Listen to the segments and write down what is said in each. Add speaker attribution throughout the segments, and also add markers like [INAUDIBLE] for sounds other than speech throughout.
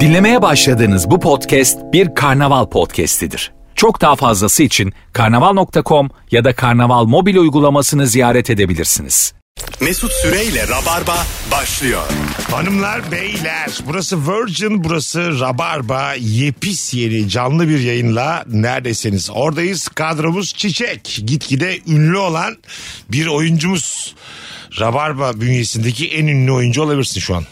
Speaker 1: Dinlemeye başladığınız bu podcast bir karnaval podcastidir. Çok daha fazlası için karnaval.com ya da karnaval mobil uygulamasını ziyaret edebilirsiniz.
Speaker 2: Mesut Süreyle Rabarba başlıyor.
Speaker 3: Hanımlar beyler burası Virgin burası Rabarba yepis yeni canlı bir yayınla neredesiniz oradayız kadromuz Çiçek gitgide ünlü olan bir oyuncumuz Rabarba bünyesindeki en ünlü oyuncu olabilirsin şu an.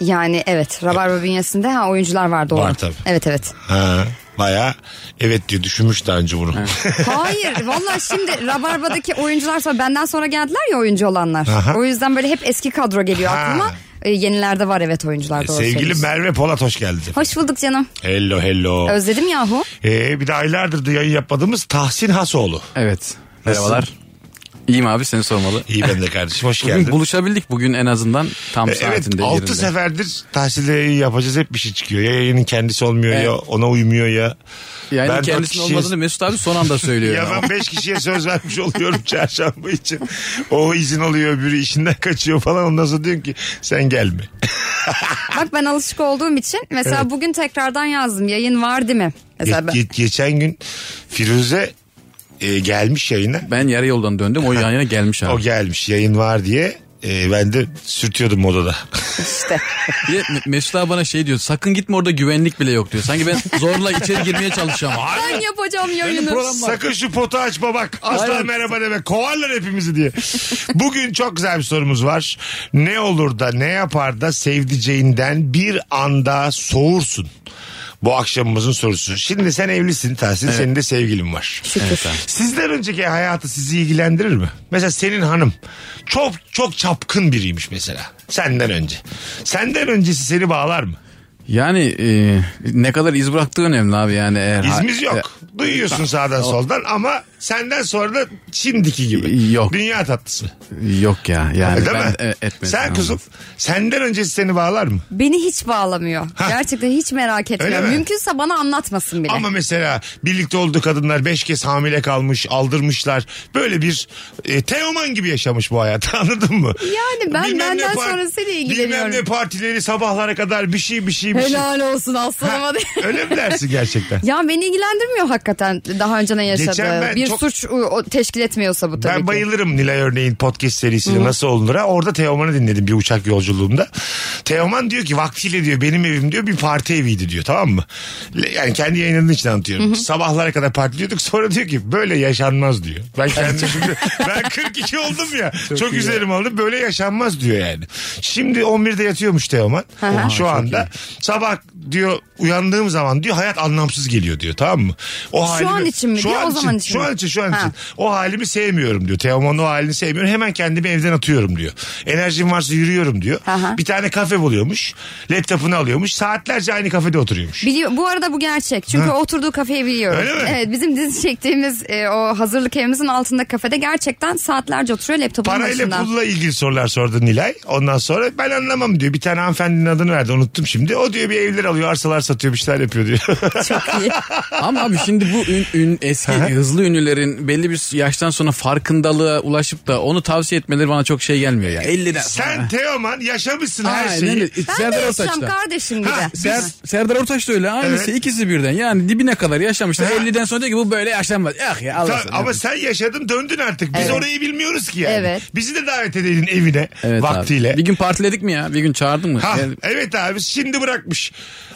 Speaker 4: Yani evet Rabarba bünyesinde ha oyuncular var doğru.
Speaker 3: Var tabii. [LAUGHS]
Speaker 4: Evet evet.
Speaker 3: Ha, baya evet diye düşünmüş daha önce bunu. [LAUGHS]
Speaker 4: Hayır valla şimdi Rabarba'daki oyuncular sonra benden sonra geldiler ya oyuncu olanlar.
Speaker 3: Aha.
Speaker 4: O yüzden böyle hep eski kadro geliyor
Speaker 3: Ha. E,
Speaker 4: aklıma. E, yenilerde var evet oyuncular doğru
Speaker 3: Sevgili
Speaker 4: söylüyorsun.
Speaker 3: Merve Polat hoş geldin.
Speaker 4: Hoş bulduk canım.
Speaker 3: Hello hello.
Speaker 4: Özledim yahu.
Speaker 3: Ee, bir de aylardır da yayın yapmadığımız Tahsin Hasoğlu.
Speaker 5: Evet. Merhabalar. İyiyim abi seni sormalı.
Speaker 3: İyi ben de kardeşim hoş
Speaker 5: Bugün
Speaker 3: geldin.
Speaker 5: buluşabildik bugün en azından tam
Speaker 3: E, Evet
Speaker 5: saatinde
Speaker 3: altı
Speaker 5: yerinde.
Speaker 3: seferdir tahsilde yayın yapacağız hep bir şey çıkıyor. Ya yayının kendisi olmuyor
Speaker 5: Evet.
Speaker 3: ya ona uymuyor ya.
Speaker 5: Yani
Speaker 3: Ben dört
Speaker 5: kendisinin
Speaker 3: kişiyiz.
Speaker 5: olmadığını Mesut abi son anda
Speaker 3: [LAUGHS]
Speaker 5: söylüyor.
Speaker 3: Ya
Speaker 5: ama.
Speaker 3: ben beş kişiye söz vermiş
Speaker 5: [LAUGHS]
Speaker 3: oluyorum çarşamba için. O izin alıyor öbürü işinden kaçıyor falan ondan sonra diyorum ki sen gelme.
Speaker 4: Bak ben alışık olduğum için mesela bugün tekrardan yazdım yayın var değil mi? Mesela ben-
Speaker 3: Ge- ge- geçen gün Firuze e, gelmiş yayına.
Speaker 5: Ben yarı yoldan döndüm o yan yana gelmiş
Speaker 3: O [LAUGHS]
Speaker 5: abi.
Speaker 3: gelmiş yayın var diye. E, ben de sürtüyordum odada.
Speaker 4: işte.
Speaker 5: Bir de Me- Mesut abi bana şey diyor sakın gitme orada güvenlik bile yok diyor. Sanki ben zorla içeri
Speaker 3: [LAUGHS]
Speaker 5: girmeye çalışacağım.
Speaker 4: Ben yapacağım yayını.
Speaker 3: Sakın şu potu açma bak. Asla merhaba deme. Kovarlar hepimizi diye. Bugün çok güzel bir sorumuz var. Ne olur da ne yapar da sevdiceğinden bir anda soğursun. Bu akşamımızın sorusu. Şimdi sen evlisin Tahsin. Senin de sevgilin var.
Speaker 4: Şükür.
Speaker 3: Sizden önceki hayatı sizi ilgilendirir mi? Mesela senin hanım çok çok çapkın biriymiş mesela. Senden önce. Senden öncesi seni bağlar mı?
Speaker 5: Yani e, ne kadar iz bıraktığı önemli abi yani. Eğer
Speaker 3: İzimiz
Speaker 5: Ha- e,
Speaker 3: yok. Duyuyorsun sağdan soldan ama senden sonra da şimdiki gibi.
Speaker 5: Yok.
Speaker 3: Dünya tatlısı.
Speaker 5: E, yok ya yani
Speaker 3: Değil
Speaker 5: ben
Speaker 3: mi?
Speaker 5: e, etmezdim.
Speaker 3: Sen kuzum senden öncesi seni bağlar mı?
Speaker 4: Beni hiç bağlamıyor. Gerçekten hiç merak etmiyor.
Speaker 3: mi?
Speaker 4: Mümkünse bana anlatmasın bile.
Speaker 3: Ama mesela birlikte olduğu kadınlar beş kez hamile kalmış, aldırmışlar. Böyle bir e, Teoman gibi yaşamış bu hayatı [LAUGHS] anladın mı?
Speaker 4: Yani ben
Speaker 3: ne
Speaker 4: benden
Speaker 3: par-
Speaker 4: sonra seni
Speaker 3: Bilmem
Speaker 4: ilgileniyorum.
Speaker 3: ne partileri sabahlara kadar bir şey bir şey bir şey.
Speaker 4: Helal olsun aslanıma. diye.
Speaker 3: Öyle mi dersin gerçekten?
Speaker 4: Ya beni ilgilendirmiyor hakikaten daha önce ne
Speaker 3: Geçen ben
Speaker 4: yaşadığı. Bir
Speaker 3: çok-
Speaker 4: suç o, o teşkil etmiyorsa bu tabii
Speaker 3: Ben
Speaker 4: ki.
Speaker 3: bayılırım Nilay Örneğin podcast serisini nasıl olunur ha. Orada Teoman'ı dinledim bir uçak yolculuğumda. Teoman diyor ki vaktiyle diyor benim evim diyor bir parti eviydi diyor tamam mı? Le- Yani kendi yayınının için anlatıyorum. Sabahlara kadar partiliyorduk sonra diyor ki böyle yaşanmaz diyor. Ben kendim şimdi ben 42 oldum ya çok, üzerim aldım böyle yaşanmaz diyor yani. Şimdi 11'de yatıyormuş Teoman
Speaker 4: Aha.
Speaker 3: şu anda. Sabah diyor uyandığım zaman diyor hayat anlamsız geliyor diyor tamam mı? O
Speaker 4: Şu an için mi
Speaker 3: Şu
Speaker 4: diyor,
Speaker 3: an
Speaker 4: o zaman için
Speaker 3: Şu
Speaker 4: mi?
Speaker 3: an için şu an
Speaker 4: Ha.
Speaker 3: için. O halimi sevmiyorum diyor. Teoman'ın o halini sevmiyorum. Hemen kendimi evden atıyorum diyor. Enerjim varsa yürüyorum diyor.
Speaker 4: Aha.
Speaker 3: Bir tane kafe buluyormuş. Laptopunu alıyormuş. Saatlerce aynı kafede oturuyormuş.
Speaker 4: Biliyor, bu arada bu gerçek. Çünkü o oturduğu kafeyi biliyorum.
Speaker 3: Öyle mi?
Speaker 4: Evet bizim dizi çektiğimiz e, o hazırlık evimizin altında kafede gerçekten saatlerce oturuyor laptopun başında.
Speaker 3: [LAUGHS]
Speaker 4: [LAUGHS]
Speaker 3: Parayla pulla ilgili sorular sordu Nilay. Ondan sonra ben anlamam diyor. Bir tane hanımefendinin adını verdi unuttum şimdi. O diyor bir evler alıyor arsalar satıyor bir şeyler yapıyor diyor. [LAUGHS]
Speaker 4: Çok iyi.
Speaker 5: Ama abi şimdi bu ün, ün- eski hızlı ünlülerin belli bir yaştan sonra farkındalığa ulaşıp da onu tavsiye etmeleri bana çok şey gelmiyor ya. 50'den
Speaker 3: Sen Teoman yaşamışsın her
Speaker 5: Aynen
Speaker 3: şeyi.
Speaker 5: öyle.
Speaker 4: Ben de
Speaker 5: Serdar
Speaker 4: yaşam
Speaker 5: Ortaç'ta.
Speaker 4: kardeşim bir de.
Speaker 5: Ser, Serdar Ortaç da öyle aynısı
Speaker 3: Evet.
Speaker 5: ikisi birden yani dibine kadar yaşamışlar
Speaker 3: Ha.
Speaker 5: 50'den sonra diyor ki bu böyle yaşlanmaz. Ah ya
Speaker 3: Tamam,
Speaker 5: Allah
Speaker 3: ama sen yaşadın döndün artık. Biz
Speaker 4: Evet.
Speaker 3: orayı bilmiyoruz ki yani.
Speaker 4: Evet.
Speaker 3: Bizi de davet edeydin evine vaktiyle.
Speaker 5: Bir gün partiledik mi ya bir gün çağırdın mı?
Speaker 3: Ha,
Speaker 5: Yani-
Speaker 3: evet abi şimdi bırakmış.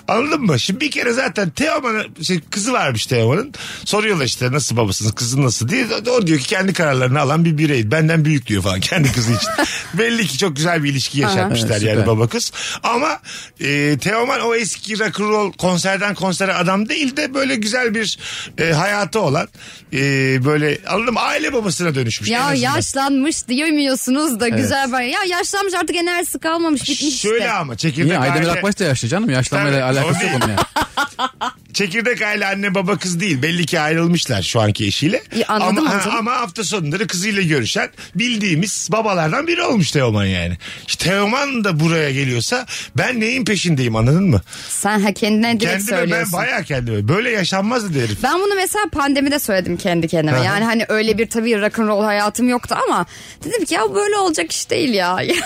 Speaker 3: Anladın mı? Şimdi bir kere zaten Teoman'ın şey, kızı varmış Teoman'ın. Soruyorlar işte nasıl babasınız kızın nasıl diye. O- O diyor ki kendi kararlarını alan bir birey. Benden büyük diyor falan [LAUGHS] kendi kızı için. Belli ki çok güzel bir ilişki yaşatmışlar
Speaker 5: Evet,
Speaker 3: yani
Speaker 5: süper.
Speaker 3: baba kız. Ama e, Teoman o eski rock'n'roll konserden konsere adam değil de böyle güzel bir e, hayatı olan e, böyle anladın mı? Aile babasına dönüşmüş. en
Speaker 4: Ya
Speaker 3: azından.
Speaker 4: yaşlanmış diyemiyorsunuz da güzel ben. Ya yaşlanmış artık enerjisi kalmamış bitmiş
Speaker 3: Şöyle
Speaker 4: işte.
Speaker 3: ama çekirdek
Speaker 5: Niye Aydemir
Speaker 3: aile-
Speaker 5: Akbaş da yaşlı canım yaşlanmayla
Speaker 3: Tabii,
Speaker 5: alakası
Speaker 3: tabii.
Speaker 5: yok onun ya.
Speaker 3: çekirdek aile anne baba kız değil. Belli ki ayrılmışlar şu anki eşiyle.
Speaker 4: İyi, anladım
Speaker 3: ama,
Speaker 4: hocam.
Speaker 3: ama hafta sonları kızıyla görüşen bildiğimiz babalardan biri olmuş Teoman yani. İşte Teoman da buraya geliyorsa ben neyin peşindeyim anladın mı?
Speaker 4: Sen ha kendine direkt
Speaker 3: Kendime ben
Speaker 4: söylüyorsun.
Speaker 3: bayağı kendime. Böyle yaşanmaz dedi herif.
Speaker 4: [LAUGHS] Ben bunu mesela pandemide söyledim kendi kendime.
Speaker 3: Aha.
Speaker 4: Yani hani öyle bir tabii rock'n'roll hayatım yoktu [LAUGHS]
Speaker 3: [LAUGHS]
Speaker 4: ama dedim ki ya böyle olacak iş değil ya. Yani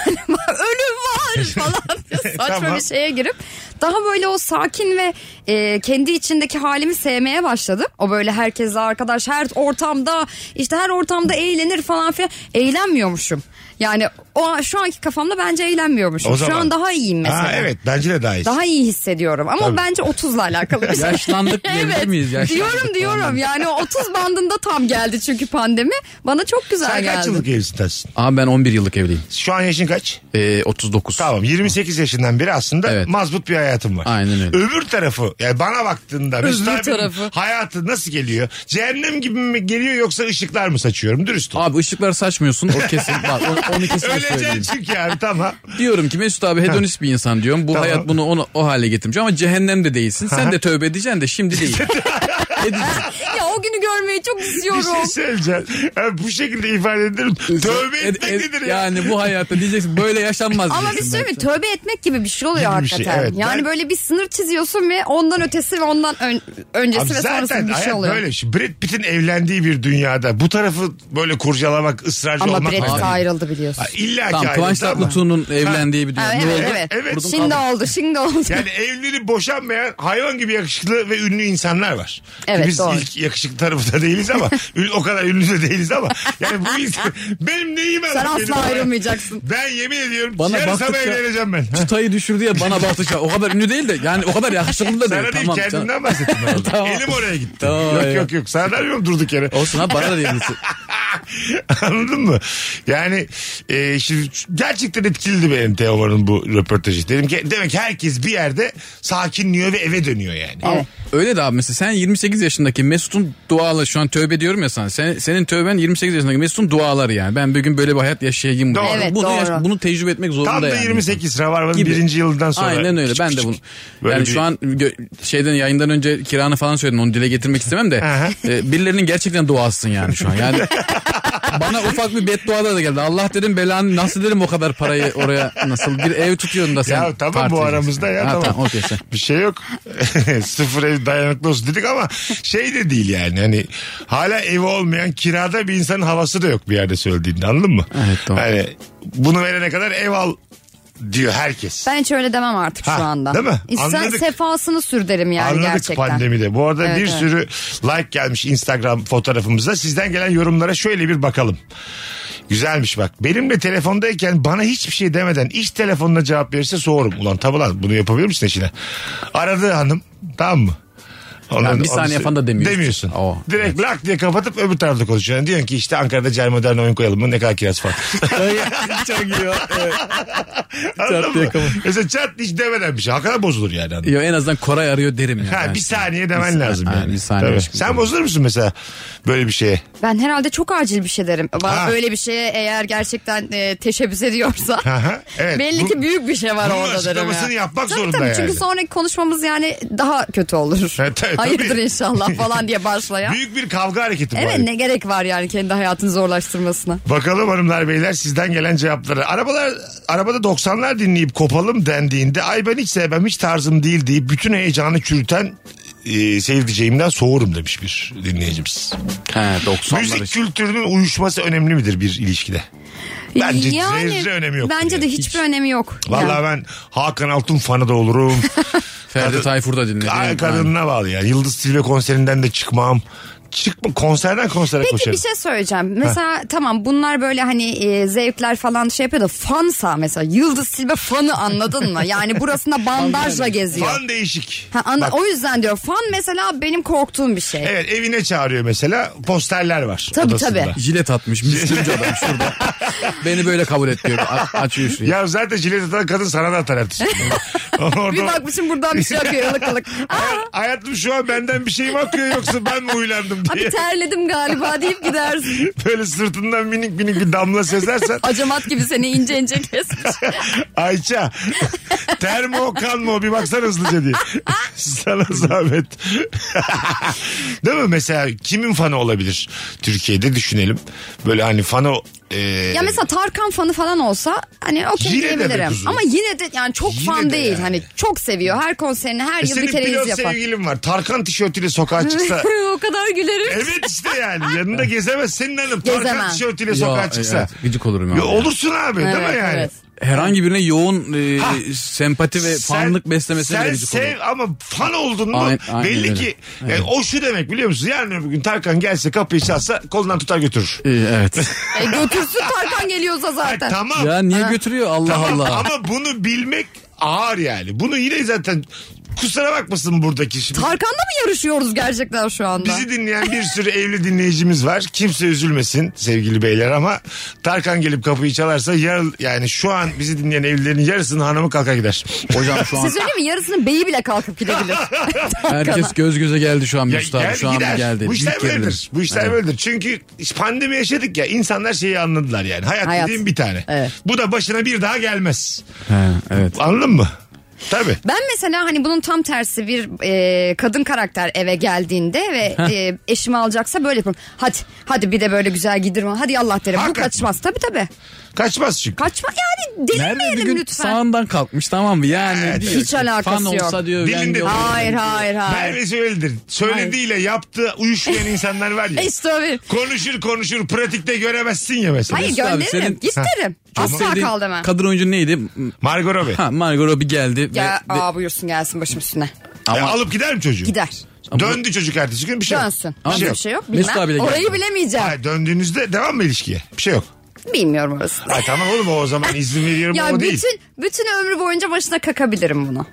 Speaker 4: ölüm var falan. saçma
Speaker 3: tamam.
Speaker 4: bir şeye girip daha böyle o sakin ve e, kendi içindeki halimi sevmeye başladım. O böyle herkesle arkadaş her ortamda işte her ortamda eğlenir falan filan eğlenmiyormuşum. Yani o şu anki kafamda bence eğlenmiyormuşum.
Speaker 3: O zaman.
Speaker 4: Şu an daha iyiyim mesela.
Speaker 3: Ha, evet bence de daha iyi.
Speaker 4: Daha iyi hissediyorum ama
Speaker 3: Tabii.
Speaker 4: bence 30'la alakalı bir şey.
Speaker 5: Yaşlandık diyebilir
Speaker 4: [LAUGHS] evet.
Speaker 5: miyiz? Yaşlandık
Speaker 4: diyorum diyorum
Speaker 5: falan.
Speaker 4: yani o 30 bandında tam geldi çünkü pandemi. Bana çok güzel
Speaker 3: Sen
Speaker 4: geldi.
Speaker 3: kaç yıllık evlisin Tahsin?
Speaker 5: Abi ben 11 yıllık evliyim.
Speaker 3: Şu an yaşın kaç?
Speaker 5: Ee, 39.
Speaker 3: Tamam 28 yaşından beri aslında
Speaker 5: Evet.
Speaker 3: mazbut bir hayatım var.
Speaker 5: Aynen öyle.
Speaker 3: Öbür tarafı yani bana baktığında Mesut
Speaker 4: Öbür
Speaker 3: abinin
Speaker 4: tarafı.
Speaker 3: hayatı nasıl geliyor? Cehennem gibi mi geliyor yoksa ışıklar mı saçıyorum? Dürüst ol.
Speaker 5: Abi ışıkları saçmıyorsun o kesin. Bak onu, onu kesin söyleyeyim.
Speaker 3: Öleceksin çünkü abi
Speaker 4: [LAUGHS]
Speaker 3: tamam.
Speaker 5: Diyorum ki Mesut abi hedonist bir insan diyorum. Bu
Speaker 3: Tamam.
Speaker 5: hayat bunu onu, o hale getirmiş ama cehennemde değilsin. Sen de tövbe edeceksin de
Speaker 3: [LAUGHS]
Speaker 5: şimdi değil. Edeceksin.
Speaker 4: Ya o günü görmeyi çok
Speaker 3: Bir şey
Speaker 4: istiyorum.
Speaker 3: söyleyeceğim. Ha, bu şekilde ifade ederim. Tövbe
Speaker 5: Ed-
Speaker 3: etmek
Speaker 5: ed-
Speaker 3: nedir ya?
Speaker 5: Yani bu hayatta diyeceksin böyle yaşanmaz
Speaker 4: Ama bir şey
Speaker 5: diyeceksin
Speaker 4: söyleyeyim mi?
Speaker 5: belki.
Speaker 4: Tövbe etmek gibi bir şey oluyor
Speaker 3: Gibi bir şey,
Speaker 4: hakikaten.
Speaker 3: evet.
Speaker 4: yani
Speaker 3: Ben-
Speaker 4: böyle bir sınır çiziyorsun ve ondan ötesi ve ondan ön- öncesi
Speaker 3: Abi
Speaker 4: ve sonrası
Speaker 3: zaten
Speaker 4: bir şey
Speaker 3: hayat
Speaker 4: oluyor.
Speaker 3: böyle. Şimdi Brad Pitt'in evlendiği bir dünyada bu tarafı böyle kurcalamak, ısrarcı
Speaker 4: Ama
Speaker 3: olmak.
Speaker 4: Brad Pitt
Speaker 3: lazım.
Speaker 4: ayrıldı biliyorsun.
Speaker 3: Ha, İlla ki
Speaker 5: Tamam
Speaker 3: ayrıldı
Speaker 5: Kıvanç
Speaker 3: ama-
Speaker 5: Tatlıtuğ'un evlendiği bir dünya.
Speaker 4: Ha,
Speaker 5: Ne
Speaker 4: evet,
Speaker 5: oldu?
Speaker 4: evet.
Speaker 3: Evet.
Speaker 5: Vurdum
Speaker 4: Şimdi
Speaker 5: kaldım.
Speaker 4: oldu, şimdi oldu.
Speaker 3: Yani evliliği boşanmayan hayvan gibi yakışıklı ve ünlü insanlar var.
Speaker 4: Evet,
Speaker 3: Biz
Speaker 4: doğru.
Speaker 3: ilk yakışıklı tarafında değiliz ama
Speaker 4: [LAUGHS]
Speaker 3: ün- o kadar ünlü de değiliz ama yani bu insan benim neyim
Speaker 4: [LAUGHS] Sen
Speaker 3: benim
Speaker 4: asla
Speaker 3: ama-
Speaker 4: ayrılmayacaksın.
Speaker 3: Ben yemin ediyorum
Speaker 5: Bana
Speaker 3: yarın sabah
Speaker 5: baktıkça-
Speaker 3: evleneceğim ben.
Speaker 5: Çıtayı düşürdü ya bana baktıkça. O kadar ünlü değil de yani
Speaker 3: [LAUGHS]
Speaker 5: o kadar yakışıklı da değil.
Speaker 3: Sana değil
Speaker 5: tamam.
Speaker 3: kendimden
Speaker 5: canım.
Speaker 3: bahsettim.
Speaker 5: [LAUGHS]
Speaker 3: ben orada.
Speaker 5: Tamam.
Speaker 3: Elim oraya gitti.
Speaker 5: Tamam,
Speaker 3: yok
Speaker 5: evet.
Speaker 3: yok yok. Sana demiyorum durduk yere.
Speaker 5: Olsun abi bana da diyebilirsin.
Speaker 3: [LAUGHS] Anladın mı? Yani e, şimdi gerçekten etkiledi benim Teoman'ın bu röportajı. Dedim ki demek ki herkes bir yerde sakinliyor ve eve dönüyor yani.
Speaker 4: Evet.
Speaker 5: Öyle de abi mesela sen 28 yaşındaki Mesut'un duaları şu an tövbe diyorum ya sana. Sen, senin tövben 28 yaşındaki Mesut'un duaları yani. Ben bir gün böyle bir hayat yaşayayım.
Speaker 3: Doğru.
Speaker 4: Evet,
Speaker 5: bunu,
Speaker 4: doğru.
Speaker 5: bunu tecrübe etmek zorunda
Speaker 3: Tam da
Speaker 5: yani.
Speaker 3: 28 Rabarba'nın
Speaker 5: Gibi.
Speaker 3: birinci yılından sonra.
Speaker 5: Aynen öyle ben de bunu.
Speaker 3: Böyle
Speaker 5: yani
Speaker 3: bir-
Speaker 5: şu an gö- şeyden yayından önce kiranı falan söyledim onu dile getirmek istemem de.
Speaker 3: Aha.
Speaker 5: e, birilerinin gerçekten duasısın yani şu an. Yani [LAUGHS] bana ufak bir bedduada da geldi. Allah dedim belanı nasıl dedim o kadar parayı oraya nasıl bir ev tutuyorsun da sen.
Speaker 3: Ya tamam bu
Speaker 5: tartacaksın.
Speaker 3: aramızda ya
Speaker 5: Ha,
Speaker 3: tamam.
Speaker 5: okey sen.
Speaker 3: Bir şey yok. [LAUGHS] Sıfır ev dayanıklı olsun dedik ama şey de değil yani. Hani hala evi olmayan kirada bir insanın havası da yok bir yerde söylediğinde anladın mı?
Speaker 5: Evet, doğru.
Speaker 3: Hani bunu verene kadar ev al diyor herkes.
Speaker 4: Ben hiç öyle demem artık
Speaker 3: Ha,
Speaker 4: şu anda.
Speaker 3: değil mi?
Speaker 4: İster
Speaker 3: Anladık.
Speaker 4: sefasını sür derim yani
Speaker 3: Anladık
Speaker 4: gerçekten.
Speaker 3: pandemide. Bu arada
Speaker 4: Evet,
Speaker 3: bir
Speaker 4: evet.
Speaker 3: sürü like gelmiş Instagram fotoğrafımıza. Sizden gelen yorumlara şöyle bir bakalım. Güzelmiş bak. Benimle telefondayken bana hiçbir şey demeden iş telefonuna cevap verirse soğurum. Ulan tabi lan bunu yapabilir misin eşine? Aradı hanım tamam mı? Onu-
Speaker 5: Yani bir
Speaker 3: onu
Speaker 5: saniye
Speaker 3: sö-
Speaker 5: falan da demiyorsun.
Speaker 3: Demiyorsun.
Speaker 5: Oo,
Speaker 3: Direkt lak diye kapatıp öbür tarafta konuşuyorsun. Yani diyorsun ki işte Ankara'da Cel Modern oyun koyalım mı ne kadar kiraz
Speaker 5: [LAUGHS]
Speaker 3: falan.
Speaker 5: Çok iyi o. Evet.
Speaker 3: Anladın
Speaker 5: diye
Speaker 3: mı?
Speaker 5: kapat.
Speaker 3: Mesela çat hiç demeden bir şey. Hakikaten bozulur yani. anladın mı?
Speaker 5: Yo, en azından Koray arıyor derim yani.
Speaker 3: Ha,
Speaker 5: Ben-
Speaker 3: bir saniye demen
Speaker 5: Bir sa-
Speaker 3: lazım
Speaker 5: ha,
Speaker 3: yani.
Speaker 5: bir saniye
Speaker 3: Tabii.
Speaker 5: aşkım.
Speaker 3: Sen bozulur musun mesela böyle bir şeye?
Speaker 4: Ben herhalde çok acil bir şey derim. Bana
Speaker 3: Ha.
Speaker 4: böyle bir şeye eğer gerçekten e, teşebbüs ediyorsa.
Speaker 3: Aha, evet.
Speaker 4: Belli
Speaker 3: Bu-
Speaker 4: ki büyük bir şey var
Speaker 3: bunun
Speaker 4: orada derim ya.
Speaker 3: açıklamasını yapmak
Speaker 4: tabii,
Speaker 3: zorunda
Speaker 4: tabii,
Speaker 3: yani.
Speaker 4: Çünkü sonraki konuşmamız yani daha kötü olur.
Speaker 3: [LAUGHS] Ha, tabii,
Speaker 4: Hayırdır
Speaker 3: tabii. [LAUGHS]
Speaker 4: inşallah falan diye başlayan.
Speaker 3: Büyük bir kavga hareketi bu.
Speaker 4: evet
Speaker 3: hareket.
Speaker 4: ne gerek var yani kendi hayatını zorlaştırmasına.
Speaker 3: Bakalım hanımlar beyler sizden gelen cevapları. Arabalar arabada 90'lar dinleyip kopalım dendiğinde ay ben hiç sevmem hiç tarzım değil deyip bütün heyecanı çürüten e, sevdiceğimden soğurum demiş bir dinleyicimiz.
Speaker 5: Ha, 90'lar
Speaker 3: Müzik
Speaker 5: işte.
Speaker 3: kültürünün uyuşması önemli midir bir ilişkide? Bence zerre önemi yok
Speaker 4: Bence de
Speaker 3: yani.
Speaker 4: hiçbir önemi yok.
Speaker 3: Vallahi
Speaker 4: Yani.
Speaker 3: ben Hakan Altun fanı da
Speaker 5: [LAUGHS]
Speaker 3: olurum.
Speaker 5: Ferdi Tayfur da dinledi.
Speaker 3: Ay,
Speaker 5: Yani.
Speaker 3: kadınına bağlı ya. Yıldız Tilbe konserinden de çıkmam. Çıkma konserden konsere
Speaker 4: Peki
Speaker 3: koşarım.
Speaker 4: bir şey söyleyeceğim. Mesela tamam bunlar böyle hani e, zevkler falan şey yapıyor da fansa mesela Yıldız Silve fanı anladın mı? Yani burasında bandajla geziyor.
Speaker 3: Fan değişik.
Speaker 4: Ha, anla-
Speaker 3: Bak,
Speaker 4: o yüzden diyor fan mesela benim korktuğum bir şey.
Speaker 3: evet evine çağırıyor mesela posterler var
Speaker 4: Tabii,
Speaker 3: odasında.
Speaker 4: tabii.
Speaker 5: Jilet
Speaker 3: [LAUGHS]
Speaker 5: atmış. Müslümcü adam şurada. Beni böyle kabul et diyor. A- açıyor şurayı.
Speaker 3: Ya zaten jilet atan kadın sana da atar artık.
Speaker 4: [LAUGHS]
Speaker 3: Orada-
Speaker 4: Bir bakmışım buradan bir şey akıyor ılık
Speaker 3: [LAUGHS]
Speaker 4: ılık. Aa,
Speaker 3: Hayatım şu an benden bir şey mi akıyor yoksa ben mi uylandım diye.
Speaker 4: abi terledim galiba deyip gidersin.
Speaker 3: Böyle sırtından minik minik bir damla sezersen.
Speaker 4: Acamat gibi seni ince ince kesmiş.
Speaker 3: [LAUGHS] Ayça termo kan mı o? bir baksana hızlıca diye. Sana zahmet. [LAUGHS] Değil mi mesela kimin fanı olabilir Türkiye'de düşünelim. Böyle hani fanı e,
Speaker 4: Ya mesela Tarkan fanı falan olsa hani okey
Speaker 3: Yine de be
Speaker 4: diyebilirim.
Speaker 3: kuzum.
Speaker 4: Ama yine de yani çok
Speaker 3: Yine
Speaker 4: fan
Speaker 3: de
Speaker 4: değil.
Speaker 3: yani.
Speaker 4: Hani çok seviyor. Her konserini her
Speaker 3: e,
Speaker 4: yıl bir
Speaker 3: senin
Speaker 4: kere
Speaker 3: pilot
Speaker 4: iz yapar.
Speaker 3: sevgilin var. Tarkan tişörtüyle sokağa çıksa
Speaker 4: [LAUGHS] o kadar gülerim.
Speaker 3: Evet işte yani yanında gezemez senin hanım. Tarkan
Speaker 4: Gezemem.
Speaker 3: tişörtüyle
Speaker 5: Ya,
Speaker 3: sokağa çıksa.
Speaker 5: evet, gıcık olurum.
Speaker 3: Ya
Speaker 5: abi.
Speaker 3: olursun abi değil mi
Speaker 4: Evet,
Speaker 3: yani?
Speaker 4: evet.
Speaker 5: herhangi birine yoğun e, sempati ve fanlık beslemesine
Speaker 3: sen
Speaker 5: de gıcık
Speaker 3: sev
Speaker 5: oluyor.
Speaker 3: ama fan oldun mu
Speaker 5: Aynen- aynen
Speaker 3: belli
Speaker 5: öyle.
Speaker 3: ki yani o şu demek biliyor musun? Yarın öbür gün Tarkan gelse kapıyı çalsa kolundan tutar götürür.
Speaker 5: E,
Speaker 3: [LAUGHS]
Speaker 5: evet.
Speaker 4: E götürsün Tarkan geliyorsa
Speaker 3: Ay,
Speaker 4: zaten.
Speaker 3: tamam.
Speaker 5: ya niye götürüyor Allah
Speaker 3: Tamam,
Speaker 5: Allah.
Speaker 3: Ama bunu bilmek ağır yani. Bunu yine zaten kusura bakmasın buradaki şimdi.
Speaker 4: Tarkan'la mı yarışıyoruz gerçekten şu anda?
Speaker 3: Bizi dinleyen bir sürü evli dinleyicimiz var. Kimse üzülmesin sevgili beyler ama Tarkan gelip kapıyı çalarsa yar, yani şu an bizi dinleyen evlilerin yarısının hanımı kalka gider.
Speaker 5: Hocam şu an
Speaker 4: Siz söyleyeyim mi yarısının beyi bile
Speaker 3: [LAUGHS]
Speaker 4: kalkıp gidebilir.
Speaker 5: herkes göz göze geldi şu an
Speaker 3: Ya
Speaker 5: Mesut abi
Speaker 3: gel
Speaker 5: şu an
Speaker 3: gider.
Speaker 5: geldi.
Speaker 3: Bu işler
Speaker 5: İlk gerilim.
Speaker 3: böyledir. Bu işler
Speaker 5: Evet.
Speaker 3: böyledir. Çünkü pandemi yaşadık ya insanlar şeyi anladılar yani. Hayat,
Speaker 4: Hayat.
Speaker 3: dediğim bir tane.
Speaker 4: Evet.
Speaker 3: Bu da başına bir daha gelmez.
Speaker 5: He, evet.
Speaker 3: Anladın mı? Tabii.
Speaker 4: Ben mesela hani bunun tam tersi bir e, kadın karakter eve geldiğinde ve e, eşimi alacaksa böyle yaparım. Hadi hadi bir de böyle güzel gidirme. Hadi Allah derim. Bu
Speaker 3: Hakikaten.
Speaker 4: kaçmaz. Tabii tabii.
Speaker 3: Kaçmaz çünkü.
Speaker 4: Kaçma yani
Speaker 5: Nerede bir
Speaker 4: delirmeyelim
Speaker 5: gün
Speaker 4: lütfen.
Speaker 5: sağından kalkmış tamam mı? Yani
Speaker 3: Evet,
Speaker 5: diyor
Speaker 4: Hiç
Speaker 5: ki,
Speaker 4: alakası
Speaker 5: fan
Speaker 4: yok.
Speaker 5: olsa diyor. şey
Speaker 3: Dilinde-
Speaker 5: yenge olur.
Speaker 4: Hayır hayır hayır.
Speaker 3: Mervesi öyledir. Söylediğiyle yaptığı uyuşmayan insanlar var
Speaker 4: [LAUGHS]
Speaker 3: ya.
Speaker 4: İşte öyle.
Speaker 3: konuşur konuşur pratikte göremezsin ya mesela.
Speaker 4: Hayır
Speaker 5: abi,
Speaker 4: gönderirim.
Speaker 5: senin-
Speaker 4: Git derim.
Speaker 5: Çok
Speaker 4: Asla
Speaker 5: sevdiğin
Speaker 4: kal deme.
Speaker 5: Kadın oyuncu neydi?
Speaker 3: Margot Robbie.
Speaker 5: Ha Margot Robbie geldi. ve-
Speaker 4: Ya
Speaker 5: ve-
Speaker 4: aa buyursun gelsin başım üstüne.
Speaker 3: E,
Speaker 5: ama-
Speaker 3: alıp gider mi çocuğu?
Speaker 4: Gider.
Speaker 3: Döndü çocuk ertesi gün bir şey yok.
Speaker 4: Dönsün.
Speaker 5: Ama
Speaker 4: Bir şey
Speaker 5: yok.
Speaker 4: yok. Şey yok.
Speaker 5: Mesut
Speaker 4: bilmem.
Speaker 5: abi de geldi.
Speaker 4: Orayı bilemeyeceğim.
Speaker 3: Hayır, döndüğünüzde devam mı ilişkiye? Bir şey yok.
Speaker 4: Bilmiyorum orası.
Speaker 3: Ay, tamam oğlum o zaman izin veriyorum
Speaker 4: Ya
Speaker 3: ama o
Speaker 4: bütün
Speaker 3: değil.
Speaker 4: bütün ömrü boyunca başına kakabilirim bunu.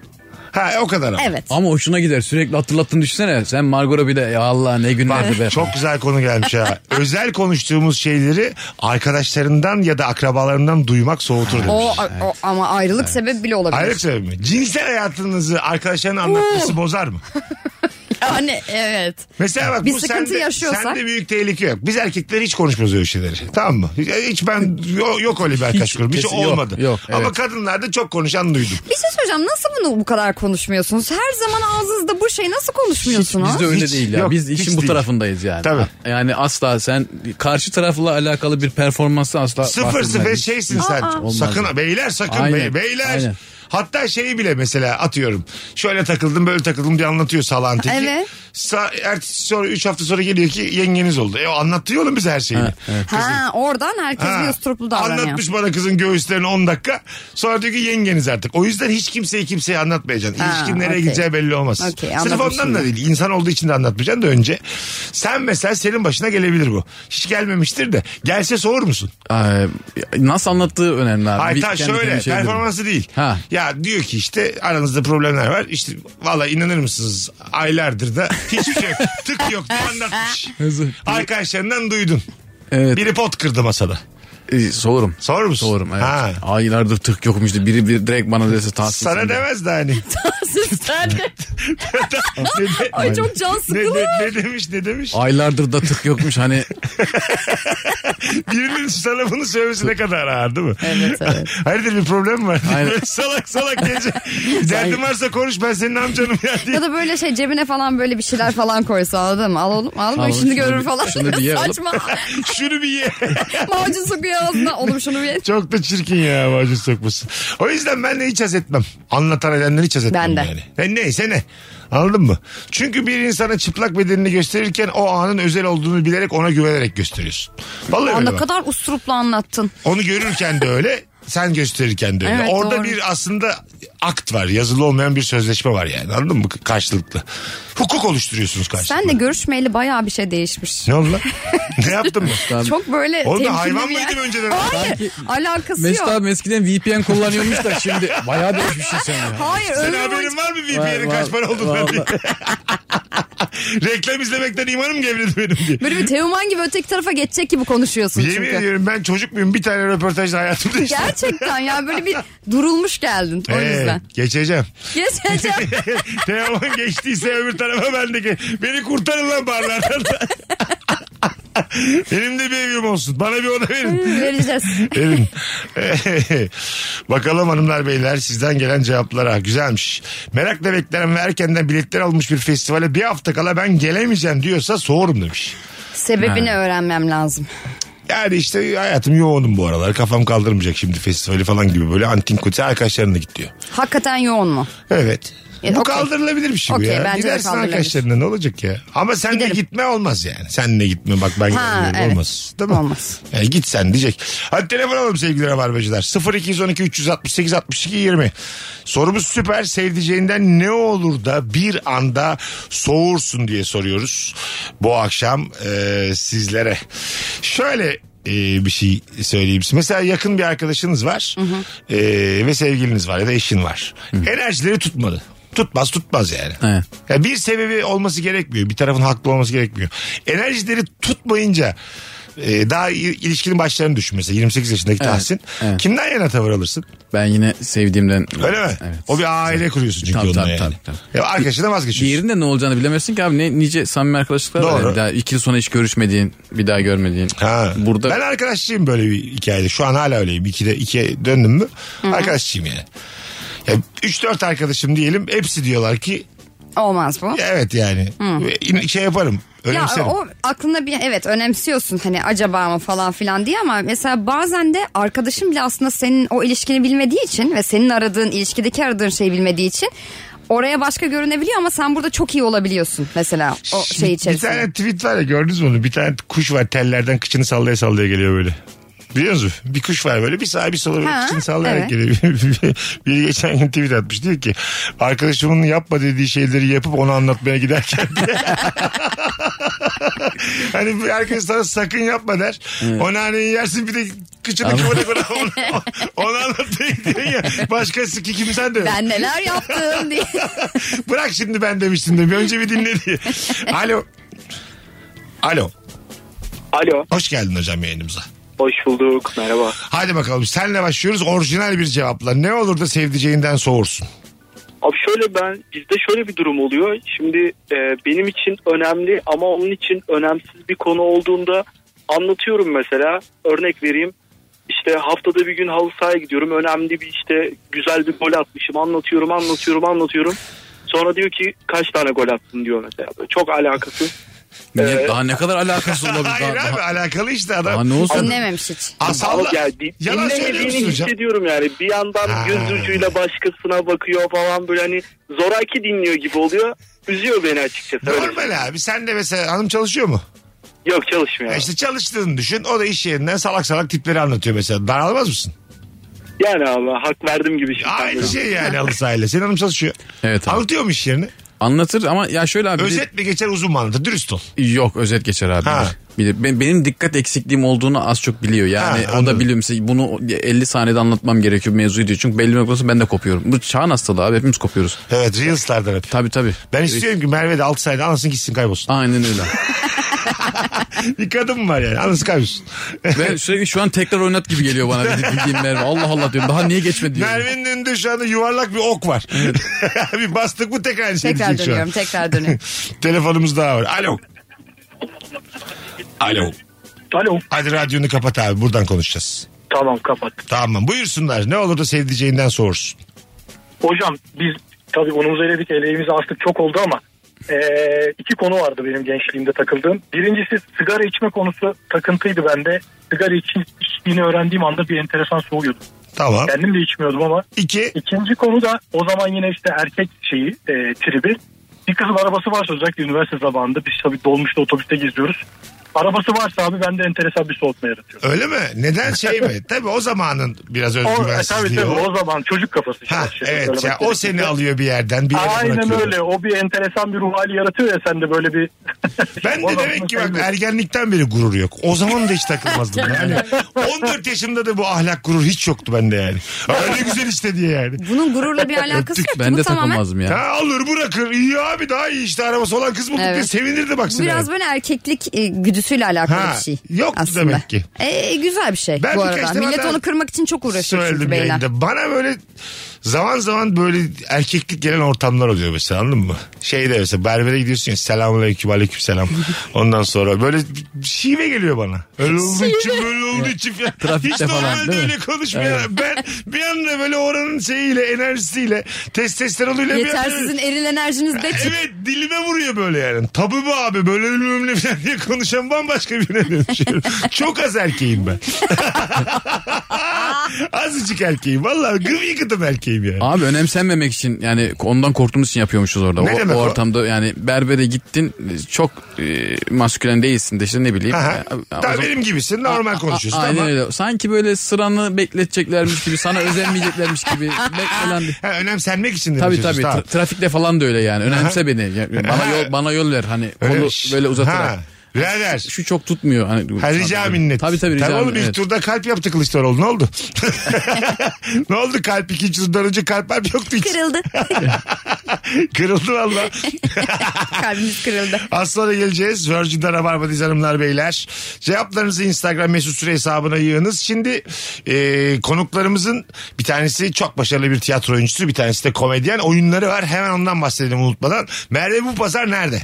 Speaker 3: Ha o kadar ama.
Speaker 4: Evet.
Speaker 5: Ama hoşuna gider sürekli hatırlattığını düşünsene. Sen Margot Robbie de ya Allah ne günlerdi be.
Speaker 3: Çok güzel konu gelmiş ha. Özel konuştuğumuz şeyleri arkadaşlarından ya da akrabalarından duymak soğutur demiş.
Speaker 4: O, o- ama ayrılık sebebi bile olabilir. [LAUGHS]
Speaker 3: Ayrık sebebi mi? Cinsel hayatınızı arkadaşlarına anlatması bozar mı?
Speaker 4: Yani evet.
Speaker 3: Mesela bak
Speaker 4: Bir
Speaker 3: bu
Speaker 4: sıkıntı
Speaker 3: sende,
Speaker 4: yaşıyorsak-
Speaker 3: sende büyük tehlike yok. Biz erkekler hiç konuşmuyoruz öyle şeyleri. Tamam mı? Hiç ben yo- yok öyle bir arkadaş grubu. Hiç
Speaker 5: kesin yok,
Speaker 3: olmadı.
Speaker 5: yok,
Speaker 3: Ama
Speaker 5: evet.
Speaker 3: kadınlarda çok konuşan duydum.
Speaker 4: Bir şey söyleyeceğim. Nasıl bunu bu kadar konuşmuyorsunuz? Her zaman ağzınızda bu şey nasıl konuşmuyorsunuz?
Speaker 5: Biz de öyle
Speaker 3: Hiç,
Speaker 5: değil ya.
Speaker 3: yok,
Speaker 5: Biz
Speaker 3: hiç
Speaker 5: işin bu
Speaker 3: değil.
Speaker 5: tarafındayız yani.
Speaker 3: Tabii.
Speaker 5: Yani asla sen karşı tarafla alakalı bir performansı asla
Speaker 3: Sıfır sıfır
Speaker 5: bahsetmeyiz.
Speaker 3: şeysin sen.
Speaker 5: Olmaz.
Speaker 3: Sakın beyler sakın
Speaker 5: Aynen,
Speaker 3: bey- beyler.
Speaker 5: aynen.
Speaker 3: Hatta şeyi bile mesela atıyorum. Şöyle takıldım böyle takıldım diye anlatıyor salağın teki.
Speaker 4: Evet.
Speaker 3: Sa- ertesi sonra 3 hafta sonra geliyor ki yengeniz oldu. E o anlatıyor oğlum bize her şeyi.
Speaker 4: Ha, oradan herkes
Speaker 3: Ha,
Speaker 4: bir usturuplu davranıyor. [LAUGHS]
Speaker 3: Anlatmış bana kızın göğüslerini 10 dakika. Sonra diyor ki yengeniz artık. O yüzden hiç kimseyi kimseye anlatmayacaksın.
Speaker 4: Ha,
Speaker 3: İlişkin nereye
Speaker 4: okey.
Speaker 3: gideceği belli olmaz.
Speaker 4: Okey,
Speaker 3: Sırf
Speaker 4: anladım
Speaker 3: ondan da
Speaker 4: şimdi.
Speaker 3: değil. İnsan olduğu için de anlatmayacaksın da önce. Sen mesela senin başına gelebilir bu. Hiç gelmemiştir de. Gelse soğur musun?
Speaker 5: Ay, nasıl anlattığı önemli abi.
Speaker 3: Hayır
Speaker 5: Bir
Speaker 3: tamam
Speaker 5: kendi kendine
Speaker 3: şöyle
Speaker 5: şey
Speaker 3: performansı
Speaker 5: diyorum.
Speaker 3: değil.
Speaker 5: Ha.
Speaker 3: Ya diyor ki işte aranızda problemler var. İşte valla inanır mısınız aylardır da hiçbir şey yok.
Speaker 4: [LAUGHS]
Speaker 3: Tık yok diye anlatmış.
Speaker 5: Hızlı.
Speaker 3: Arkadaşlarından duydun.
Speaker 5: Evet.
Speaker 3: Biri pot kırdı masada.
Speaker 5: e, soğurum.
Speaker 3: Soğur musun?
Speaker 5: Soğurum evet.
Speaker 3: Ha.
Speaker 5: Aylardır tık yokmuş diye biri, biri direkt bana dese tahsil.
Speaker 3: Sana demez de
Speaker 4: [LAUGHS]
Speaker 3: hani. ne, de-
Speaker 4: Ay hani- çok can
Speaker 3: ne,
Speaker 4: sıkılır.
Speaker 3: ne- ne demiş ne demiş?
Speaker 5: Aylardır da tık yokmuş hani
Speaker 3: Birinin sana bunu söylemesi ne kadar ağır değil mi?
Speaker 4: Evet, evet.
Speaker 3: [LAUGHS] Hayırdır bir problem var.
Speaker 5: Aynen.
Speaker 3: Böyle [LAUGHS] salak salak
Speaker 4: [LAUGHS]
Speaker 3: gece. Derdin varsa konuş ben senin amcanım ya diye.
Speaker 4: Ya da böyle şey cebine falan böyle bir şeyler falan koysa anladın mı? Al oğlum al
Speaker 5: Al
Speaker 4: bunu
Speaker 5: şunu
Speaker 4: şimdi görür
Speaker 5: bir-
Speaker 4: falan.
Speaker 5: şunu bir ye oğlum.
Speaker 4: Saçma. [LAUGHS]
Speaker 3: Şunu bir ye. [LAUGHS]
Speaker 4: Macun sokuyor ağzına. Oğlum şunu bir ye.
Speaker 3: Çok da çirkin ya macun sokması. O yüzden ben de hiç haz etmem. Anlatan edenleri hiç haz etmem
Speaker 4: Ben de.
Speaker 3: yani. E neyse ne. Anladın mı? Çünkü bir insana çıplak bedenini gösterirken o anın özel olduğunu bilerek ona güvenerek gösteriyorsun. Vallahi
Speaker 4: Aa,
Speaker 3: öyle
Speaker 4: ne
Speaker 3: bak.
Speaker 4: kadar usturuplu anlattın.
Speaker 3: Onu görürken de öyle sen gösterirken de öyle.
Speaker 4: Evet,
Speaker 3: Orada
Speaker 4: doğru.
Speaker 3: bir aslında akt var. Yazılı olmayan bir sözleşme var yani. Anladın mı? Karşılıklı. Hukuk oluşturuyorsunuz karşılıklı.
Speaker 4: Senle görüşmeyeli bayağı bir şey değişmiş.
Speaker 3: Ne oldu lan? [LAUGHS] ne yaptım ben?
Speaker 4: Çok böyle
Speaker 3: Oğlum ben
Speaker 4: temkinli
Speaker 3: hayvan
Speaker 4: bir yer.
Speaker 3: mıydım önceden?
Speaker 4: Hayır alakası
Speaker 5: Mesut
Speaker 4: yok.
Speaker 5: abi eskiden VPN kullanıyormuş da şimdi bayağı değişmişsin sen ya.
Speaker 4: Hayır
Speaker 3: Sen
Speaker 4: öyle
Speaker 3: haberin var mı VPN'in
Speaker 5: Var,
Speaker 3: kaç
Speaker 5: var,
Speaker 3: para olduğundan
Speaker 5: var,
Speaker 3: diye?
Speaker 5: var.
Speaker 3: [LAUGHS] Reklam izlemekten imanım gevredi benim diye.
Speaker 4: Böyle bir Teoman gibi öteki tarafa geçecek gibi konuşuyorsun
Speaker 3: Yemin
Speaker 4: çünkü.
Speaker 3: ediyorum ben çocuk muyum bir tane röportajda hayatım değişti.
Speaker 4: Gerçekten yani böyle bir durulmuş geldin o
Speaker 3: Ee,
Speaker 4: yüzden.
Speaker 3: geçeceğim. [LAUGHS]
Speaker 4: Geçeceğim.
Speaker 3: Teoman geçtiyse öbür tarafa ben de ge- Beni kurtarın lan barlardan. [LAUGHS] Benim de bir evim olsun. Bana bir oda verin.
Speaker 4: [LAUGHS] Vereceğiz.
Speaker 3: Verin. [LAUGHS] Bakalım hanımlar beyler sizden gelen cevaplara. Güzelmiş. Merakla beklenen ve erkenden biletler almış bir festivale bir hafta kala ben gelemeyeceğim diyorsa soğurum demiş.
Speaker 4: Sebebini öğrenmem lazım.
Speaker 3: Yani işte hayatım yoğunum bu aralar. Kafam kaldırmayacak şimdi festivali falan gibi böyle antin kutu arkadaşlarına git diyor.
Speaker 4: Hakikaten yoğun mu?
Speaker 3: Evet.
Speaker 4: Yani
Speaker 3: bu
Speaker 4: okey.
Speaker 3: kaldırılabilir bir şey bu
Speaker 4: Okey,
Speaker 3: ya.
Speaker 4: bence de
Speaker 3: Gidersin
Speaker 4: kaldırılabilir.
Speaker 3: arkadaşlarına ne olacak ya? Ama sen
Speaker 4: Giderim.
Speaker 3: de gitme olmaz yani. Sen de gitme bak ben
Speaker 4: Ha,
Speaker 3: gelmiyorum
Speaker 4: evet.
Speaker 3: olmaz. Değil mi?
Speaker 4: Olmaz.
Speaker 3: Yani E, git sen diyecek. Hadi telefon alalım sevgili rabarbacılar. 0212 368 62 20. Sorumuz süper. Sevdiceğinden ne olur da bir anda soğursun diye soruyoruz. Bu akşam e, sizlere. Şöyle e, bir şey söyleyeyim. size. Mesela yakın bir arkadaşınız var e, ve sevgiliniz var ya da eşin var. Enerjileri tutmadı. Tutmaz tutmaz yani.
Speaker 5: Evet.
Speaker 3: Ya bir sebebi olması gerekmiyor. Bir tarafın haklı olması gerekmiyor. Enerjileri tutmayınca e, daha il- ilişkinin başlarını düşün mesela 28 yaşındaki
Speaker 5: Evet,
Speaker 3: Tahsin.
Speaker 5: evet.
Speaker 3: Kimden yana tavır alırsın?
Speaker 5: Ben yine sevdiğimden...
Speaker 3: Öyle mi?
Speaker 5: Evet.
Speaker 3: O bir aile kuruyorsun çünkü
Speaker 5: Tabii,
Speaker 3: onunla
Speaker 5: tabii,
Speaker 3: yani.
Speaker 5: tabii, tabii.
Speaker 3: Ya arkadaşına vazgeçiyorsun.
Speaker 5: Diğerinde ne olacağını bilemezsin ki abi. Ne, nice samimi arkadaşlıklar var.
Speaker 3: Doğru.
Speaker 5: ya. Bir daha iki yıl sonra hiç görüşmediğin, bir daha görmediğin.
Speaker 3: Ha.
Speaker 5: Burada
Speaker 3: Ben arkadaşçıyım böyle bir hikayede. Şu an hala öyleyim. İkide, ikiye döndüm mü arkadaşçıyım yani. Ya 3-4 arkadaşım diyelim hepsi diyorlar ki
Speaker 4: Olmaz bu.
Speaker 3: "Ya evet yani Ve şey yaparım önemserim.
Speaker 4: Ya o aklında bir evet önemsiyorsun hani acaba mı falan filan diye ama mesela bazen de arkadaşın bile aslında senin o ilişkini bilmediği için ve senin aradığın ilişkideki aradığın şeyi bilmediği için oraya başka görünebiliyor ama sen burada çok iyi olabiliyorsun mesela o
Speaker 3: Şimdi
Speaker 4: şey içerisinde.
Speaker 3: Bir tane tweet var ya gördünüz mü onu? Bir tane kuş var tellerden kıçını sallaya sallaya geliyor böyle. Biliyor musun? Bir kuş var böyle bir sağa bir sola böyle
Speaker 4: Ha,
Speaker 3: kıçını sallayarak
Speaker 4: evet.
Speaker 3: geliyor. [LAUGHS] Biri geçen gün tweet atmış diyor ki arkadaşımın yapma dediği şeyleri yapıp onu anlatmaya giderken diye. [LAUGHS] hani bir arkadaş sana sakın yapma der. O naneyi yersin bir de kıçını kıvıra kıvıra onu, [LAUGHS] onu anlatmaya gidiyorsun ya. Başkası ki kimsen de yok.
Speaker 4: Ben neler
Speaker 3: [LAUGHS]
Speaker 4: yaptım diye.
Speaker 3: Bırak şimdi ben demiştim de. Bir önce bir dinle diye. Alo. Alo.
Speaker 6: Alo,
Speaker 3: Hoş geldin hocam yayınımıza.
Speaker 6: hoş bulduk. Merhaba.
Speaker 3: Hadi bakalım senle başlıyoruz orijinal bir cevapla. Ne olur da sevdiceğinden soğursun.
Speaker 6: Abi şöyle ben bizde şöyle bir durum oluyor. Şimdi e, benim için önemli ama onun için önemsiz bir konu olduğunda anlatıyorum mesela. Örnek vereyim. İşte haftada bir gün halı sahaya gidiyorum. Önemli bir işte güzel bir gol atmışım. Anlatıyorum, anlatıyorum, anlatıyorum. Sonra diyor ki kaç tane gol attın diyor mesela. Böyle çok alakasız.
Speaker 5: niye- daha ne kadar alakası olabilir? Daha-
Speaker 3: Ee, [LAUGHS] Hayır
Speaker 5: daha-
Speaker 3: abi alakalı işte
Speaker 5: daha
Speaker 3: adam.
Speaker 5: ne olsun?
Speaker 4: Dinlememiş hiç.
Speaker 3: Asalla.
Speaker 6: Yani di-
Speaker 3: Yalan söylüyor
Speaker 6: dinlemediğini
Speaker 3: musun hocam?
Speaker 6: hissediyorum yani. Bir yandan
Speaker 3: Ha.
Speaker 6: göz ucuyla başkasına bakıyor falan böyle hani zoraki dinliyor gibi oluyor. Üzüyor beni açıkçası. Öyle söyleyeyim.
Speaker 3: Normal abi sen de mesela hanım çalışıyor mu?
Speaker 6: Yok çalışmıyor.
Speaker 3: İşte çalıştığını düşün o da iş yerinden salak salak tipleri anlatıyor mesela. Daralmaz mısın?
Speaker 6: Yani abi hak verdim
Speaker 5: E,
Speaker 6: gibi şimdi.
Speaker 3: Aynı şey yani halı sahayla. Senin hanım çalışıyor.
Speaker 5: Evet abi.
Speaker 3: Anlatıyor mu iş yerini?
Speaker 5: Anlatır ama ya şöyle abi. bir de-
Speaker 3: Özet mi geçer uzun mu anlatır? Dürüst ol.
Speaker 5: Yok özet geçer abi.
Speaker 3: Ha.
Speaker 5: Bilir. Ben- Benim dikkat eksikliğim olduğunu az çok biliyor. Yani
Speaker 3: Ha,
Speaker 5: o
Speaker 3: anladım.
Speaker 5: da biliyor. Mesela bunu 50 saniyede anlatmam gerekiyor mevzuyu diyor. Çünkü belli bir noktası ben de kopuyorum. Bu çağın hastalığı abi hepimiz kopuyoruz.
Speaker 3: Evet Reels'lardan hep.
Speaker 5: Tabii tabii.
Speaker 3: Ben istiyorum ki Merve de 6 sayede anasını gitsin
Speaker 5: [LAUGHS]
Speaker 3: kaybolsun. [LAUGHS]
Speaker 5: Aynen öyle.
Speaker 3: Bir kadın mı var yani anası kaybolsun.
Speaker 5: Ve sürekli şu an tekrar oynat gibi geliyor bana. Bildiğim Merve. Allah Allah diyorum. Daha niye geçmedi diyorum.
Speaker 3: Merve'nin önünde şu anda yuvarlak bir ok var. [LAUGHS] bir bastık mı tekrar aynı şey
Speaker 4: Tekrar
Speaker 3: diyecek şu an.
Speaker 4: dönüyorum tekrar dönüyorum.
Speaker 3: [LAUGHS] Telefonumuz daha var. Alo. Alo.
Speaker 6: Alo.
Speaker 3: Hadi radyonu kapat abi buradan konuşacağız.
Speaker 6: Tamam kapat.
Speaker 3: Tamam buyursunlar ne olur da sevdiceğinden soğursun.
Speaker 7: Hocam biz tabii unumuzu eledik eleğimizi astık çok oldu ama eee, iki konu vardı benim gençliğimde takıldığım. Birincisi sigara içme konusu takıntıydı bende. Sigara içi- içtiğini öğrendiğim anda bir enteresan soğuyordum.
Speaker 3: Tamam.
Speaker 7: Kendim de içmiyordum ama.
Speaker 3: İki.
Speaker 7: İkinci konu da o zaman yine işte erkek şeyi eee, tribi. Bir kızın arabası varsa özellikle üniversite zamanında şey- biz tabii dolmuşta otobüste geziyoruz. Arabası varsa abi bende enteresan bir soğutma yaratıyor.
Speaker 3: Öyle mi? Neden şey
Speaker 7: [LAUGHS]
Speaker 3: mi? Tabii o zamanın biraz
Speaker 7: O, e, tabii
Speaker 3: özgüvensizliği
Speaker 7: tabii
Speaker 3: o.
Speaker 7: o zaman çocuk kafası.
Speaker 3: Ha,
Speaker 7: Şimdi
Speaker 3: evet
Speaker 7: söylemek
Speaker 3: ya, o
Speaker 7: gerekirse.
Speaker 3: seni alıyor bir yerden bir yere
Speaker 7: Aynen
Speaker 3: bırakıyor.
Speaker 7: öyle. O bir enteresan bir ruh hali yaratıyor ya sende böyle [LAUGHS] bir...
Speaker 3: Ben
Speaker 7: O
Speaker 3: de
Speaker 7: zaman
Speaker 3: demek ki bak
Speaker 7: sevmiyorum.
Speaker 3: ergenlikten beri gurur yok. O zaman da hiç takılmazdım. Yani
Speaker 4: [LAUGHS]
Speaker 3: 14 yaşımda da bu ahlak gurur hiç yoktu bende yani. Öyle güzel işte diye yani.
Speaker 4: Bunun gururla bir alakası
Speaker 3: Öptük.
Speaker 4: yok. ki.
Speaker 5: Ben
Speaker 4: Bu
Speaker 5: de
Speaker 4: tamamen
Speaker 5: takılmazdım ya.
Speaker 3: Ha alır bırakır. İyi abi daha iyi işte arabası olan kız bulduk
Speaker 4: Evet.
Speaker 3: diye sevinirdi bak
Speaker 4: bu
Speaker 3: sana.
Speaker 4: biraz böyle erkeklik e, güdüsüyle alakalı
Speaker 3: Ha,
Speaker 4: bir şey.
Speaker 3: yok
Speaker 4: aslında.
Speaker 3: demek ki.
Speaker 4: E, güzel bir şey
Speaker 3: Ben
Speaker 4: bu
Speaker 3: birkaç
Speaker 4: arada.
Speaker 3: defa
Speaker 4: Millet
Speaker 3: daha
Speaker 4: onu kırmak için çok uğraşıyor çünkü
Speaker 3: Söyledim
Speaker 4: beyler.
Speaker 3: yayında. Bana böyle zaman zaman böyle erkeklik gelen ortamlar oluyor mesela anladın mı? Şeyde mesela berbere gidiyorsun ya selamünaleyküm
Speaker 4: [LAUGHS]
Speaker 3: aleykümselam. Ondan sonra böyle şive geliyor bana. Öyle olduğu için böyle olduğu için falan.
Speaker 5: [LAUGHS] Trafikte
Speaker 3: Hiç
Speaker 5: falan,
Speaker 3: normalde
Speaker 5: değil mi?
Speaker 3: öyle konuşmuyorlar. Ben bir anda böyle oranın şeyiyle enerjisiyle testosteronuyla bir anda-
Speaker 4: Yetersizin eril enerjiniz de çık.
Speaker 3: Evet dilime vuruyor böyle yani. Tabi bu abi böyle bilmem ne falan diye konuşan bambaşka birine dönüşüyorum. Çok az erkeğim ben. Azıcık erkeğim. Vallahi gım yıkıdım erkeğim yani.
Speaker 5: Abi önemsenmemek için yani ondan korktuğumuz için yapıyormuşuz orada.
Speaker 3: Ne
Speaker 5: o,
Speaker 3: demek
Speaker 5: o
Speaker 3: o?
Speaker 5: ortamda yani berbere gittin çok e, maskülen değilsin de işte ne bileyim. E,
Speaker 3: Aha.
Speaker 5: Ya, o
Speaker 3: Tamam,
Speaker 5: zaman-
Speaker 3: benim gibisin normal konuşuyorsun.
Speaker 5: A- Aynen
Speaker 3: ama...
Speaker 5: öyle. Sanki böyle sıranı bekleteceklermiş gibi, sana
Speaker 3: [LAUGHS]
Speaker 5: özenmeyeceklermiş gibi beklenen bir...
Speaker 3: Ha, önemsenmek için de
Speaker 5: Tabii
Speaker 3: yapıyorsunuz,
Speaker 5: tabii.
Speaker 3: tamam.
Speaker 5: Tra- trafikte falan da öyle yani. Önemse beni. Yani bana
Speaker 3: [LAUGHS]
Speaker 5: yol bana yol ver hani
Speaker 3: Öyle
Speaker 5: kolu
Speaker 3: bir şey.
Speaker 5: böyle
Speaker 3: Ha.
Speaker 5: uzatarak.
Speaker 3: Birader.
Speaker 5: Şu çok tutmuyor hani.
Speaker 3: Ha, rica minnet.
Speaker 5: Tabii tabii rica
Speaker 3: Tamam oğlum
Speaker 5: minnet.
Speaker 3: ilk
Speaker 5: Evet.
Speaker 3: turda kalp yaptı Kılıçdaroğlu. Ne oldu? [LAUGHS] ne oldu kalp? İkinci turdan önce kalp var yoktu hiç.
Speaker 4: Kırıldı. [LAUGHS]
Speaker 3: [LAUGHS] Kırıldı valla.
Speaker 4: Kalbimiz kırıldı.
Speaker 3: Az sonra geleceğiz. Virgin'de Rabarba'dayız hanımlar beyler. Cevaplarınızı Instagram mesut süre hesabına yığınız. Şimdi e, konuklarımızın bir tanesi çok başarılı bir tiyatro oyuncusu. Bir tanesi de komedyen. Oyunları var. Hemen ondan bahsedelim unutmadan. Merve bu pazar nerede?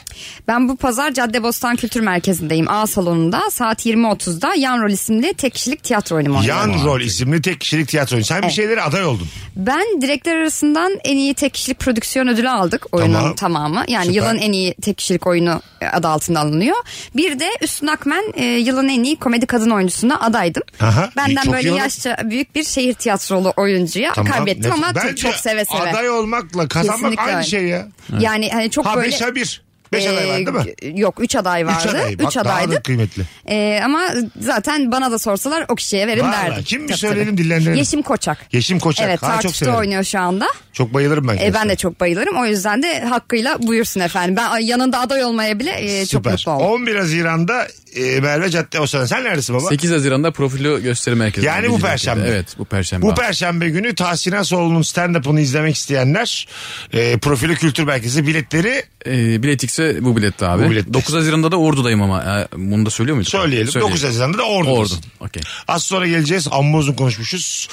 Speaker 4: Ben bu pazar Caddebostan Kültür Merkezi'ndeyim. A salonunda saat 20.30'da Yan Rol isimli tek kişilik tiyatro oyunumu oynuyorum.
Speaker 3: Yan rol isimli tek kişilik tiyatro oyuncusu. Sen bir şeylere aday oldun.
Speaker 4: Ben direktör arasından en iyi tek kişilik prodüksiyon ödülü aldık oyunun
Speaker 3: Tamam.
Speaker 4: tamamı. Yani
Speaker 3: Süper.
Speaker 4: yılın en iyi tek kişilik oyunu e, adı altında alınıyor. Bir de Üstün Akmen e, yılın en iyi komedi kadın oyuncusuna adaydım.
Speaker 3: Aha, iyi,
Speaker 4: Benden
Speaker 3: çok
Speaker 4: böyle
Speaker 3: iyi oldu.
Speaker 4: yaşça büyük bir şehir tiyatrolu oyuncuya kaybettim
Speaker 3: Nef-
Speaker 4: ama çok-
Speaker 3: Bence
Speaker 4: çok seve seve.
Speaker 3: Aday olmakla kazanmak
Speaker 4: Kesinlikle
Speaker 3: aynı
Speaker 4: öyle.
Speaker 3: şey ya.
Speaker 4: Yani hani çok
Speaker 3: Ha
Speaker 4: böyle...
Speaker 3: 5'e 1. 5 aday var değil mi?
Speaker 4: Ee, Yok 3 aday vardı. 3
Speaker 3: aday. Bak, daha da kıymetli.
Speaker 4: Ee, ama zaten bana da sorsalar o kişiye verin
Speaker 3: Vallahi
Speaker 4: derdim.
Speaker 3: kimmiş
Speaker 4: Tabii,
Speaker 3: söyleyelim,
Speaker 4: tabii.
Speaker 3: dillendirelim.
Speaker 4: Yeşim Koçak.
Speaker 3: Yeşim Koçak.
Speaker 4: Evet
Speaker 3: ha, çok
Speaker 4: tartışta
Speaker 3: severim.
Speaker 4: oynuyor şu anda.
Speaker 3: Çok bayılırım ben.
Speaker 4: E,
Speaker 3: kendisine.
Speaker 4: ben de çok bayılırım. O yüzden de hakkıyla buyursun efendim. Ben ay, yanında aday olmaya bile e, çok
Speaker 3: Süper.
Speaker 4: mutlu oldum.
Speaker 3: 11 Haziran'da e, Merve Cadde o sene. Sen neredesin baba?
Speaker 5: 8 Haziran'da profilo gösteri merkezi.
Speaker 3: Yani bu
Speaker 5: Bilgi merkezi.
Speaker 3: perşembe.
Speaker 5: Evet bu perşembe.
Speaker 3: Bu perşembe günü Tahsin Asoğlu'nun stand-up'ını izlemek isteyenler e, Profili Kültür Merkezi biletleri
Speaker 5: Ee, bilet X'e bu bilette abi.
Speaker 3: Bu bilette.
Speaker 5: 9 Haziran'da da Ordu'dayım ama. Ee, bunu da söylüyor muyduk?
Speaker 3: söyleyelim. 9 Haziran'da da Ordu'dasın.
Speaker 5: Ordu. Okey.
Speaker 3: Az sonra geleceğiz. Amma uzun konuşmuşuz.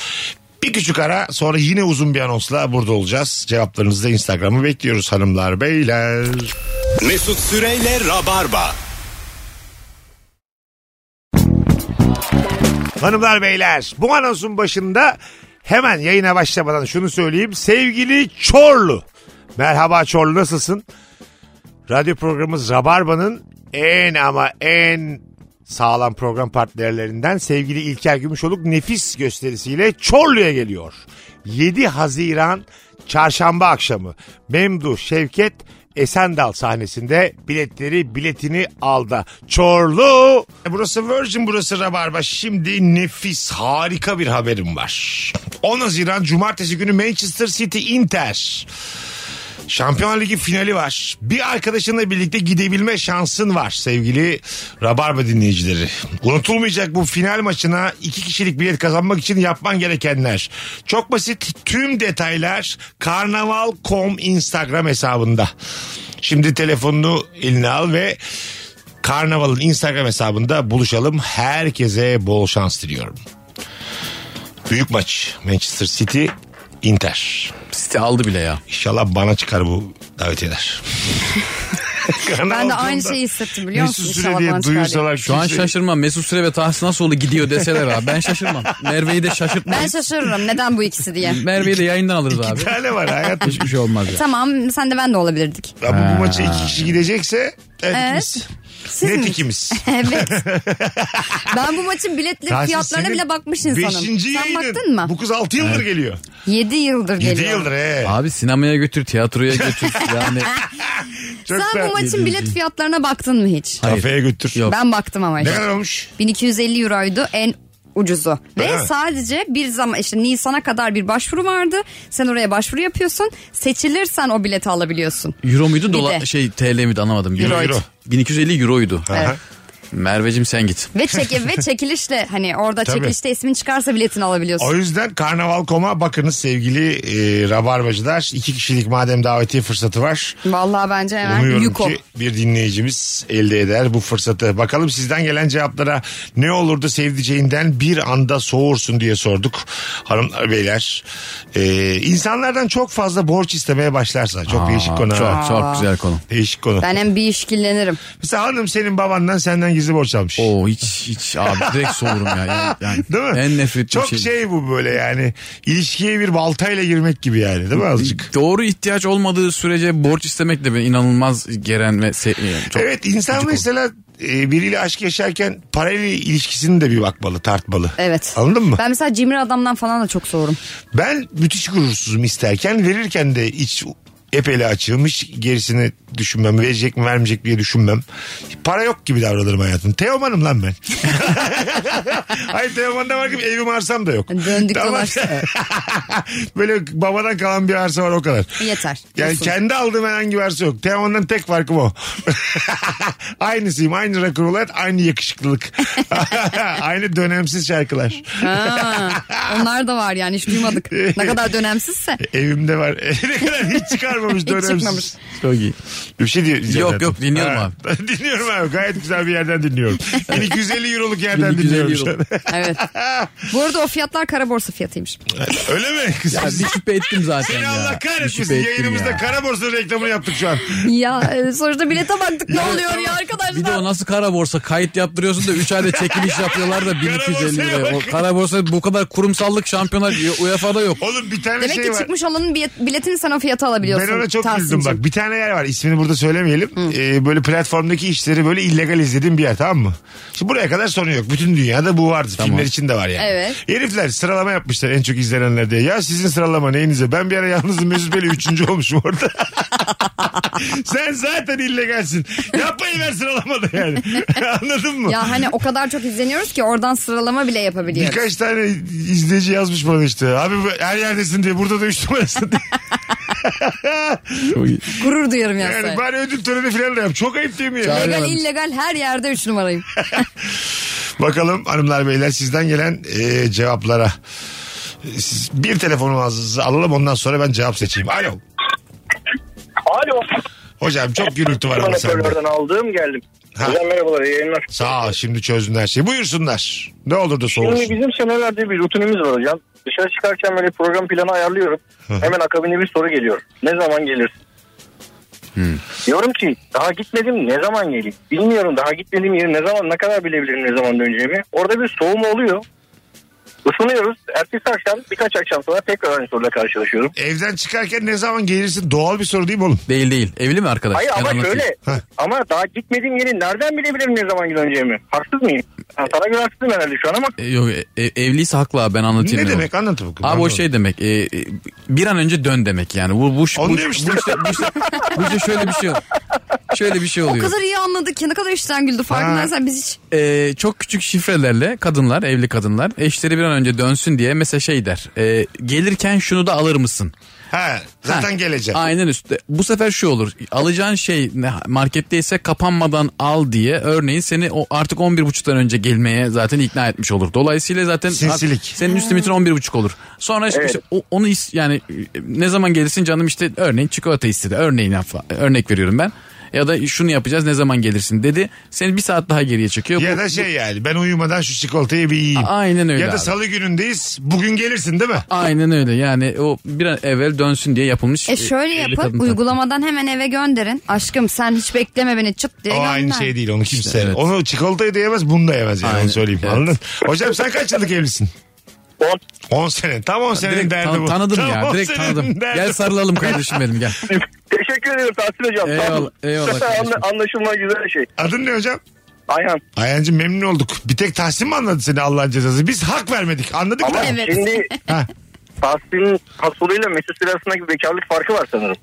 Speaker 3: Bir küçük ara sonra yine uzun bir anonsla burada olacağız. Cevaplarınızı da Instagram'ı bekliyoruz hanımlar beyler.
Speaker 2: Mesut Süreyle Rabarba.
Speaker 3: Hanımlar beyler bu anonsun başında hemen yayına başlamadan şunu söyleyeyim. Sevgili Çorlu. Merhaba Çorlu nasılsın? Radyo programımız Rabarba'nın en ama en sağlam program partnerlerinden sevgili İlker Gümüşoluk nefis gösterisiyle Çorlu'ya geliyor. 7 Haziran çarşamba akşamı Memdu Şevket Esendal sahnesinde biletleri biletini aldı. Çorlu. Burası Virgin burası Rabarba. Şimdi nefis harika bir haberim var. 10 Haziran Cumartesi günü Manchester City Inter. Şampiyon Ligi finali var. Bir arkadaşınla birlikte gidebilme şansın var sevgili Rabarba dinleyicileri. Unutulmayacak bu final maçına iki kişilik bilet kazanmak için yapman gerekenler. Çok basit tüm detaylar karnaval.com Instagram hesabında. Şimdi telefonunu eline al ve Karnaval'ın Instagram hesabında buluşalım. Herkese bol şans diliyorum. Büyük maç Manchester City Inter.
Speaker 5: Site aldı bile ya.
Speaker 3: İnşallah bana çıkar bu davetiyeler.
Speaker 4: Ben de aynı şeyi hissettim biliyor musun?
Speaker 3: Mesut Süre
Speaker 4: İnşallah
Speaker 3: diye
Speaker 4: bana çıkar diye. şey-
Speaker 3: duyursalar
Speaker 5: Şu an şaşırmam. Mesut Süre ve Tahsin Asoğlu gidiyor deseler abi.
Speaker 3: [LAUGHS]
Speaker 5: Ben şaşırmam. Merve'yi de
Speaker 4: Ben
Speaker 5: şaşırtmayız.
Speaker 4: şaşırırım neden bu ikisi diye.
Speaker 5: Merve'yi de yayından alırız abi.
Speaker 3: Bir tane var hayat.
Speaker 4: [LAUGHS]
Speaker 5: Hiçbir şey olmaz ya.
Speaker 4: tamam sen de ben
Speaker 3: [LAUGHS]
Speaker 4: de olabilirdik.
Speaker 3: Ama bu maça iki kişi gidecekse evet. ikimiz.
Speaker 4: Evet. Siz
Speaker 3: Net
Speaker 4: mi?
Speaker 3: ikimiz.
Speaker 4: evet. Ben bu maçın biletleri
Speaker 3: Tahsin
Speaker 4: fiyatlarına
Speaker 3: senin
Speaker 4: bile bakmış insanım.
Speaker 3: Beşinci
Speaker 4: Sen
Speaker 3: yayının.
Speaker 4: baktın mı?
Speaker 3: Bu kız altı yıldır geliyor.
Speaker 4: 7 yıldır geliyor.
Speaker 3: Yedi yıldır he.
Speaker 5: Abi sinemaya götür, tiyatroya
Speaker 4: [LAUGHS]
Speaker 5: götür. Yani
Speaker 3: Çok
Speaker 4: Sen
Speaker 3: da-
Speaker 4: bu maçın bilet fiyatlarına baktın mı hiç?
Speaker 3: Kafeye götür.
Speaker 5: Yok.
Speaker 4: Ben baktım ama
Speaker 3: Ne
Speaker 4: işte.
Speaker 3: kadar olmuş?
Speaker 4: 1250 euroydu en ucuzu.
Speaker 3: Öyle
Speaker 4: Ve
Speaker 3: mi?
Speaker 4: sadece bir zaman işte Nisan'a kadar bir başvuru vardı. Sen oraya başvuru yapıyorsun. Seçilirsen o bileti alabiliyorsun.
Speaker 5: euro muydu dolar
Speaker 4: de.
Speaker 5: şey TL miydi anlamadım.
Speaker 3: Euro, euro.
Speaker 5: 1250 euroydu. Merveciğim sen git.
Speaker 4: Ve çek
Speaker 3: [LAUGHS]
Speaker 4: ve çekilişle hani orada
Speaker 3: Tabii.
Speaker 4: çekilişte ismin çıkarsa biletini alabiliyorsun.
Speaker 3: O yüzden Karnaval Kom'a bakınız sevgili e, rabarbacılar. İki kişilik madem davetiye fırsatı var.
Speaker 4: Vallahi bence hemen
Speaker 3: Umuyorum
Speaker 4: Yuko.
Speaker 3: ki bir dinleyicimiz elde eder bu fırsatı. Bakalım sizden gelen cevaplara ne olurdu sevdiceğinden bir anda soğursun diye sorduk. Hanımlar beyler e, insanlardan çok fazla borç istemeye başlarsa çok değişik konu.
Speaker 5: Çok
Speaker 3: ha.
Speaker 5: çok güzel konu.
Speaker 3: Değişik konu.
Speaker 4: Ben hem bir işkillenirim.
Speaker 3: Mesela hanım senin babandan senden gizli borç almış.
Speaker 5: Oo hiç hiç abi direkt soğurum ya. Yani, yani
Speaker 3: [LAUGHS] Değil mi?
Speaker 5: En nefret
Speaker 3: Çok şey. bu böyle yani ilişkiye bir baltayla girmek gibi yani değil mi azıcık?
Speaker 5: Doğru ihtiyaç olmadığı sürece borç istemek de beni inanılmaz geren ve se- yani çok
Speaker 3: evet insan
Speaker 5: gıcık oldu.
Speaker 3: mesela e, biriyle aşk yaşarken parayla ilişkisini de bir bakmalı, tartmalı.
Speaker 4: Evet.
Speaker 3: Anladın mı?
Speaker 4: Ben mesela cimri adamdan falan da çok soğurum.
Speaker 3: Ben müthiş gurursuzum isterken verirken de iç epeyli açılmış gerisini düşünmem verecek mi vermeyecek diye düşünmem para yok gibi davranırım hayatım Teoman'ım lan
Speaker 4: [LAUGHS]
Speaker 3: ben hayır Teoman'da var gibi evim arsam da yok
Speaker 4: Döndük
Speaker 3: Tamam. [LAUGHS]
Speaker 4: dolaştık.
Speaker 3: böyle babadan kalan bir arsa var o kadar
Speaker 4: Yeter.
Speaker 3: [LAUGHS] yani
Speaker 4: Olsun.
Speaker 3: kendi aldığım herhangi bir arsa yok Teoman'dan tek farkım o [LAUGHS] aynısıyım aynı rakırolat aynı yakışıklılık [LAUGHS] aynı dönemsiz şarkılar
Speaker 4: Ha, onlar da var yani hiç duymadık. Ne
Speaker 3: [LAUGHS]
Speaker 4: kadar dönemsizse.
Speaker 3: E, Evimde var. ne kadar hiç çıkarmamış dönemsiz.
Speaker 4: çıkmamış.
Speaker 5: Çok iyi.
Speaker 3: Bir şey diyor.
Speaker 5: Yok, yok, dinliyorum
Speaker 3: abi. [LAUGHS] dinliyorum abi. Gayet güzel bir yerden
Speaker 5: [LAUGHS]
Speaker 3: dinliyorum. 1250 euroluk yerden
Speaker 5: 1250
Speaker 3: dinliyorum.
Speaker 5: euro.
Speaker 3: şu an.
Speaker 4: Evet. Bu arada o fiyatlar kara borsa fiyatıymış.
Speaker 3: [LAUGHS] Öyle mi? Kız,
Speaker 5: Ya bir şüphe ettim zaten
Speaker 3: seni
Speaker 5: ya.
Speaker 3: Allah
Speaker 5: Bir
Speaker 3: kahretmesin.
Speaker 5: şüphe ettim
Speaker 3: Yayınımızda
Speaker 5: ya.
Speaker 3: kara borsa reklamını yaptık şu an.
Speaker 4: ya e, sonuçta bilete baktık ne oluyor ya arkadaşlar.
Speaker 5: Bir de o nasıl kara borsa kayıt yaptırıyorsun da 3 ayda çekiliş yapıyorlar da 1250
Speaker 3: borsaya
Speaker 5: lira. O
Speaker 3: bak.
Speaker 5: kara borsa bu kadar kurumsallık şampiyonlar UEFA'da yok.
Speaker 3: Oğlum bir tane
Speaker 4: Demek
Speaker 3: şey
Speaker 4: ki
Speaker 3: var.
Speaker 4: çıkmış olanın bilet- biletini sen o fiyata alabiliyorsun.
Speaker 3: Ben ona çok güldüm
Speaker 4: Tahsin'cim.
Speaker 3: bak. Bir tane yer var. İsmini burada söylemeyelim. Ee, böyle platformdaki işleri böyle illegal izlediğim bir yer tamam mı? Şimdi buraya kadar sorun yok. Bütün dünyada bu vardı. Filmler için de var yani.
Speaker 4: Evet.
Speaker 3: Herifler sıralama yapmışlar en çok izlenenler diye. Ya sizin sıralama neyinize? Ben bir ara yalnızım Mesut Bey'le üçüncü [LAUGHS] olmuşum orada. Sen zaten illegalsin. Yapmayı ver sıralamada yani. [LAUGHS] Anladın mı?
Speaker 4: Ya hani o kadar çok izleniyoruz ki oradan sıralama bile yapabiliyoruz.
Speaker 3: Birkaç tane izleyici yazmış bana işte. Abi bu- her yerdesin diye burada da üç numarasın diye.
Speaker 4: Gurur duyarım [LAUGHS] ya
Speaker 3: Yani
Speaker 4: sana.
Speaker 3: bari ödül töreni falan da yap. Çok ayıp değil mi ya?
Speaker 4: Legal
Speaker 5: Aynen.
Speaker 4: illegal her yerde 3 numarayım.
Speaker 3: Bakalım hanımlar beyler sizden gelen e, cevaplara. E, Siz bir telefonumuzu alalım ondan sonra ben cevap seçeyim. Alo.
Speaker 7: Alo.
Speaker 3: Hocam çok gürültü var ama sende.
Speaker 7: Hoparlörden aldım geldim.
Speaker 3: Ha.
Speaker 7: Hocam merhabalar iyi yayınlar.
Speaker 3: Sağ ol şimdi çözdün her şeyi. Buyursunlar. Ne olur da
Speaker 7: Şimdi
Speaker 3: soğursun.
Speaker 7: bizim senelerde bir rutinimiz var hocam. Dışarı çıkarken böyle program planı ayarlıyorum. Hemen akabinde bir soru geliyor. Ne zaman gelirsin? Diyorum ki daha gitmedim ne zaman geleyim? Bilmiyorum daha gitmediğim yeri ne zaman ne kadar bilebilirim ne zaman döneceğimi. Orada bir soğuma oluyor. Isınıyoruz. Ertesi akşam birkaç akşam sonra tekrar aynı soruyla karşılaşıyorum.
Speaker 3: Evden çıkarken ne zaman gelirsin? Doğal bir soru değil mi oğlum?
Speaker 5: Değil değil. Evli mi arkadaş?
Speaker 7: Hayır
Speaker 5: Ben
Speaker 7: ama
Speaker 5: anlatayım.
Speaker 7: şöyle
Speaker 3: Heh.
Speaker 7: ama daha gitmediğim yeri nereden bilebilirim ne zaman döneceğimi? Haksız mıyım? Ha, sana göre haksızım herhalde şu an ama
Speaker 5: E, Yok e, e- evliyse haklı abi ben anlatayım.
Speaker 3: Ne
Speaker 5: dedim.
Speaker 3: demek anlat bakalım.
Speaker 5: Abi o
Speaker 3: Anlamadım.
Speaker 5: şey demek e, e, bir an önce dön demek yani bu bu şu- bu,
Speaker 3: Onu
Speaker 5: bu,
Speaker 3: diyorum işte.
Speaker 5: işte, bu, işte, bu işte şöyle bir şey ol- şöyle bir şey
Speaker 4: o
Speaker 5: oluyor.
Speaker 4: kadar iyi anladık ki ne kadar işten güldü farkındaysan biz hiç.
Speaker 5: E, çok küçük şifrelerle kadınlar evli kadınlar eşleri bir an önce dönsün diye mesela şey der e, gelirken şunu da alır mısın?
Speaker 3: [LAUGHS] Ha, zaten
Speaker 5: Ha,
Speaker 3: geleceğim.
Speaker 5: Aynen üstte. Bu sefer şu olur. Alacağın şey ne- marketteyse kapanmadan al diye örneğin seni o artık 11.30'dan önce gelmeye zaten ikna etmiş olur. Dolayısıyla zaten
Speaker 3: Sinsilik.
Speaker 5: artık senin üst limitin 11.30 olur. Sonra işte,
Speaker 7: Evet.
Speaker 5: işte o- onu is- yani e, ne zaman gelirsin canım işte örneğin çikolata istedi. Örneğin af- örnek veriyorum ben. Ya da şunu yapacağız ne zaman gelirsin dedi. Seni bir saat daha geriye çekiyor.
Speaker 3: Ya
Speaker 5: Bu-
Speaker 3: da şey yani ben uyumadan şu çikolatayı bir yiyeyim.
Speaker 5: Aynen öyle
Speaker 3: Ya da
Speaker 5: abi.
Speaker 3: salı günündeyiz. Bugün gelirsin değil mi?
Speaker 5: Aynen öyle yani o bir an evvel dönsün diye yapılmış.
Speaker 4: E şöyle
Speaker 5: evli
Speaker 4: yapın
Speaker 5: kadın tabii.
Speaker 4: uygulamadan hemen eve gönderin. Aşkım sen hiç bekleme beni çıt diye
Speaker 3: O
Speaker 4: gönder.
Speaker 3: aynı şey değil onu kimse.
Speaker 5: evet.
Speaker 3: Onu çikolatayı da yemez bunu da yemez yani
Speaker 5: Aynen,
Speaker 3: onu söyleyeyim.
Speaker 5: evet.
Speaker 3: Anladın? Hocam sen kaç yıllık evlisin? E-
Speaker 7: 10
Speaker 3: 10 sene. Tam 10 senenin
Speaker 5: Direkt
Speaker 3: derdi
Speaker 5: tan-
Speaker 3: bu.
Speaker 5: tanıdım
Speaker 3: Tam
Speaker 5: ya
Speaker 3: 10
Speaker 5: direkt
Speaker 3: senenin
Speaker 5: tanıdım.
Speaker 3: derdi
Speaker 5: Gel
Speaker 3: bu.
Speaker 5: sarılalım kardeşim benim gel.
Speaker 7: [LAUGHS] Teşekkür ederim Tahsin Hocam. Sağ
Speaker 5: Eyvallah,
Speaker 7: olun.
Speaker 5: eyvallah kardeşim.
Speaker 7: [LAUGHS] Anla- Anlaşılma güzel şey.
Speaker 3: Adın ne hocam?
Speaker 7: Ayhan.
Speaker 3: Ayancım memnun olduk. Bir tek Tahsin mi anladı seni Allah'ın cezası? Biz hak vermedik. Anladık
Speaker 7: Ama
Speaker 3: mı?
Speaker 4: Evet.
Speaker 7: şimdi
Speaker 3: Ha.
Speaker 7: Tahsin'in Hasulu'yla Mesut Süre arasındaki bekarlık farkı var sanırım.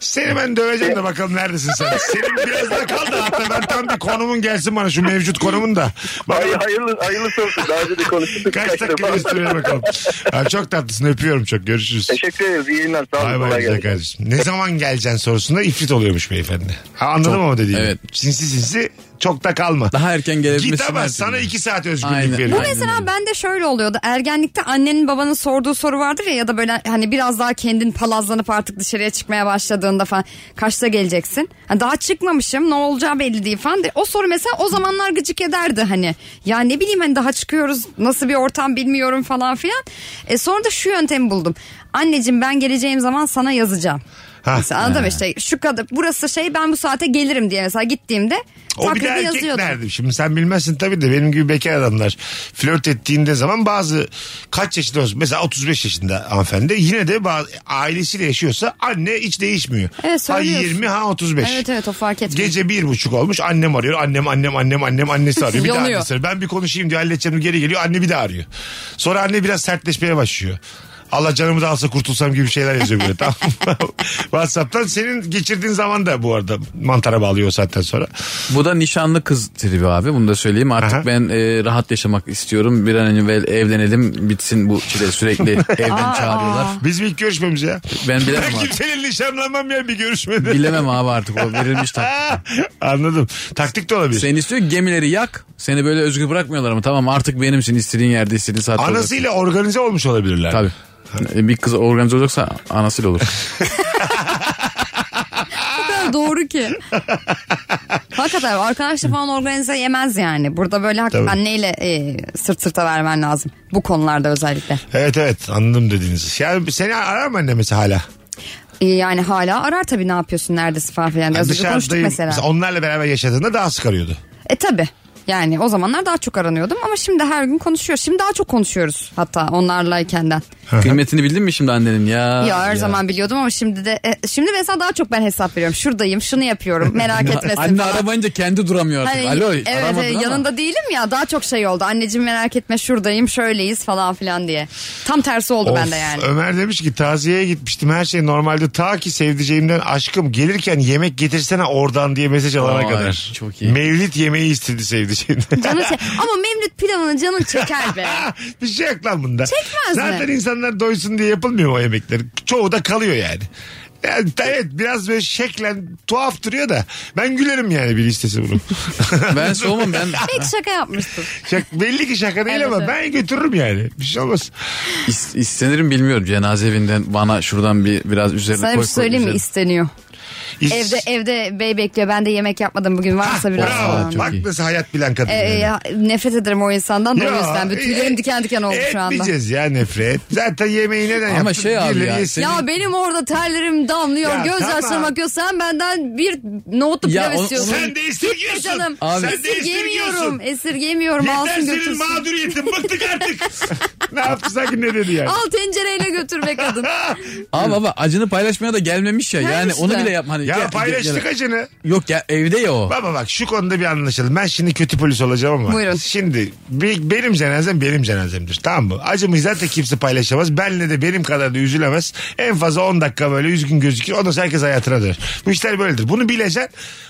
Speaker 3: Seni ben döveceğim de bakalım neredesin sen. Senin biraz da kal da hatta ben tam bir konumun gelsin bana şu mevcut konumun da.
Speaker 7: Hay,
Speaker 3: Bakalım
Speaker 7: hayırlı, hayırlısı olsun. Daha önce de
Speaker 3: [LAUGHS]
Speaker 7: konuştuk.
Speaker 3: kaç dakika
Speaker 7: defa.
Speaker 3: gösteriyor bakalım. Abi çok tatlısın öpüyorum çok görüşürüz.
Speaker 7: Teşekkür ederiz. İyi yayınlar. Sağ
Speaker 3: Bay
Speaker 7: olun.
Speaker 3: bay
Speaker 7: Kolay
Speaker 3: güzel
Speaker 7: gelsin.
Speaker 3: kardeşim. Ne zaman geleceksin sorusunda ifrit oluyormuş beyefendi. Ha, anladım ama dediğimi.
Speaker 5: evet.
Speaker 3: Sinsi sinsi çok da kalma.
Speaker 5: Daha erken gelebilmesi
Speaker 3: Git ama
Speaker 5: lazım.
Speaker 3: sana iki saat özgürlük
Speaker 5: Aynen. Bu
Speaker 3: veriyorum.
Speaker 4: Bu mesela bende şöyle oluyordu. Ergenlikte annenin babanın sorduğu soru vardır ya ya da böyle hani biraz daha kendin palazlanıp artık dışarıya çıkmaya başladığında falan kaçta geleceksin? Ha, daha çıkmamışım ne olacağı belli değil falan. De. O soru mesela o zamanlar gıcık ederdi hani. Ya ne bileyim hani daha çıkıyoruz nasıl bir ortam bilmiyorum falan filan. E sonra da şu yöntemi buldum. Anneciğim ben geleceğim zaman sana yazacağım.
Speaker 3: Ha.
Speaker 4: Mesela anladın mı işte şu kadar burası şey ben bu saate gelirim diye mesela gittiğimde
Speaker 3: O bir de
Speaker 4: takvimde
Speaker 3: erkek
Speaker 4: yazıyordum.
Speaker 3: derdim. Şimdi sen bilmezsin tabii de benim gibi bekar adamlar flört ettiğinde zaman bazı kaç yaşında olsun mesela 35 yaşında hanımefendi yine de bazı, ailesiyle yaşıyorsa anne hiç değişmiyor.
Speaker 4: Evet,
Speaker 3: ha
Speaker 4: söylüyorsun.
Speaker 3: 20 ha 35.
Speaker 4: Evet evet o fark etmiyor.
Speaker 3: Gece bir buçuk olmuş annem arıyor annem annem annem annem annesi arıyor bir daha
Speaker 4: Yanıyor.
Speaker 3: annesi arıyor. Ben bir konuşayım diyor halledeceğim diyor. geri geliyor anne bir daha arıyor. Sonra anne biraz sertleşmeye başlıyor. Allah canımı da alsa kurtulsam gibi şeyler yazıyor böyle [LAUGHS] tamam mı? Whatsapp'tan senin geçirdiğin zaman da bu arada mantara bağlıyor o saatten sonra.
Speaker 5: Bu da nişanlı kız tribi abi bunu da söyleyeyim. Artık
Speaker 3: Aha.
Speaker 5: ben e, rahat yaşamak istiyorum. Bir an önce vel- evlenelim bitsin bu
Speaker 3: [LAUGHS]
Speaker 5: çile sürekli evden çağırıyorlar.
Speaker 3: Biz mi ilk görüşmemiz ya?
Speaker 5: Ben bilemem
Speaker 3: Ben
Speaker 5: abi.
Speaker 3: kimsenin nişanlanmam ya bir görüşmede.
Speaker 5: Bilemem abi artık o verilmiş taktik.
Speaker 3: Ha, [LAUGHS] Anladım. Taktik de olabilir.
Speaker 5: Seni istiyor ki gemileri yak. Seni böyle özgür bırakmıyorlar ama tamam artık benimsin istediğin yerde istediğin saatte olacaksın.
Speaker 3: Anasıyla organize olmuş olabilirler.
Speaker 5: Tabii. E, Bir kız organize olacaksa anasıyla olur.
Speaker 4: O kadar [LAUGHS] doğru ki. Hakikaten arkadaşla falan organize yemez yani. Burada böyle hakikaten
Speaker 3: Tabii.
Speaker 4: anneyle e, sırt sırta vermen lazım. Bu konularda özellikle.
Speaker 3: Evet evet anladım dediğinizi. Yani seni arar mı anne mesela hala?
Speaker 4: E, yani hala arar tabii ne yapıyorsun neredesin falan filan. diye. Az önce konuştuk
Speaker 3: Dışarıdayım.
Speaker 4: mesela.
Speaker 3: Mesela onlarla beraber yaşadığında daha sık arıyordu.
Speaker 4: E tabii. Yani o zamanlar daha çok aranıyordum ama şimdi her gün konuşuyoruz. Şimdi daha çok konuşuyoruz hatta onlarlaykenden.
Speaker 5: Kıymetini bildin mi şimdi annenin ya?
Speaker 4: Ya her zaman biliyordum ama şimdi de e, şimdi mesela daha çok ben hesap veriyorum. Şuradayım, şunu yapıyorum.
Speaker 3: [LAUGHS]
Speaker 4: Merak etmesin
Speaker 5: Anne
Speaker 4: falan.
Speaker 5: aramayınca kendi duramıyor artık.
Speaker 4: Hani,
Speaker 5: Alo
Speaker 4: evet,
Speaker 5: aramadın
Speaker 4: evet,
Speaker 5: ama.
Speaker 4: yanında değilim ya daha çok şey oldu. Anneciğim merak etme şuradayım şöyleyiz falan filan diye. Tam tersi oldu
Speaker 3: Of,
Speaker 4: bende yani.
Speaker 3: Ömer demiş ki taziyeye gitmiştim her şey normalde ta ki sevdiceğimden aşkım gelirken yemek getirsene oradan diye mesaj alana
Speaker 5: Ay,
Speaker 3: kadar.
Speaker 5: çok iyi.
Speaker 3: Mevlit yemeği istedi sevdiceğinden.
Speaker 4: [LAUGHS] Canı
Speaker 3: [LAUGHS]
Speaker 4: çe- ama Memlüt pilavını canın çeker be.
Speaker 3: bir şey yok lan bunda.
Speaker 4: Çekmez mi?
Speaker 3: Zaten insanlar doysun diye yapılmıyor o yemekler. Çoğu da kalıyor yani. Yani ta- evet biraz böyle şeklen tuhaf duruyor da ben gülerim yani bir listesi bunu. [LAUGHS]
Speaker 5: Ben soğumam ben
Speaker 4: Pek şaka yapmıştın.
Speaker 3: Şak, belli ki şaka değil
Speaker 4: Evet,
Speaker 3: ama
Speaker 4: evet.
Speaker 3: ben götürürüm yani. Bir şey olmaz.
Speaker 5: is- istenirim bilmiyorum. Cenaze evinden bana şuradan bir biraz üzerine
Speaker 4: Sana
Speaker 5: koy
Speaker 4: bir
Speaker 5: koy
Speaker 4: şey söyleyeyim mi?
Speaker 5: üzerine.
Speaker 4: İsteniyor.
Speaker 3: İs-
Speaker 4: Evde evde bey bekliyor. Ben de yemek yapmadım bugün varsa biraz.
Speaker 3: Bravo.
Speaker 5: Aa, çok
Speaker 3: Bak
Speaker 5: iyi.
Speaker 3: nasıl hayat bilen kadın.
Speaker 4: E,
Speaker 3: yani.
Speaker 4: e, ya, nefret ederim o insandan da o yüzden. Bir tüylerim
Speaker 3: e-
Speaker 4: diken diken oldu şu anda.
Speaker 3: Etmeyeceğiz ya nefret. Zaten yemeği neden
Speaker 5: Ama
Speaker 3: yaptın?
Speaker 5: şey abi
Speaker 3: Birileri
Speaker 5: ya,
Speaker 3: yesin.
Speaker 5: senin-
Speaker 4: Ya benim orada terlerim damlıyor.
Speaker 3: Ya
Speaker 4: göz
Speaker 3: tamam.
Speaker 4: yaşlarım akıyor. Sen benden bir nohutlu
Speaker 5: Ya
Speaker 4: pilav
Speaker 5: onu-
Speaker 4: istiyorsun.
Speaker 3: Sen de esirgiyorsun.
Speaker 4: Canım.
Speaker 5: Abi-
Speaker 3: Sen de
Speaker 4: Esirgeyemiyorum.
Speaker 3: esirgiyorsun.
Speaker 4: Esirgeyemiyorum.
Speaker 3: Yeter
Speaker 4: Alsın
Speaker 3: senin
Speaker 4: götürsün.
Speaker 3: mağduriyetin. Bıktık
Speaker 4: [LAUGHS]
Speaker 3: artık. ne yaptı sanki ne dedi yani.
Speaker 4: Al tencereyle götür be kadın.
Speaker 3: [LAUGHS]
Speaker 5: Ama baba acını paylaşmaya da gelmemiş ya. Yani
Speaker 4: Gelmiş
Speaker 5: onu
Speaker 4: de.
Speaker 5: bile yapma. Hani
Speaker 3: Ya
Speaker 5: gel-
Speaker 3: paylaştık
Speaker 5: gel-
Speaker 3: acını.
Speaker 5: Yok ya evde ya o.
Speaker 3: Baba bak şu konuda bir anlaşalım. Ben şimdi kötü polis olacağım ama.
Speaker 4: Buyurun.
Speaker 3: Şimdi bir- benim cenazem benim cenazemdir. Tamam mı? Acımı zaten kimse paylaşamaz. Benle de benim kadar da üzülemez. En fazla 10 dakika böyle üzgün gözükür. Ondan sonra herkes hayatına döner. Bu işler böyledir. Bunu bileceksin.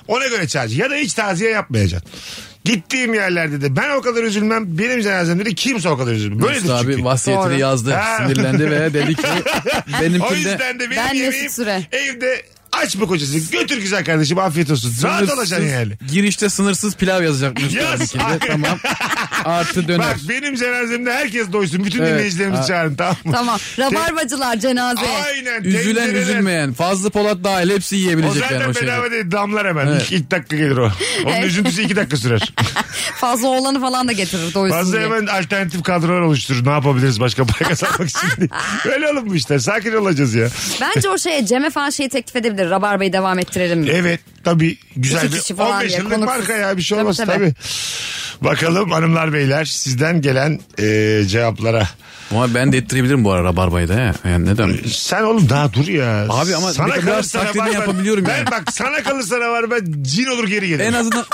Speaker 3: Ona göre çağıracaksın. Ya da hiç taziye yapmayacaksın. Gittiğim yerlerde de ben o kadar üzülmem. Benim cenazemde de kimse o kadar üzülmez. Böyledir
Speaker 5: Mesut
Speaker 3: çünkü.
Speaker 5: abi vasiyetini
Speaker 4: Doğru.
Speaker 5: yazdı.
Speaker 3: Ha.
Speaker 5: Sinirlendi ve
Speaker 3: [LAUGHS]
Speaker 5: dedi ki
Speaker 3: O
Speaker 5: benimkinde
Speaker 3: yüzden de benim
Speaker 4: Ben Mesut
Speaker 3: yemeğim
Speaker 4: Süre.
Speaker 3: evde aç mı kocası? Götür güzel kardeşim afiyet olsun. Rahat olacaksın
Speaker 5: sınırsız-
Speaker 3: yani.
Speaker 5: Girişte sınırsız pilav yazacak Mesut
Speaker 3: Yaz.
Speaker 5: abininkinde. Tamam. Artı döner.
Speaker 3: Bak benim cenazemde herkes doysun. Bütün
Speaker 5: Evet.
Speaker 3: dinleyicilerimizi
Speaker 5: Ha.
Speaker 3: çağırın tamam mı?
Speaker 4: tamam. Rabarbacılar cenazeye.
Speaker 3: Aynen.
Speaker 5: Üzülen
Speaker 3: tencereler.
Speaker 5: üzülmeyen. Fazla Polat dahil hepsi
Speaker 3: O
Speaker 5: yiyebilecek yani
Speaker 3: zaten
Speaker 5: o şeyleri.
Speaker 3: bedava değil damlar hemen. İlk, ilk dakika gelir o. Onun üzüntüsü iki dakika
Speaker 4: [LAUGHS]
Speaker 3: sürer.
Speaker 4: Fazla oğlanı falan da getirir doysun
Speaker 3: Bazı
Speaker 4: diye.
Speaker 3: hemen alternatif kadrolar oluşturur. Ne yapabiliriz başka para kazanmak için
Speaker 4: [LAUGHS]
Speaker 3: diye. Öyle olur mu işte? Sakin olacağız ya.
Speaker 4: Bence o şeye Cem'e falan şeyi teklif edebilir. Rabarbayı devam ettirelim mi?
Speaker 3: Evet tabii güzel
Speaker 4: İki
Speaker 3: bir
Speaker 4: kişi falan
Speaker 3: 15
Speaker 4: ya,
Speaker 3: yıllık
Speaker 4: konuksuz.
Speaker 3: marka ya bir şey
Speaker 4: Tabii,
Speaker 3: olmaz tabii.
Speaker 4: tabii.
Speaker 3: Bakalım hanımlar beyler sizden gelen e, cevaplara.
Speaker 5: Ama ben de ettirebilirim bu ara rabarbayı da. He. Yani
Speaker 3: [LAUGHS]
Speaker 5: ne demek?
Speaker 3: Sen oğlum daha dur ya.
Speaker 5: Abi ama ne kadar taklidini
Speaker 3: var ben-
Speaker 5: yapabiliyorum
Speaker 3: ben,
Speaker 5: yani.
Speaker 3: bak sana kalırsa ne var ben cin olur geri gelirim.
Speaker 5: En azından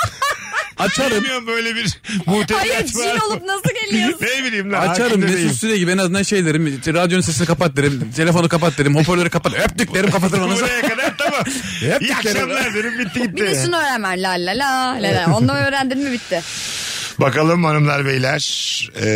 Speaker 5: açarım.
Speaker 3: Bilmiyorum böyle bir muhtemel
Speaker 4: Hayır cin olup nasıl geliyorsun?
Speaker 3: [LAUGHS] Ne bileyim lan.
Speaker 5: Açarım
Speaker 3: hakim de değilim.
Speaker 5: Mesut Süre gibi en azından şey derim. Radyonun sesini kapat derim. Telefonu kapat derim. Hoparlörü kapat. Öptük derim kapatırım onu.
Speaker 3: Buraya kadar tamam.
Speaker 5: [LAUGHS] Yaptık
Speaker 3: İyi
Speaker 5: yani.
Speaker 3: akşamlar derim bitti gitti.
Speaker 4: Bir de şunu öğrenmen la la la la la. Onu öğrendin mi bitti.
Speaker 3: Bakalım hanımlar beyler e,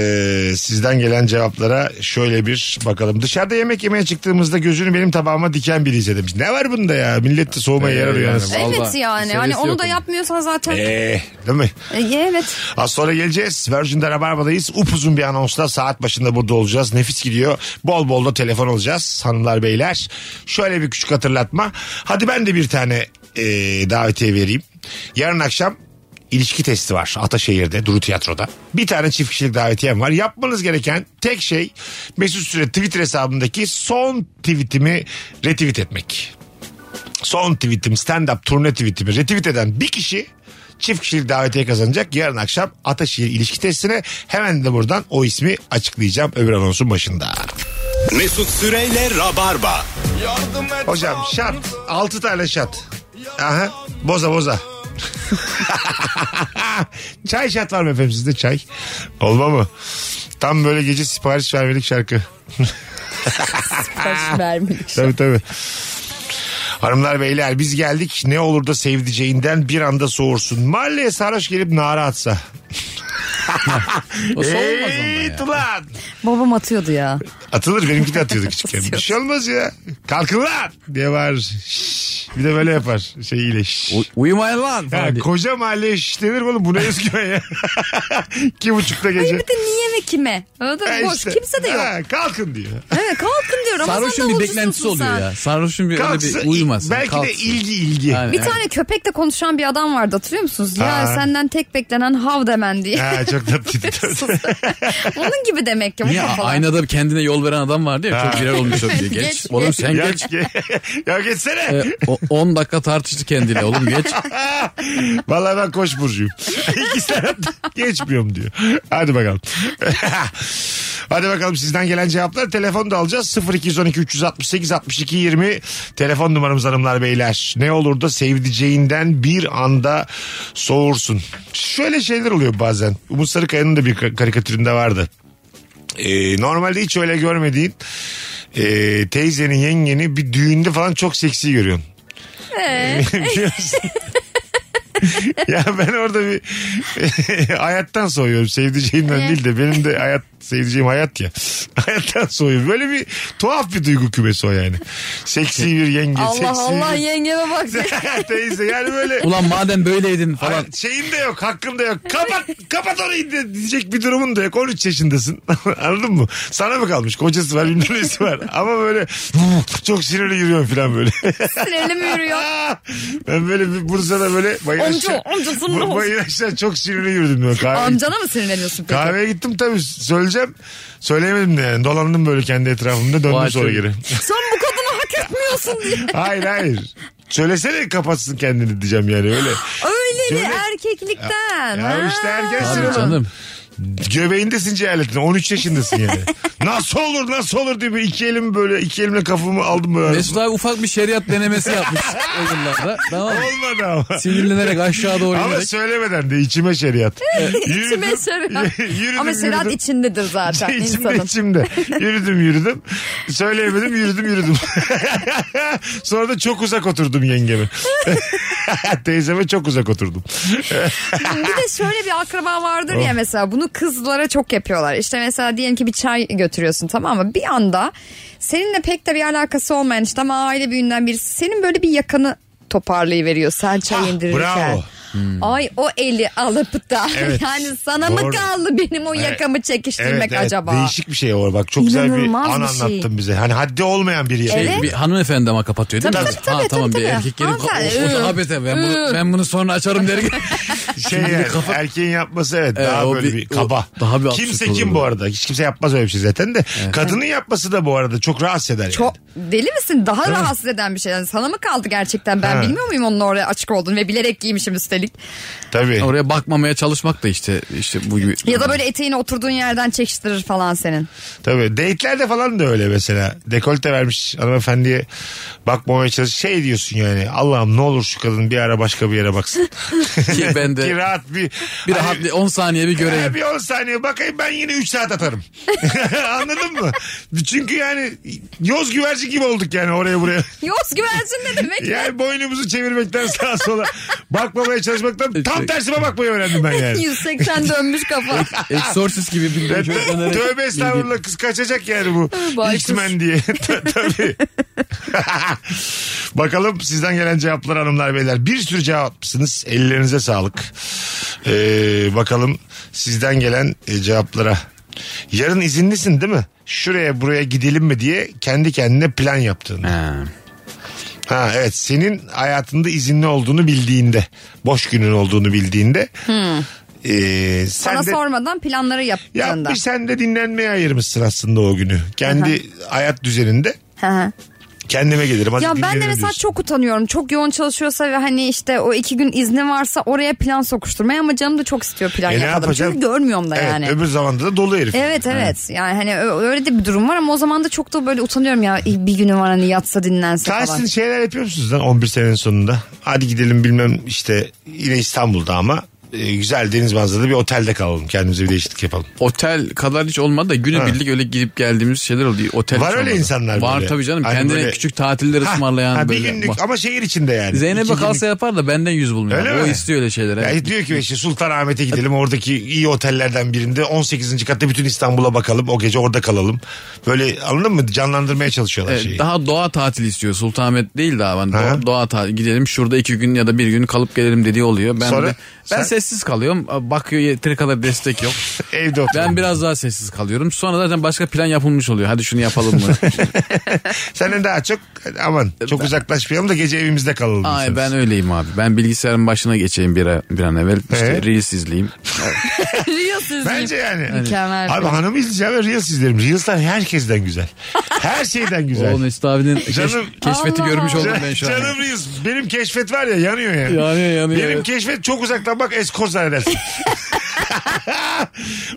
Speaker 3: sizden gelen cevaplara şöyle bir bakalım. Dışarıda yemek yemeye çıktığımızda gözünü benim tabağıma diken biri izledim. Ne var bunda ya? Millet de
Speaker 5: Ee,
Speaker 3: soğumaya yarar yani.
Speaker 5: yani. Vallahi
Speaker 4: evet yani.
Speaker 5: serisi
Speaker 4: Hani onu
Speaker 5: yok
Speaker 4: da
Speaker 5: onun.
Speaker 4: yapmıyorsan zaten.
Speaker 3: Eee, değil mi?
Speaker 4: E, evet.
Speaker 3: Az sonra geleceğiz. Virgin'de Rabarba'dayız. Upuzun bir anonsla saat başında burada olacağız. Nefis gidiyor. Bol bol da telefon alacağız hanımlar beyler. Şöyle bir küçük hatırlatma. Hadi ben de bir tane e, davetiye vereyim. Yarın akşam ilişki testi var Ataşehir'de Duru Tiyatro'da. Bir tane çift kişilik davetiyem var. Yapmanız gereken tek şey Mesut Süre Twitter hesabındaki son tweetimi retweet etmek. Son tweetim stand up turne tweetimi retweet eden bir kişi çift kişilik davetiye kazanacak. Yarın akşam Ataşehir ilişki testine hemen de buradan o ismi açıklayacağım öbür anonsun başında.
Speaker 2: Mesut Süreyle Rabarba.
Speaker 3: Hocam şart. 6 tane şart. Aha. Boza boza. [LAUGHS] çay şart var mı efendim sizde çay? Olma mı? Tam böyle gece sipariş vermelik şarkı.
Speaker 4: Kaç vermedik.
Speaker 3: Tabii tabii. Hanımlar beyler biz geldik ne olur da sevdiceğinden bir anda soğursun. Mahalleye sarhoş gelip nara atsa.
Speaker 5: O soğumaz onda ya.
Speaker 3: Eyyt ulan.
Speaker 4: Babam atıyordu ya.
Speaker 3: [LAUGHS] Atılır benimki de atıyordu küçükken. bir şey olmaz ya. Kalkın lan diye bağırır. Şşş. Bir de böyle yapar şey iyiyle. şşş.
Speaker 5: U- uyumayın lan.
Speaker 3: Ha,
Speaker 5: falan diye.
Speaker 3: koca mahalle şiş denir mi oğlum? Bu ne özgüven ya? [LAUGHS] İki buçukta
Speaker 4: Bir
Speaker 3: gece.
Speaker 4: de niye ve kime? Anladın
Speaker 3: Ha
Speaker 4: mı? Boş
Speaker 3: E işte.
Speaker 4: kimse de yok.
Speaker 3: Ha, kalkın diyor.
Speaker 4: Evet kalkın diyor. Ramazan
Speaker 5: Sarhoşun bir
Speaker 4: davulcususun
Speaker 5: beklentisi oluyor
Speaker 4: sen.
Speaker 5: ya. Sarhoşun bir öyle
Speaker 3: Kalksın.
Speaker 5: bir uyumasın.
Speaker 3: Belki de
Speaker 5: kalksın.
Speaker 3: ilgi ilgi.
Speaker 5: Aynen.
Speaker 4: Bir tane köpekle konuşan bir adam vardı hatırlıyor musunuz? Ya
Speaker 3: Ha.
Speaker 4: senden tek beklenen hav demen diye.
Speaker 3: Ha, çok tatlıydı.
Speaker 4: [LAUGHS] Onun gibi demek ki. bu
Speaker 5: Niye A-
Speaker 4: kafalar.
Speaker 5: aynada kendine yol veren adam vardı ya çok viral olmuş o diye. Geç.
Speaker 4: Geç,
Speaker 5: Oğlum
Speaker 4: geç.
Speaker 5: sen
Speaker 3: ya,
Speaker 5: geç.
Speaker 3: ge- [LAUGHS] ya geçsene.
Speaker 5: E, o- 10 dakika tartıştı kendiyle oğlum geç.
Speaker 3: Vallahi ben koç burcuyum. [LAUGHS] İki saat geçmiyorum diyor. Hadi bakalım. [LAUGHS] Hadi bakalım sizden gelen cevaplar. Telefonu da alacağız. 0212 368 62 20 telefon numaramız hanımlar beyler. Ne olur da sevdiceğinden bir anda soğursun. Şöyle şeyler oluyor bazen. Umut Sarıkaya'nın da bir ka- karikatüründe vardı. Ee, normalde hiç öyle görmediğin e, teyzenin yengeni bir düğünde falan çok seksi görüyorsun.
Speaker 4: Ee?
Speaker 3: [LAUGHS] Biliyor musun? ya ben orada bir [LAUGHS] hayattan soğuyorum. Sevdiceğimden değil de benim de hayat sevdiceğim hayat ya. [LAUGHS] Hayattan soğuyorum. Böyle bir tuhaf bir duygu kümesi o yani. Seksi bir yenge.
Speaker 4: Şey, Allah
Speaker 3: seksi
Speaker 4: Allah
Speaker 3: bir...
Speaker 4: yengeme bak.
Speaker 3: [LAUGHS] Teyze yani böyle
Speaker 5: Ulan madem böyleydin falan.
Speaker 3: Hayır, şeyim de yok hakkım da yok. Kapat, kapat orayı de- diyecek bir durumun da yok. 13 yaşındasın. [LAUGHS] Anladın mı? Sana mı kalmış? Kocası var bilmem nesi var. Ama böyle [LAUGHS] çok sinirli yürüyorum falan böyle.
Speaker 4: Sinirli mi
Speaker 3: [LAUGHS]
Speaker 4: yürüyor?
Speaker 3: ben böyle bir Bursa'da böyle bayır
Speaker 4: Amca,
Speaker 3: aşağı-
Speaker 4: amcasının
Speaker 3: bu-
Speaker 4: olsun.
Speaker 3: bayır aşağı çok sinirli yürüdüm. Böyle. Kahve,
Speaker 4: Amcana mı sinirleniyorsun peki?
Speaker 3: kahveye gittim tabii söyleyeceğim. Söyleyemedim de yani. Dolandım böyle kendi etrafımda döndüm
Speaker 5: Vay
Speaker 3: sonra
Speaker 5: canım.
Speaker 3: geri.
Speaker 4: Sen bu kadını hak etmiyorsun
Speaker 3: [LAUGHS]
Speaker 4: diye.
Speaker 3: hayır hayır. Söylesene kapatsın kendini diyeceğim yani öyle.
Speaker 4: Öyle
Speaker 3: Şöyle-
Speaker 4: bir erkeklikten.
Speaker 3: Ya işte ergen
Speaker 4: Ha.
Speaker 5: Abi
Speaker 3: sinirli.
Speaker 5: canım.
Speaker 3: Göbeğindesin cehaletin. 13 yaşındasın
Speaker 5: [LAUGHS]
Speaker 3: yani. nasıl olur nasıl olur diye böyle iki elim böyle iki elimle kafamı aldım böyle.
Speaker 5: Mesut abi ufak bir şeriat denemesi yapmış o yıllarda. Tamam mı?
Speaker 3: Olmadı ama.
Speaker 5: Sinirlenerek aşağı doğru
Speaker 3: Ama
Speaker 5: inerek.
Speaker 3: söylemeden de içime şeriat.
Speaker 4: İçime
Speaker 3: Yürüdüm, [LAUGHS]
Speaker 4: şeriat.
Speaker 3: yürüdüm,
Speaker 4: Ama Serhat
Speaker 3: yürüdüm. [LAUGHS]
Speaker 4: içindedir zaten
Speaker 3: İçimde
Speaker 4: insanın. [LAUGHS]
Speaker 3: içimde. Yürüdüm yürüdüm. Söyleyemedim yürüdüm yürüdüm. [LAUGHS] Sonra da çok uzak oturdum yengeme. [LAUGHS] Teyzeme çok uzak oturdum.
Speaker 4: bir de şöyle bir akraba vardır
Speaker 3: Oh.
Speaker 4: ya mesela bunu kızlara çok yapıyorlar. İşte mesela diyelim ki bir çay götürüyorsun tamam mı? Bir anda seninle pek de bir alakası olmayan işte ama aile büyüğünden birisi senin böyle bir yakanı toparlayıveriyor sen çay
Speaker 3: Ah,
Speaker 4: indirirken.
Speaker 3: bravo. Hmm.
Speaker 4: Ay o eli alıp da
Speaker 3: [LAUGHS] Evet.
Speaker 4: yani sana mı
Speaker 3: Doğru.
Speaker 4: kaldı benim o
Speaker 3: Evet.
Speaker 4: yakamı çekiştirmek acaba?
Speaker 3: Değişik bir şey var bak. Çok güzel bir an
Speaker 4: İnanılmaz bir şey.
Speaker 3: anlattın bize. Hani haddi olmayan biri.
Speaker 5: Şey,
Speaker 4: Evet.
Speaker 5: bir hanımefendi ama kapatıyor değil
Speaker 4: Tabii,
Speaker 5: mi?
Speaker 4: tabii, tabii,
Speaker 5: ha
Speaker 4: tabii,
Speaker 5: tamam
Speaker 4: tabii.
Speaker 5: bir erkek gelip o,
Speaker 4: Hanımefendi,
Speaker 5: o da
Speaker 4: ıı,
Speaker 5: habete ben bunu, ben bunu sonra
Speaker 4: [LAUGHS]
Speaker 5: açarım der.
Speaker 3: şey
Speaker 5: Hani
Speaker 3: yani, erkeğin yapması evet,
Speaker 5: Evet,
Speaker 3: daha
Speaker 5: Ee, o
Speaker 3: böyle bir,
Speaker 5: bir- o
Speaker 3: kaba.
Speaker 5: daha bir
Speaker 3: kimse
Speaker 5: absürt
Speaker 3: kim
Speaker 5: olur
Speaker 3: bu
Speaker 5: bu.
Speaker 3: arada? Hiç kimse yapmaz öyle bir şey zaten de. Kadının yapması da bu arada çok rahatsız eder.
Speaker 4: Çok
Speaker 3: yani.
Speaker 4: deli misin? Daha rahatsız eden bir şey. Yani sana mı kaldı gerçekten? Ben
Speaker 3: Ha.
Speaker 4: bilmiyor muyum onun oraya açık olduğunu ve bilerek giymişim üstelik.
Speaker 3: Tabii.
Speaker 5: Oraya bakmamaya çalışmak da işte işte bu gibi.
Speaker 4: Ya da böyle eteğini oturduğun yerden çekiştirir falan senin.
Speaker 3: Tabii. Date'lerde falan da öyle mesela. Dekolte vermiş hanımefendiye bakmamaya çalış. Şey diyorsun yani Allah'ım ne olur şu kadın bir ara başka bir yere baksın.
Speaker 5: ki [LAUGHS] ben
Speaker 3: Ki
Speaker 5: de
Speaker 3: rahat [LAUGHS] bir...
Speaker 5: bir
Speaker 3: Hani-
Speaker 5: rahat bir 10 saniye bir
Speaker 3: Ha, [LAUGHS]
Speaker 5: göreyim.
Speaker 3: bir 10 saniye bakayım ben yine 3 saat
Speaker 5: [LAUGHS]
Speaker 3: atarım. [LAUGHS] Anladın mı? Çünkü yani yoz güvercin gibi olduk yani oraya buraya.
Speaker 4: Yoz güvercin ne demek?
Speaker 3: Yani boynumuzu çevirmekten sağa sola bakmamaya çalışmaktan tam tersime bakmayı öğrendim ben [LAUGHS] yani.
Speaker 4: 180 dönmüş kafa.
Speaker 5: Exorcist gibi bir
Speaker 3: Ben-
Speaker 5: çok önererek-
Speaker 3: Tövbe estağfurullah kız kaçacak yani bu.
Speaker 4: Baykuş.
Speaker 3: X-Men diye. [LAUGHS] Ta- Tabii. Bakalım sizden gelen cevaplar hanımlar beyler. Bir sürü cevap atmışsınız. Ellerinize sağlık. Ee, bakalım sizden gelen e, cevaplara. Yarın izinlisin değil mi? Şuraya buraya gidelim mi diye kendi kendine plan yaptığını.
Speaker 5: Ha.
Speaker 3: Ha evet senin hayatında izinli olduğunu bildiğinde boş günün olduğunu bildiğinde e, sen
Speaker 4: Hmm. Sana
Speaker 3: de
Speaker 4: sormadan planları yaptığında.
Speaker 3: yapmış sen de dinlenmeye ayırmışsın aslında o günü. Kendi hayat düzeninde
Speaker 4: Hı hı.
Speaker 3: kendime gelirim. Hadi
Speaker 4: Ya ben de
Speaker 3: dinlenelim
Speaker 4: mesela
Speaker 3: diyorsun.
Speaker 4: çok utanıyorum. Çok yoğun çalışıyorsa ve hani işte o iki gün izni varsa oraya plan sokuşturmaya ama canım da çok istiyor plan
Speaker 3: E, ne
Speaker 4: yapalım.
Speaker 3: yapacağım?
Speaker 4: Çünkü görmüyorum da
Speaker 3: Evet,
Speaker 4: yani.
Speaker 3: Öbür zamanda da dolu herif.
Speaker 4: Evet evet yani hani ö- öyle de bir durum var ama o zaman da çok da böyle utanıyorum ya "İyi, bir günü var hani yatsa dinlense falan. [LAUGHS]
Speaker 3: Tersin şeyler yapıyor musunuz lan 11 senenin sonunda? Hadi gidelim bilmem işte yine İstanbul'da ama e, güzel deniz manzaralı bir otelde kalalım. Kendimize bir değişiklik yapalım.
Speaker 5: Otel kadar hiç olmadı da günü birlik öyle gidip geldiğimiz şeyler oluyor. Otel
Speaker 3: Var
Speaker 5: hiç
Speaker 3: öyle
Speaker 5: olmadı.
Speaker 3: insanlar
Speaker 5: Var
Speaker 3: böyle.
Speaker 5: tabii canım.
Speaker 3: Hani
Speaker 5: Kendine
Speaker 3: böyle-
Speaker 5: küçük tatiller
Speaker 3: Ha,
Speaker 5: ısmarlayan
Speaker 3: ha, bir
Speaker 5: böyle.
Speaker 3: günlük
Speaker 5: Bak.
Speaker 3: ama şehir içinde yani. İki
Speaker 5: Zeynep'e
Speaker 3: günlük.
Speaker 5: kalsa yapar da benden yüz bulmuyor.
Speaker 3: Öyle
Speaker 5: o
Speaker 3: mi?
Speaker 5: istiyor öyle şeyler.
Speaker 3: Ya
Speaker 5: evet.
Speaker 3: diyor ki işte Sultanahmet'e gidelim oradaki iyi otellerden birinde 18. katta bütün İstanbul'a bakalım o gece orada kalalım. Böyle anladın mı canlandırmaya çalışıyorlar
Speaker 5: Evet,
Speaker 3: şeyi.
Speaker 5: E, daha doğa tatili istiyor. Sultanahmet değil daha ben.
Speaker 3: Ha.
Speaker 5: Doğa, doğa tatili. Gidelim şurada iki gün ya da bir gün kalıp gelelim dediği oluyor. Ben
Speaker 3: Sonra
Speaker 5: de, ben
Speaker 3: sen-
Speaker 5: sessiz kalıyorum. Bakıyor yeteri kadar
Speaker 3: [LAUGHS]
Speaker 5: destek yok.
Speaker 3: Evde otur.
Speaker 5: Ben biraz daha sessiz kalıyorum. Sonra zaten başka plan yapılmış oluyor. Hadi şunu yapalım
Speaker 3: [LAUGHS]
Speaker 5: mı?
Speaker 3: Senden daha çok aman çok uzaklaşmayalım da gece evimizde kalalım.
Speaker 5: Ay
Speaker 3: diyorsunuz.
Speaker 5: ben öyleyim abi. Ben bilgisayarın başına geçeyim bir, a- bir an evvel. İşte
Speaker 3: Ee?
Speaker 5: Reels izleyeyim.
Speaker 3: Bence yani.
Speaker 4: Mükemmel.
Speaker 3: Abi hanımı izleyeceğim ve Reels izlerim. Reels'ler herkesten güzel. Her şeyden güzel.
Speaker 5: O
Speaker 3: [LAUGHS]
Speaker 5: Mesut abinin keş-
Speaker 3: Canım-
Speaker 5: keşfeti
Speaker 4: Allah.
Speaker 5: görmüş oldum ben şu an.
Speaker 3: Canım Reels. Benim keşfet var ya yanıyor yani.
Speaker 5: Yanıyor, yanıyor,
Speaker 3: Benim
Speaker 5: evet.
Speaker 3: keşfet çok uzaktan bak eskoz
Speaker 5: [LAUGHS]
Speaker 3: zannedersin.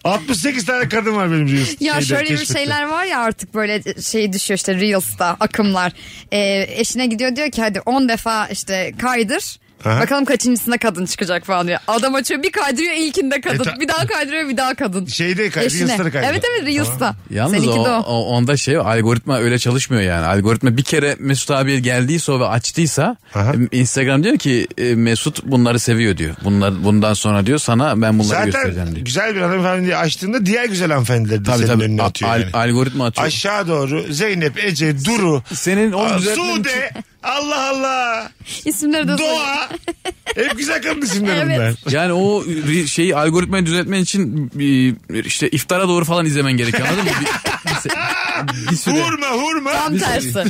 Speaker 3: 68 tane kadın var benim Reels.
Speaker 4: Ya
Speaker 3: şeyde,
Speaker 4: şöyle bir
Speaker 3: keşfette.
Speaker 4: şeyler var ya artık böyle şey düşüyor işte Reels'ta akımlar. Ee, eşine gidiyor diyor ki hadi 10 defa işte kaydır.
Speaker 3: Aha.
Speaker 4: Bakalım kaçıncısında kadın çıkacak falan diyor. Adam açıyor bir kaydırıyor ilkinde kadın.
Speaker 3: E ta-
Speaker 4: bir daha kaydırıyor bir daha kadın.
Speaker 3: Şeyde kay-
Speaker 4: Eşine.
Speaker 3: Reels'ları kaydı.
Speaker 4: Evet evet Reels'ta.
Speaker 5: Yalnız
Speaker 4: Seninki
Speaker 5: o,
Speaker 4: de o.
Speaker 5: o- onda şey algoritma öyle çalışmıyor yani. Algoritma bir kere Mesut abi geldiyse o ve açtıysa
Speaker 3: Aha.
Speaker 5: e, Instagram diyor ki e, Mesut bunları seviyor diyor. Bunlar bundan sonra diyor sana ben bunları göstereceğim
Speaker 3: Zaten [LAUGHS]
Speaker 5: diyor.
Speaker 3: güzel bir hanımefendi açtığında diğer güzel hanımefendileri de
Speaker 5: Tabii
Speaker 3: senin
Speaker 5: tabii
Speaker 3: önüne atıyor.
Speaker 5: Al-
Speaker 3: yani.
Speaker 5: algoritma atıyor.
Speaker 3: Aşağı doğru Zeynep, Ece, Duru,
Speaker 5: Senin o
Speaker 3: Aa,
Speaker 5: düzeltmen için-
Speaker 3: Sude, Allah Allah,
Speaker 4: İsimleri de
Speaker 3: Doğa. Hep güzel kadın isimleri
Speaker 4: Evet.
Speaker 3: bunlar.
Speaker 5: Yani o ri- şeyi algoritmayı düzeltmen için bir- işte iftara doğru falan izlemen gerekiyor anladın mı? Bir, bir- bir süre.
Speaker 3: Hurma hurma.
Speaker 4: Tam
Speaker 3: [LAUGHS]
Speaker 4: tersi.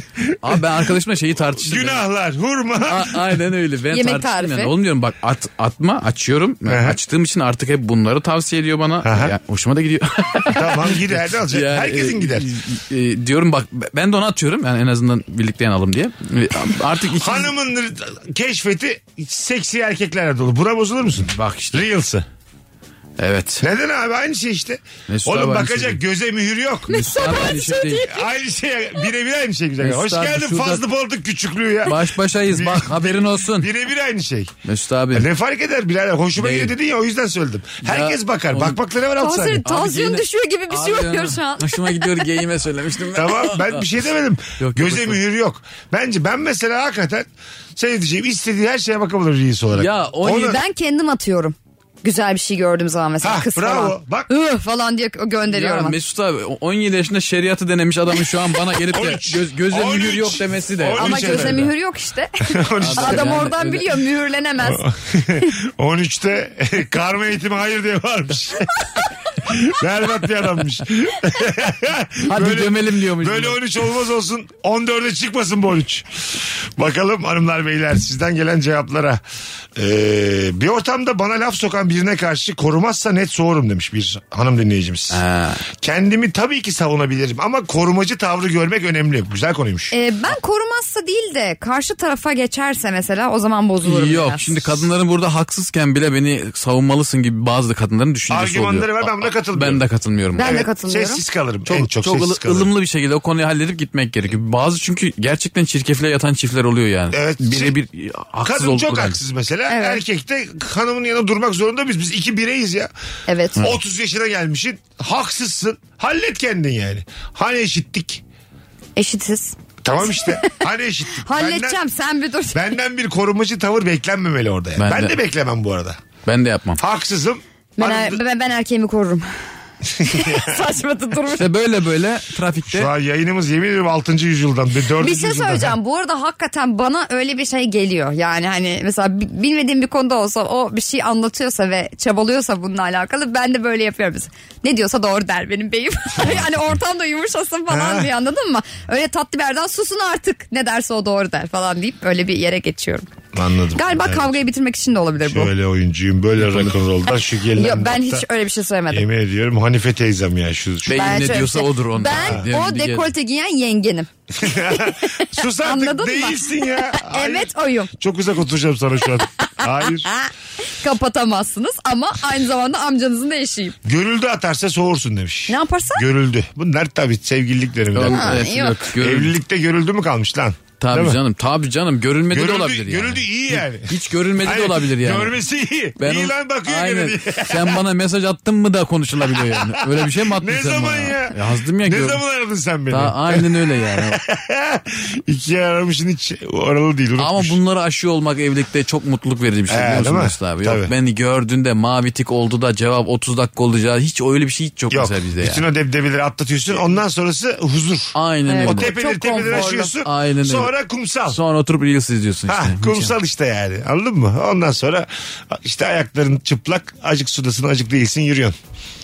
Speaker 5: Abi ben arkadaşımla şeyi tartıştım.
Speaker 3: Günahlar hurma.
Speaker 5: A- aynen öyle. Ben
Speaker 4: Yemek
Speaker 5: Yemek tarifi.
Speaker 4: tarifi.
Speaker 5: Yani. Oğlum diyorum bak at, atma açıyorum. Ben
Speaker 3: Aha.
Speaker 5: açtığım için artık hep bunları tavsiye ediyor bana.
Speaker 3: Aha.
Speaker 5: Ya, hoşuma da gidiyor.
Speaker 3: tamam gider ne olacak?
Speaker 5: Yani,
Speaker 3: Herkesin
Speaker 5: e,
Speaker 3: gider.
Speaker 5: e, e, diyorum bak ben de onu atıyorum. Yani en azından birlikte yanalım diye. E, Artık iki...
Speaker 3: Hanımın keşfeti seksi erkeklerle dolu. Buna bozulur musun?
Speaker 5: Bak işte.
Speaker 3: Reels'ı.
Speaker 5: Evet.
Speaker 3: Neden abi aynı şey işte.
Speaker 5: Mesut
Speaker 3: Oğlum
Speaker 5: abi aynı
Speaker 3: bakacak
Speaker 5: şey değil.
Speaker 3: göze mühür yok.
Speaker 5: Abi aynı şey değil.
Speaker 3: aynı şey birebir aynı şey güzel.
Speaker 5: Mesut
Speaker 3: Hoş
Speaker 5: abi
Speaker 3: geldin
Speaker 5: şurada-
Speaker 3: fazla bolduk küçüklüğü ya.
Speaker 5: Baş başayız bak haberin olsun.
Speaker 3: Birebir aynı şey.
Speaker 5: Mesut abi.
Speaker 3: Ne fark eder birader hoşuma
Speaker 5: Değil.
Speaker 3: gidiyor dedin ya o yüzden söyledim. Herkes bakar.
Speaker 5: oğlum-
Speaker 3: Bakmakla ne var alt saniye?
Speaker 4: Tansiyon, tansiyon
Speaker 5: yine-
Speaker 4: düşüyor gibi bir şey
Speaker 5: Abi
Speaker 4: oluyor
Speaker 5: ya,
Speaker 4: şu an.
Speaker 5: Hoşuma gidiyor geyime söylemiştim. ben.
Speaker 3: [LAUGHS] Tamam ben bir şey demedim.
Speaker 5: [LAUGHS] yok,
Speaker 3: Göze
Speaker 5: yok.
Speaker 3: mühür yok. Bence ben mesela hakikaten seyredeceğim istediği her şeye bakabilir reis olarak.
Speaker 5: Ya o
Speaker 3: Onu- [LAUGHS]
Speaker 4: Ben kendim atıyorum. Güzel bir şey gördüğüm zaman mesela
Speaker 3: Ha,
Speaker 4: kız
Speaker 3: bravo.
Speaker 4: falan.
Speaker 3: Bak.
Speaker 4: "Üh" falan diye
Speaker 5: Ya
Speaker 4: gönderiyorum.
Speaker 5: Mesut abi 17 yaşında şeriatı denemiş adamın şu an bana gelip de
Speaker 3: 13,
Speaker 5: göz, gözle
Speaker 3: 13,
Speaker 5: mühür yok demesi de.
Speaker 3: 13
Speaker 4: Ama
Speaker 3: Öyle
Speaker 4: göze
Speaker 3: şeyler.
Speaker 4: mühür yok
Speaker 5: [LAUGHS]
Speaker 4: işte. Adam
Speaker 5: Yani
Speaker 4: oradan
Speaker 5: öyle-
Speaker 4: biliyor mühürlenemez.
Speaker 5: [LAUGHS]
Speaker 3: [LAUGHS] 13'te karma eğitimi hayır diye varmış. [LAUGHS] Berbat bir adammış.
Speaker 5: [LAUGHS] Hadi gömelim diyormuş.
Speaker 3: Böyle 13 olmaz olsun 14'e çıkmasın bu 13. Bakalım hanımlar beyler sizden gelen cevaplara. Ee, bir ortamda bana laf sokan birine karşı korumazsa net soğurum demiş bir hanım dinleyicimiz.
Speaker 5: Ha.
Speaker 3: Kendimi tabii ki savunabilirim ama korumacı tavrı görmek önemli. Güzel konuymuş.
Speaker 4: Ee, ben korumazsa değil de karşı tarafa geçerse mesela o zaman bozulurum
Speaker 5: Yok
Speaker 4: biraz.
Speaker 5: şimdi kadınların burada haksızken bile beni savunmalısın gibi bazı kadınların düşüncesi oluyor.
Speaker 3: Argümanları var, ben buna katılmıyorum.
Speaker 5: Ben de katılmıyorum.
Speaker 4: Ben de
Speaker 3: Evet,
Speaker 4: katılıyorum.
Speaker 3: Sessiz kalırım.
Speaker 5: çok,
Speaker 3: en
Speaker 5: çok,
Speaker 3: çok, sessiz
Speaker 5: ılı-
Speaker 3: kalırım.
Speaker 5: ılımlı bir şekilde o konuyu halledip gitmek gerekiyor. Bazı çünkü gerçekten çirkefle yatan çiftler oluyor yani.
Speaker 3: Evet.
Speaker 5: Birebir haksız
Speaker 3: Kadın çok
Speaker 5: oldukları.
Speaker 3: haksız mesela.
Speaker 4: Evet.
Speaker 3: Erkek de hanımın yanında durmak zorunda biz. Biz iki bireyiz ya.
Speaker 4: Evet.
Speaker 3: 30 yaşına gelmişsin. Haksızsın. Hallet kendin yani. Hani eşittik.
Speaker 4: Eşitiz.
Speaker 3: Tamam
Speaker 4: [LAUGHS]
Speaker 3: işte. Hani eşittik.
Speaker 4: Halledeceğim
Speaker 3: Benden,
Speaker 4: sen bir dur.
Speaker 3: benden bir korumacı tavır beklenmemeli orada. Yani.
Speaker 5: Ben
Speaker 3: Ben, de,
Speaker 5: de-
Speaker 3: beklemem bu arada.
Speaker 5: Ben de yapmam.
Speaker 3: Haksızım.
Speaker 4: Ben,
Speaker 3: Hanım-
Speaker 5: [LAUGHS]
Speaker 4: ben, ben erkeğimi korurum. Saçma tutturmuş.
Speaker 5: İşte böyle böyle
Speaker 3: Şu
Speaker 5: trafikte
Speaker 3: an yayınımız yemin ederim 6. yüzyıldan. 4.
Speaker 4: Bir şey söyleyeceğim. Bu arada hakikaten bana öyle bir şey geliyor. Yani hani mesela bi- bilmediğim bir konuda olsa o bir şey anlatıyorsa ve çabalıyorsa bununla alakalı ben de böyle yapıyorum. Mesela Ne diyorsa doğru der benim beyim. [LAUGHS] hani ortamda yumuşasın
Speaker 3: Ha.
Speaker 4: falan diye anladın mı? Öyle tatlı bir yerden susun artık. Ne derse o doğru der falan deyip öyle bir yere geçiyorum.
Speaker 3: [LAUGHS] Anladım.
Speaker 4: Galiba
Speaker 3: Evet.
Speaker 4: kavgayı bitirmek için de olabilir bu.
Speaker 3: Şöyle oyuncuyum böyle rock'n'roll'dan
Speaker 4: [LAUGHS]
Speaker 3: şu gelin
Speaker 4: Yok, ben
Speaker 3: anlatta.
Speaker 4: hiç öyle bir şey söylemedim.
Speaker 3: Yemin ediyorum Hanife teyzem ya şu. şu-
Speaker 5: Beyin
Speaker 4: Ben
Speaker 5: ne
Speaker 4: şöyle
Speaker 5: diyorsa
Speaker 4: bir şey-
Speaker 5: odur onda.
Speaker 4: Ben
Speaker 5: Yani
Speaker 4: o
Speaker 5: bir-
Speaker 4: dekolte giyen yengenim.
Speaker 3: [LAUGHS] Sus artık
Speaker 4: Anladın mı?
Speaker 3: değilsin ya. Hayır.
Speaker 4: [LAUGHS] Evet oyum.
Speaker 3: Çok uzak oturacağım sana
Speaker 4: [LAUGHS]
Speaker 3: şu an. Hayır.
Speaker 4: Kapatamazsınız ama aynı zamanda amcanızın da eşiyim.
Speaker 3: Görüldü atarsa soğursun demiş.
Speaker 4: Ne yaparsa?
Speaker 3: Görüldü. Bunlar tabii sevgililik
Speaker 5: Yok,
Speaker 3: döneminde.
Speaker 5: evet,
Speaker 4: yok.
Speaker 5: yok. Görül-
Speaker 3: Evlilikte görüldü mü kalmış lan? Değil
Speaker 5: Tabii
Speaker 3: mi?
Speaker 5: canım, tabii canım. Görülmedi
Speaker 3: Görüldü,
Speaker 5: de olabilir yani.
Speaker 3: görüldü iyi yani.
Speaker 5: Hiç görülmedi de
Speaker 3: Hayır,
Speaker 5: olabilir yani.
Speaker 3: Görmesi iyi. iyi
Speaker 5: o-
Speaker 3: lan bakıyor
Speaker 5: Aynen.
Speaker 3: gene diye. [LAUGHS]
Speaker 5: [LAUGHS] Sen bana mesaj attın mı da konuşulabiliyor yani. Öyle bir şey mi attın
Speaker 3: Ne
Speaker 5: sen
Speaker 3: zaman
Speaker 5: bana? E,
Speaker 3: ya?
Speaker 5: Yazdım ya.
Speaker 3: Ne
Speaker 5: gör-
Speaker 3: zaman aradın sen beni?
Speaker 5: Ta- aynen
Speaker 3: [LAUGHS]
Speaker 5: öyle yani.
Speaker 3: İkiye aramışın hiç oralı değil. Unutmuş.
Speaker 5: Ama bunları aşıyor olmak evlilikte çok mutluluk verici bir şey
Speaker 3: Ee,
Speaker 5: biliyor musun
Speaker 3: değil mi?
Speaker 5: Mesut abi? Yok
Speaker 3: Tabii.
Speaker 5: beni gördüğünde mavi tik oldu da cevap 30 dakika olacağı hiç öyle bir şey hiç yok,
Speaker 3: Yok.
Speaker 5: mesela bizde
Speaker 3: bütün
Speaker 5: yani.
Speaker 3: o debdebeleri atlatıyorsun. Ondan sonrası huzur.
Speaker 5: Aynen
Speaker 4: Evet.
Speaker 3: O
Speaker 5: öyle.
Speaker 3: tepeleri
Speaker 4: Çok
Speaker 3: tepeleri
Speaker 4: konforlu.
Speaker 3: aşıyorsun.
Speaker 5: Aynen öyle.
Speaker 3: sonra kumsal.
Speaker 5: Sonra oturup Reels izliyorsun işte.
Speaker 3: Ha,
Speaker 5: Hiç
Speaker 3: kumsal işte yani anladın mı? Ondan sonra işte ayakların çıplak acık sudasın acık değilsin yürüyorsun.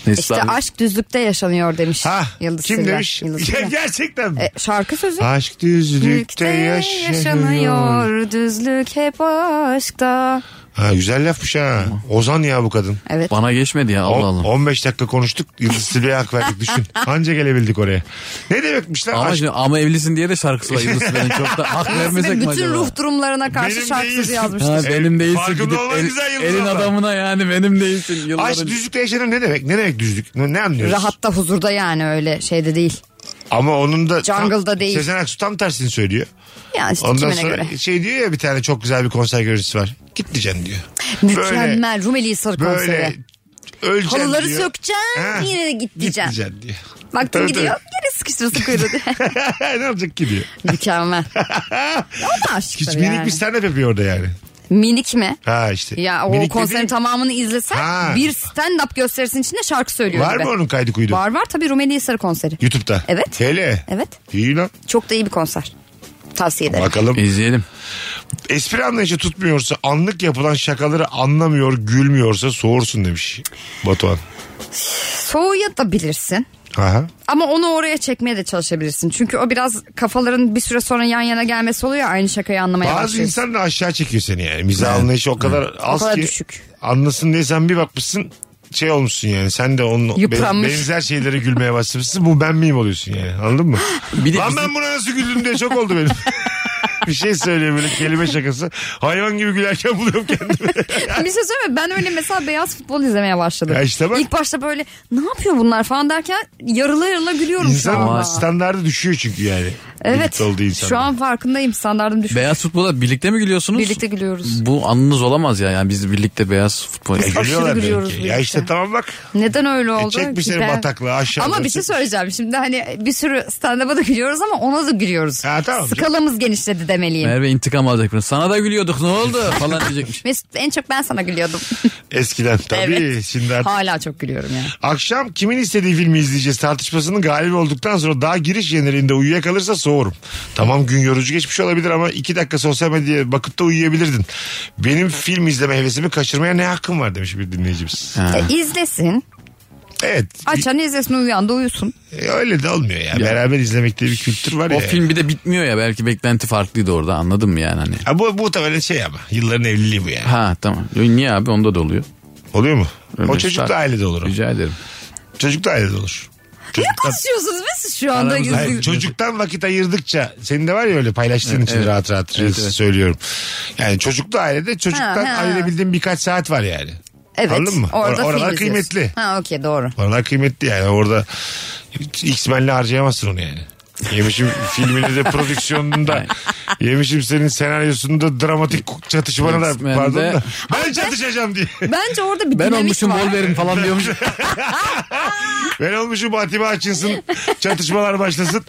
Speaker 5: Mesut
Speaker 4: İşte
Speaker 5: abi.
Speaker 4: aşk düzlükte yaşanıyor demiş.
Speaker 3: Ha,
Speaker 4: Yıldız
Speaker 3: kim
Speaker 4: Tilbe.
Speaker 3: demiş?
Speaker 4: Yıldız
Speaker 3: Ya,
Speaker 4: Tilbe.
Speaker 3: Gerçekten mi?
Speaker 4: E, şarkı sözü.
Speaker 3: Aşk düzlükte yaşanıyor.
Speaker 4: yaşanıyor düzlük hep aşkta.
Speaker 3: Ha, güzel lafmış ha. Ozan ya bu kadın.
Speaker 4: Evet.
Speaker 5: Bana geçmedi ya Allah
Speaker 3: On-
Speaker 5: Allah.
Speaker 3: 15 dakika konuştuk. Yıldız Tilbe'ye hak verdik [LAUGHS] düşün. Anca gelebildik oraya. Ne demekmiş lan?
Speaker 5: Ama,
Speaker 3: aşk-
Speaker 5: şimdi, ama evlisin diye de şarkısıyla Yıldız Tilbe'nin çok da hak vermesek mi
Speaker 4: Bütün
Speaker 5: acaba?
Speaker 4: ruh durumlarına karşı
Speaker 3: Benim
Speaker 4: şarkı sözü
Speaker 3: değilsin.
Speaker 5: Ha,
Speaker 4: yazmıştır.
Speaker 3: Evet,
Speaker 5: benim değilsin
Speaker 3: Şey, farkında
Speaker 5: gidip
Speaker 3: olmak
Speaker 5: el-
Speaker 3: güzel Yıldız
Speaker 5: elin
Speaker 3: abla.
Speaker 5: adamına yani benim değilsin. Yılların...
Speaker 3: Aşk düzlükte yaşanıyor ne demek? Ne demek düzlük? Ne, ne anlıyoruz?
Speaker 4: Rahatta huzurda yani öyle şeyde değil.
Speaker 3: Ama onun da...
Speaker 4: Jungle'da
Speaker 3: tam-
Speaker 4: değil.
Speaker 3: Sezen Aksu tam tersini söylüyor.
Speaker 4: Yani işte
Speaker 3: Ondan
Speaker 4: kimine
Speaker 3: sonra
Speaker 4: göre.
Speaker 3: şey diyor ya bir tane çok güzel bir konser görüntüsü var. Git diyeceğim diyor.
Speaker 4: Mükemmel Rumeli Sarı
Speaker 3: Böyle
Speaker 4: konseri.
Speaker 3: öleceksin
Speaker 4: Halıları
Speaker 3: diyor. Ha.
Speaker 4: sökeceksin yine de git
Speaker 3: Git
Speaker 4: diyeceksin.
Speaker 3: diyeceksin diyor.
Speaker 4: Baktın
Speaker 3: Tabii,
Speaker 4: gidiyor geri sıkıştırırsın kuyruğu.
Speaker 3: [LAUGHS] ne olacak gidiyor. [LAUGHS]
Speaker 4: Mükemmel. Ya o da aşk
Speaker 3: Hiç
Speaker 4: tabii
Speaker 3: minik
Speaker 4: yani.
Speaker 3: bir stand-up yapıyor orada yani.
Speaker 4: Minik mi?
Speaker 3: Ha işte.
Speaker 4: Ya o
Speaker 3: Minik
Speaker 4: konserin
Speaker 3: dediğim-
Speaker 4: tamamını izlesen
Speaker 3: Ha.
Speaker 4: bir stand-up gösterisinin içinde şarkı söylüyor
Speaker 3: Var
Speaker 4: gibi.
Speaker 3: mı onun kaydı kuydu?
Speaker 4: Var var tabii Rumeli Sarı konseri.
Speaker 3: YouTube'da.
Speaker 4: Evet.
Speaker 3: Hele.
Speaker 4: Evet.
Speaker 3: İyi lan.
Speaker 4: Çok da iyi bir konser. Tavsiye ederim.
Speaker 3: Bakalım.
Speaker 5: İzleyelim.
Speaker 3: Espri anlayışı tutmuyorsa, anlık yapılan şakaları anlamıyor, gülmüyorsa soğursun demiş Batuhan.
Speaker 4: Soğuya da bilirsin.
Speaker 3: Aha.
Speaker 4: Ama onu oraya çekmeye de çalışabilirsin. Çünkü o biraz kafaların bir süre sonra yan yana gelmesi oluyor. ya, Aynı şakayı anlamaya
Speaker 3: Bazı
Speaker 4: başlıyorsun.
Speaker 3: insan da aşağı çekiyor seni yani. Mizah anlayışı o kadar az
Speaker 4: kadar
Speaker 3: ki.
Speaker 4: düşük.
Speaker 3: Anlasın diye sen bir bakmışsın şey olmuşsun yani. Sen de onun ben-
Speaker 4: Yıpranmış.
Speaker 3: benzer şeylere gülmeye başlamışsın. Bu ben miyim oluyorsun yani. Anladın mı?
Speaker 5: [LAUGHS] Bir de
Speaker 3: Lan
Speaker 5: bizim-
Speaker 3: ben buna nasıl güldüm diye çok
Speaker 5: [LAUGHS]
Speaker 3: oldu benim. bir şey söylüyor böyle kelime şakası. Hayvan gibi gülerken buluyorum
Speaker 4: [LAUGHS]
Speaker 3: kendimi.
Speaker 4: bir şey söyleyeyim mi? Ben öyle mesela beyaz futbol izlemeye başladım.
Speaker 3: Ya işte bak.
Speaker 4: İlk başta böyle ne yapıyor bunlar falan derken yarıla yarıla gülüyorum şu
Speaker 3: İnsanın
Speaker 4: an.
Speaker 3: standardı düşüyor çünkü yani.
Speaker 4: Evet.
Speaker 3: Birlikte olduğu insan.
Speaker 4: Şu an farkındayım. Standardım düşük.
Speaker 5: Beyaz futbola birlikte mi gülüyorsunuz?
Speaker 4: Birlikte gülüyoruz.
Speaker 5: Bu anınız olamaz ya. Yani biz birlikte beyaz futbol.
Speaker 3: Ya E, gülüyorlar
Speaker 4: aşırı
Speaker 3: belki.
Speaker 4: gülüyoruz
Speaker 3: Ya
Speaker 4: birlikte.
Speaker 3: işte tamam bak.
Speaker 4: Neden öyle oldu?
Speaker 3: çekmiş
Speaker 4: ki
Speaker 3: seni
Speaker 4: ben-
Speaker 3: bataklığa, aşağıda
Speaker 4: Ama bir şey
Speaker 3: çekmiş.
Speaker 4: söyleyeceğim. Şimdi hani bir sürü stand-up'a da gülüyoruz ama ona da gülüyoruz.
Speaker 3: Ha, tamam.
Speaker 4: Skalamız genişledi demeliyim.
Speaker 5: [LAUGHS] Merve intikam alacak. biraz. Sana da gülüyorduk
Speaker 4: [LAUGHS]
Speaker 5: ne oldu falan diyecekmiş.
Speaker 4: Mesut en çok ben
Speaker 3: [LAUGHS]
Speaker 4: sana gülüyordum.
Speaker 3: Eskiden tabii.
Speaker 4: Evet.
Speaker 3: Şimdi artık
Speaker 4: Hala çok gülüyorum yani.
Speaker 3: Akşam kimin istediği filmi izleyeceğiz tartışmasının galibi olduktan sonra daha giriş yenerinde uyuyakalırsa soğurum. Tamam gün yorucu geçmiş olabilir ama iki dakika sosyal medyaya bakıp da uyuyabilirdin. Benim film izleme hevesimi kaçırmaya ne hakkım var demiş bir dinleyicimiz.
Speaker 4: E, izlesin.
Speaker 3: Evet
Speaker 4: Açan izlesin uyuyan da uyusun.
Speaker 3: e, öyle de olmuyor ya. Beraber izlemek diye bir kültür var ya.
Speaker 5: O film bir de bitmiyor ya. Belki beklenti farklıydı orada anladın mı yani hani.
Speaker 3: Ha, bu muhtemelen şey ama yılların evliliği bu yani.
Speaker 5: Ha tamam. Niye abi onda da oluyor.
Speaker 3: Oluyor mu? o
Speaker 5: Öyle
Speaker 3: çocuk
Speaker 5: tar-
Speaker 3: da ailede olur. o.
Speaker 5: Rica ederim.
Speaker 3: Çocuk da ailede olur. Çocuk da-
Speaker 4: Konuşuyorsunuz ve siz şu anda
Speaker 5: Aramızda-
Speaker 3: Hayır,
Speaker 4: gizli.
Speaker 3: çocuktan vakit ayırdıkça senin de var ya öyle paylaştığın için
Speaker 5: evet.
Speaker 3: rahat rahat reels
Speaker 5: evet.
Speaker 3: söylüyorum. Yani çocuklu ailede çocuktan
Speaker 4: Ha, ha.
Speaker 3: ayırabildiğin birkaç saat var yani.
Speaker 4: Evet.
Speaker 3: Anladın mı?
Speaker 4: Orada
Speaker 3: Or-
Speaker 4: film
Speaker 3: oralar
Speaker 4: izliyorsun.
Speaker 3: kıymetli.
Speaker 4: Ha
Speaker 3: [LAUGHS]
Speaker 4: okey doğru.
Speaker 3: Oralar kıymetli yani orada X-Men'le harcayamazsın onu yani. Yemişim filmini de prodüksiyonunda yemişim senin senaryosunda dramatik çatışmanı da
Speaker 5: X-Men'de-
Speaker 3: pardon da ben çatışacağım diye.
Speaker 4: Bence orada bir
Speaker 5: Ben
Speaker 4: dinamik
Speaker 5: olmuşum
Speaker 4: var.
Speaker 5: bol verin
Speaker 3: [LAUGHS]
Speaker 5: falan diyormuş.
Speaker 3: Ben olmuşum Atiba açınsın çatışmalar başlasın.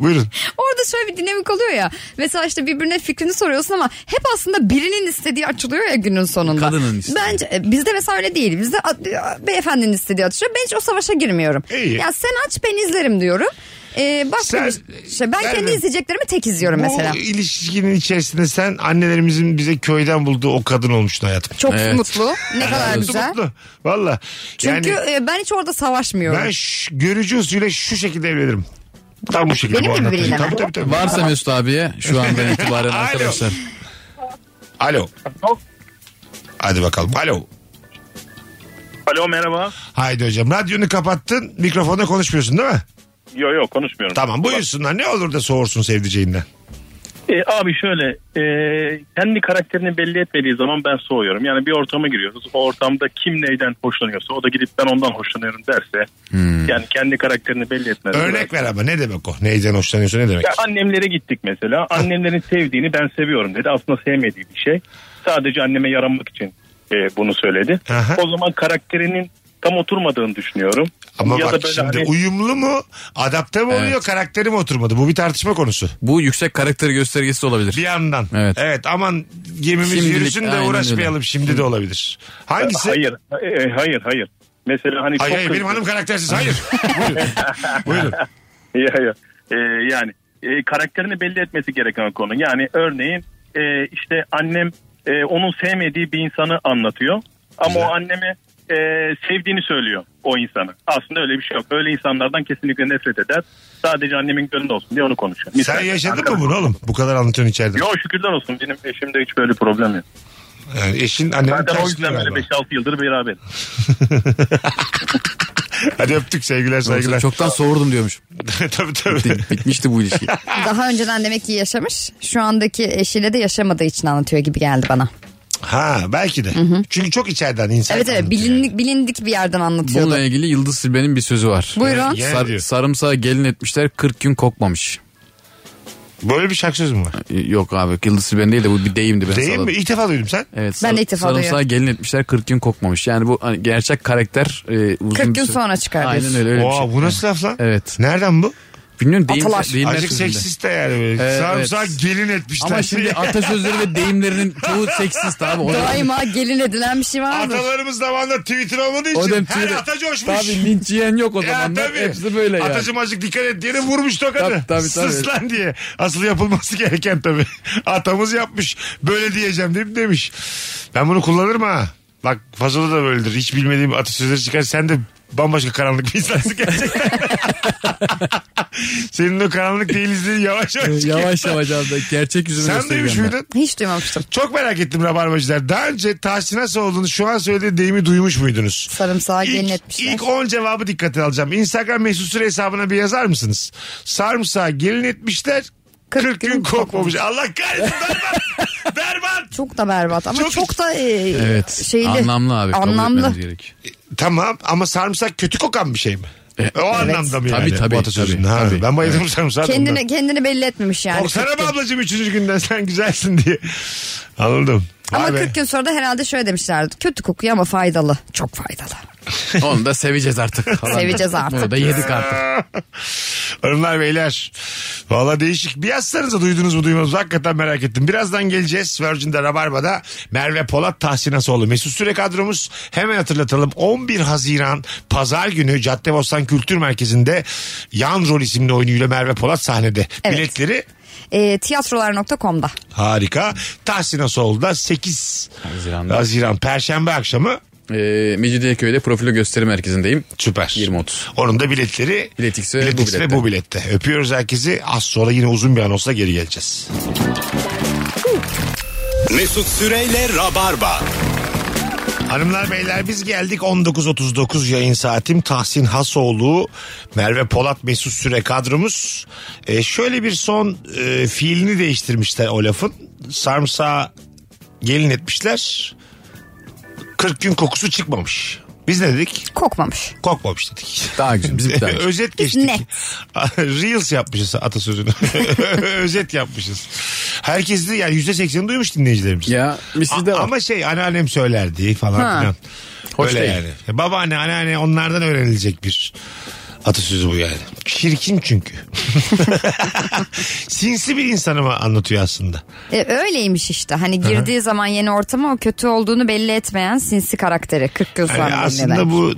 Speaker 3: Buyurun.
Speaker 4: Orada şöyle bir dinamik oluyor ya. Mesela işte birbirine fikrini soruyorsun ama hep aslında birinin istediği açılıyor ya günün sonunda.
Speaker 5: Kadının istediği.
Speaker 4: Bence e, bizde mesela öyle değil. Bizde a- e, beyefendinin istediği açılıyor. Ben hiç o savaşa girmiyorum.
Speaker 3: İyi.
Speaker 4: Ya sen aç ben izlerim diyorum. Ee, başka
Speaker 3: Sen-
Speaker 4: bir şey. Ben
Speaker 3: sen
Speaker 4: kendi
Speaker 3: de-
Speaker 4: izleyeceklerimi tek izliyorum mesela.
Speaker 3: Bu ilişkinin içerisinde sen annelerimizin bize köyden bulduğu o kadın olmuştun hayatım.
Speaker 4: Çok
Speaker 5: Evet.
Speaker 4: mutlu. Ne kadar güzel.
Speaker 3: Mutlu. Valla.
Speaker 4: Çünkü
Speaker 3: yani
Speaker 4: e, ben hiç orada savaşmıyorum. [LAUGHS]
Speaker 3: ben şu- görücü usulüyle şu şekilde evlenirim. Tam bu şekilde.
Speaker 4: Benim
Speaker 3: bu
Speaker 4: de
Speaker 3: anlattığım.
Speaker 4: birbiriyle
Speaker 3: Tabii
Speaker 4: mi?
Speaker 3: tabii tabii.
Speaker 5: Varsa Mesut abiye şu andan itibaren
Speaker 3: Alo.
Speaker 5: arkadaşlar.
Speaker 3: Alo.
Speaker 7: Alo.
Speaker 3: Hadi bakalım. Alo.
Speaker 7: Alo merhaba.
Speaker 3: Haydi hocam. Radyonu kapattın. Mikrofonda konuşmuyorsun değil mi?
Speaker 7: Yo yo konuşmuyorum.
Speaker 3: Tamam buyursunlar. Ne olur da soğursun sevdiceğinden.
Speaker 7: E, abi şöyle e, kendi karakterini belli etmediği zaman ben soğuyorum. Yani bir ortama giriyoruz. O ortamda kim neyden hoşlanıyorsa o da gidip ben ondan hoşlanıyorum derse. Yani kendi karakterini belli etmez.
Speaker 3: Hmm. Örnek ver ama ne demek o? Neyden hoşlanıyorsun ne demek?
Speaker 7: Ya annemlere gittik mesela. Annemlerin sevdiğini ben seviyorum dedi. Aslında sevmediği bir şey. Sadece anneme yaranmak için e, bunu söyledi.
Speaker 3: Aha.
Speaker 7: O zaman karakterinin tam oturmadığını düşünüyorum.
Speaker 3: Ama
Speaker 7: Ya da
Speaker 3: bak
Speaker 7: böyle
Speaker 3: şimdi
Speaker 7: hani-
Speaker 3: uyumlu mu? Adapte mi oluyor?
Speaker 5: Evet.
Speaker 3: Karakteri mi oturmadı? Bu bir tartışma konusu.
Speaker 5: Bu yüksek karakter göstergesi de olabilir.
Speaker 3: Bir yandan.
Speaker 5: Evet.
Speaker 3: aman gemimiz
Speaker 5: Şimdilik
Speaker 3: yürüsün de
Speaker 5: aynen öyle.
Speaker 3: uğraşmayalım şimdi de olabilir. Hangisi?
Speaker 7: Hayır, e, hayır, hayır. Mesela hani
Speaker 3: Hayır
Speaker 7: çok
Speaker 3: hayır benim
Speaker 7: kızdı.
Speaker 3: hanım karaktersiz
Speaker 7: [LAUGHS]
Speaker 3: hayır. Buyurun. Buyurun.
Speaker 7: Ya, ya. Ee, yani e, karakterini belli etmesi gereken konu. Yani örneğin e, işte annem e, onun sevmediği bir insanı anlatıyor. Ama
Speaker 3: Güzel.
Speaker 7: o anneme e, sevdiğini söylüyor o insanı. Aslında öyle bir şey yok. Öyle insanlardan kesinlikle nefret eder. Sadece annemin gönlü olsun diye onu konuşuyor.
Speaker 3: Sen
Speaker 7: Misal.
Speaker 3: yaşadın mı bunu oğlum? Bu kadar anlatıyorsun içeride.
Speaker 7: Yo şükürler olsun benim eşimde hiç böyle problem yok.
Speaker 3: Yani eşin annemin
Speaker 7: Zaten o
Speaker 3: tersi
Speaker 7: yüzden böyle
Speaker 3: galiba.
Speaker 7: 5-6 yıldır beraberiz.
Speaker 3: Hadi öptük sevgiler
Speaker 5: Yoksa
Speaker 3: saygılar. [LAUGHS]
Speaker 5: çoktan soğurdum diyormuş.
Speaker 3: tabii tabii.
Speaker 5: Bit- Bitmişti bu ilişki.
Speaker 4: Daha önceden demek ki yaşamış. Şu andaki eşiyle de yaşamadığı için anlatıyor gibi geldi bana.
Speaker 3: Ha belki de. Çünkü çok içeriden insan.
Speaker 4: Evet evet
Speaker 3: anlatıyor.
Speaker 4: bilindik, bilindik bir yerden anlatıyordu.
Speaker 5: Bununla ilgili Yıldız Silbe'nin bir sözü var.
Speaker 4: Buyurun.
Speaker 3: Ye-
Speaker 5: Sar-
Speaker 3: diyor.
Speaker 5: sarımsağı gelin etmişler 40 gün kokmamış.
Speaker 3: Böyle bir şarkı sözü mü var?
Speaker 5: Ee, Yok abi Yıldız Silbe'nin değil de bu bir deyimdi ben
Speaker 3: Değil
Speaker 5: salladım.
Speaker 3: mi? İlk defa duydum sen.
Speaker 5: Evet,
Speaker 4: Ben
Speaker 5: sar-
Speaker 4: de itifadayı-
Speaker 5: Sarımsağı gelin etmişler 40 gün kokmamış. Yani bu hani gerçek karakter e, uzun
Speaker 4: 40
Speaker 5: bir
Speaker 4: gün
Speaker 5: süre-
Speaker 4: sonra çıkar
Speaker 5: Aynen
Speaker 4: diyorsun.
Speaker 5: öyle, öyle bir
Speaker 3: Oha
Speaker 5: şey.
Speaker 3: bu nasıl laf lan?
Speaker 5: Evet.
Speaker 3: Nereden bu?
Speaker 5: Bilmiyorum deyim,
Speaker 4: Atalar.
Speaker 5: deyimler
Speaker 3: Azıcık
Speaker 5: sözünde. Ee,
Speaker 3: seksist de yani. Böyle.
Speaker 5: Evet.
Speaker 3: Sarımsak gelin etmişler. [LAUGHS]
Speaker 5: Ama şimdi atasözleri ve deyimlerinin çoğu seksist abi. O da-
Speaker 4: Daima gelin edilen bir şey vardır.
Speaker 3: Atalarımız zamanında Twitter olmadığı için
Speaker 5: o da
Speaker 3: her ata coşmuş.
Speaker 5: Tabii linç yiyen yok o
Speaker 3: Ya
Speaker 5: zaman. da.
Speaker 3: tabii.
Speaker 5: Hepsi böyle yani.
Speaker 3: Atacım azıcık dikkat et diye de vurmuş tokadı.
Speaker 5: Tabii, tabii, tabii.
Speaker 3: Sus lan diye. Asıl yapılması [LAUGHS] gereken tabii. Atamız yapmış. Böyle diyeceğim deyip demiş. Ben bunu kullanırım ha. Bak fazla da böyledir. Hiç bilmediğim atasözleri çıkar. Sen de bambaşka karanlık bir insansın gerçekten.
Speaker 5: [LAUGHS]
Speaker 3: Senin o karanlık değilizliği yavaş yavaş çıkıyor.
Speaker 5: Yavaş yavaş abi. Gerçek yüzünü
Speaker 3: Sen
Speaker 5: göstereceğim
Speaker 3: duymuş
Speaker 5: ben.
Speaker 3: muydun?
Speaker 4: Hiç duymamıştım.
Speaker 3: Çok merak ettim Rabarbacılar. Daha önce Tahsin Asoğlu'nun şu an söylediği deyimi duymuş muydunuz?
Speaker 4: Sarımsağı gelin
Speaker 3: İlk,
Speaker 4: etmişler.
Speaker 3: ilk 10 cevabı dikkate alacağım. Instagram mesut süre hesabına bir yazar mısınız? Sarımsağı gelin etmişler. 40,
Speaker 4: 40
Speaker 3: gün,
Speaker 4: gün
Speaker 3: kokmamış. Allah kahretsin berbat. berbat.
Speaker 4: Çok da berbat ama
Speaker 3: Çok-
Speaker 4: çok, da e,
Speaker 5: Evet.
Speaker 4: şeyli.
Speaker 5: Anlamlı abi. kabul
Speaker 4: Anlamlı.
Speaker 5: etmemiz gerek.
Speaker 3: Tamam ama sarımsak kötü kokan bir şey mi? o anlamda mı yani?
Speaker 5: E, Tabii, tabii,
Speaker 3: bu atasözünün?
Speaker 5: tabii,
Speaker 3: Ha,
Speaker 5: tabii.
Speaker 3: Ben bayılırım sarımsağa. bundan.
Speaker 4: Kendini, kendini belli etmemiş yani.
Speaker 3: Korksana
Speaker 4: Kırk
Speaker 3: be
Speaker 4: gün.
Speaker 3: ablacığım 3. günden sen güzelsin diye. Anladım.
Speaker 4: Ama
Speaker 3: Vay be.
Speaker 4: 40 gün sonra da herhalde şöyle demişlerdi. Kötü kokuyor ama faydalı. Çok faydalı.
Speaker 5: Onu da
Speaker 4: [LAUGHS]
Speaker 5: seveceğiz artık. falan.
Speaker 4: Seveceğiz artık.
Speaker 5: Bunu da yedik artık.
Speaker 3: Hanımlar beyler. Valla değişik. Bir yazsanıza duydunuz mu duymadınız mı? Hakikaten merak ettim. Birazdan geleceğiz. Virgin'de Rabarba'da Merve Polat Tahsin Asoğlu. Mesut Süre kadromuz. Hemen hatırlatalım. 11 Haziran Pazar günü Caddebostan Kültür Merkezi'nde Yan Rol isimli oyunuyla Merve Polat sahnede.
Speaker 4: Evet.
Speaker 3: Biletleri
Speaker 4: E, tiyatrolar.com'da.
Speaker 3: harika. Tahsin Asoğlu'da 8
Speaker 5: Haziran'da.
Speaker 3: Haziran Perşembe akşamı
Speaker 5: Ee, Mecidiyeköy'de profilo gösteri merkezindeyim.
Speaker 3: Süper.
Speaker 5: 20-30.
Speaker 3: Onun da biletleri
Speaker 5: Bilet X'e bu
Speaker 3: X'e
Speaker 5: bilette.
Speaker 3: bu bilette. Öpüyoruz herkesi. Az sonra yine uzun bir anonsla geri geleceğiz.
Speaker 2: Mesut Süreyle Rabarba.
Speaker 3: Hanımlar beyler biz geldik 19.39 yayın saatim Tahsin Hasoğlu Merve Polat Mesut Süre kadromuz Ee, şöyle bir son e, fiilini değiştirmişler o lafın sarımsağı gelin etmişler 40 gün kokusu çıkmamış biz ne dedik
Speaker 4: Kokmamış.
Speaker 3: kokmamış dedik.
Speaker 5: Daha güzel. Bizim daha
Speaker 3: [LAUGHS]
Speaker 5: güzel.
Speaker 3: Özet geçtik. Ah,
Speaker 4: Net.
Speaker 3: Reels yapmışız atasözünü. [LAUGHS] Özet yapmışız. Herkes de yani %80'ini duymuş dinleyicilerimiz.
Speaker 5: Ya bir sizde
Speaker 3: A-
Speaker 5: var.
Speaker 3: Ama şey anneannem söylerdi falan
Speaker 4: Ha.
Speaker 3: filan.
Speaker 5: Hoş
Speaker 3: Öyle
Speaker 5: değil.
Speaker 3: yani. Babaanne anneanne onlardan öğrenilecek bir Atasözü bu yani. Çirkin çünkü. [LAUGHS] Sinsi bir insanıma anlatıyor aslında.
Speaker 4: E, öyleymiş işte. Hani girdiği zaman yeni ortama o kötü olduğunu belli etmeyen sinsi karakteri. 40 yıl
Speaker 3: Yani
Speaker 4: sonra
Speaker 3: E, aslında
Speaker 4: bilinen.
Speaker 3: bu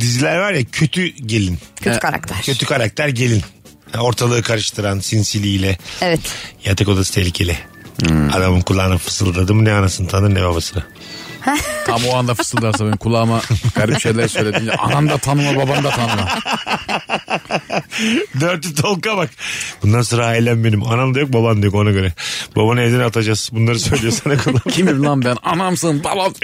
Speaker 3: diziler var ya kötü gelin.
Speaker 4: Kötü
Speaker 5: E,
Speaker 4: karakter.
Speaker 3: Kötü karakter gelin. Ortalığı karıştıran sinsiliğiyle.
Speaker 4: Evet.
Speaker 3: Yatak odası tehlikeli.
Speaker 5: Hmm.
Speaker 3: Adamın kulağına fısıldadım ne anasını tanır ne babasını.
Speaker 5: Tam o anda fısıldarsa benim kulağıma garip şeyler söylediğinde anam da tanıma babam da tanıma.
Speaker 3: Dörtü tolka bak. Bundan sonra ailem benim. Anam da yok baban da yok ona göre. Babanı evden atacağız. Bunları söylüyor sana
Speaker 4: [LAUGHS]
Speaker 3: kulağım.
Speaker 5: Kimim lan ben anamsın babam.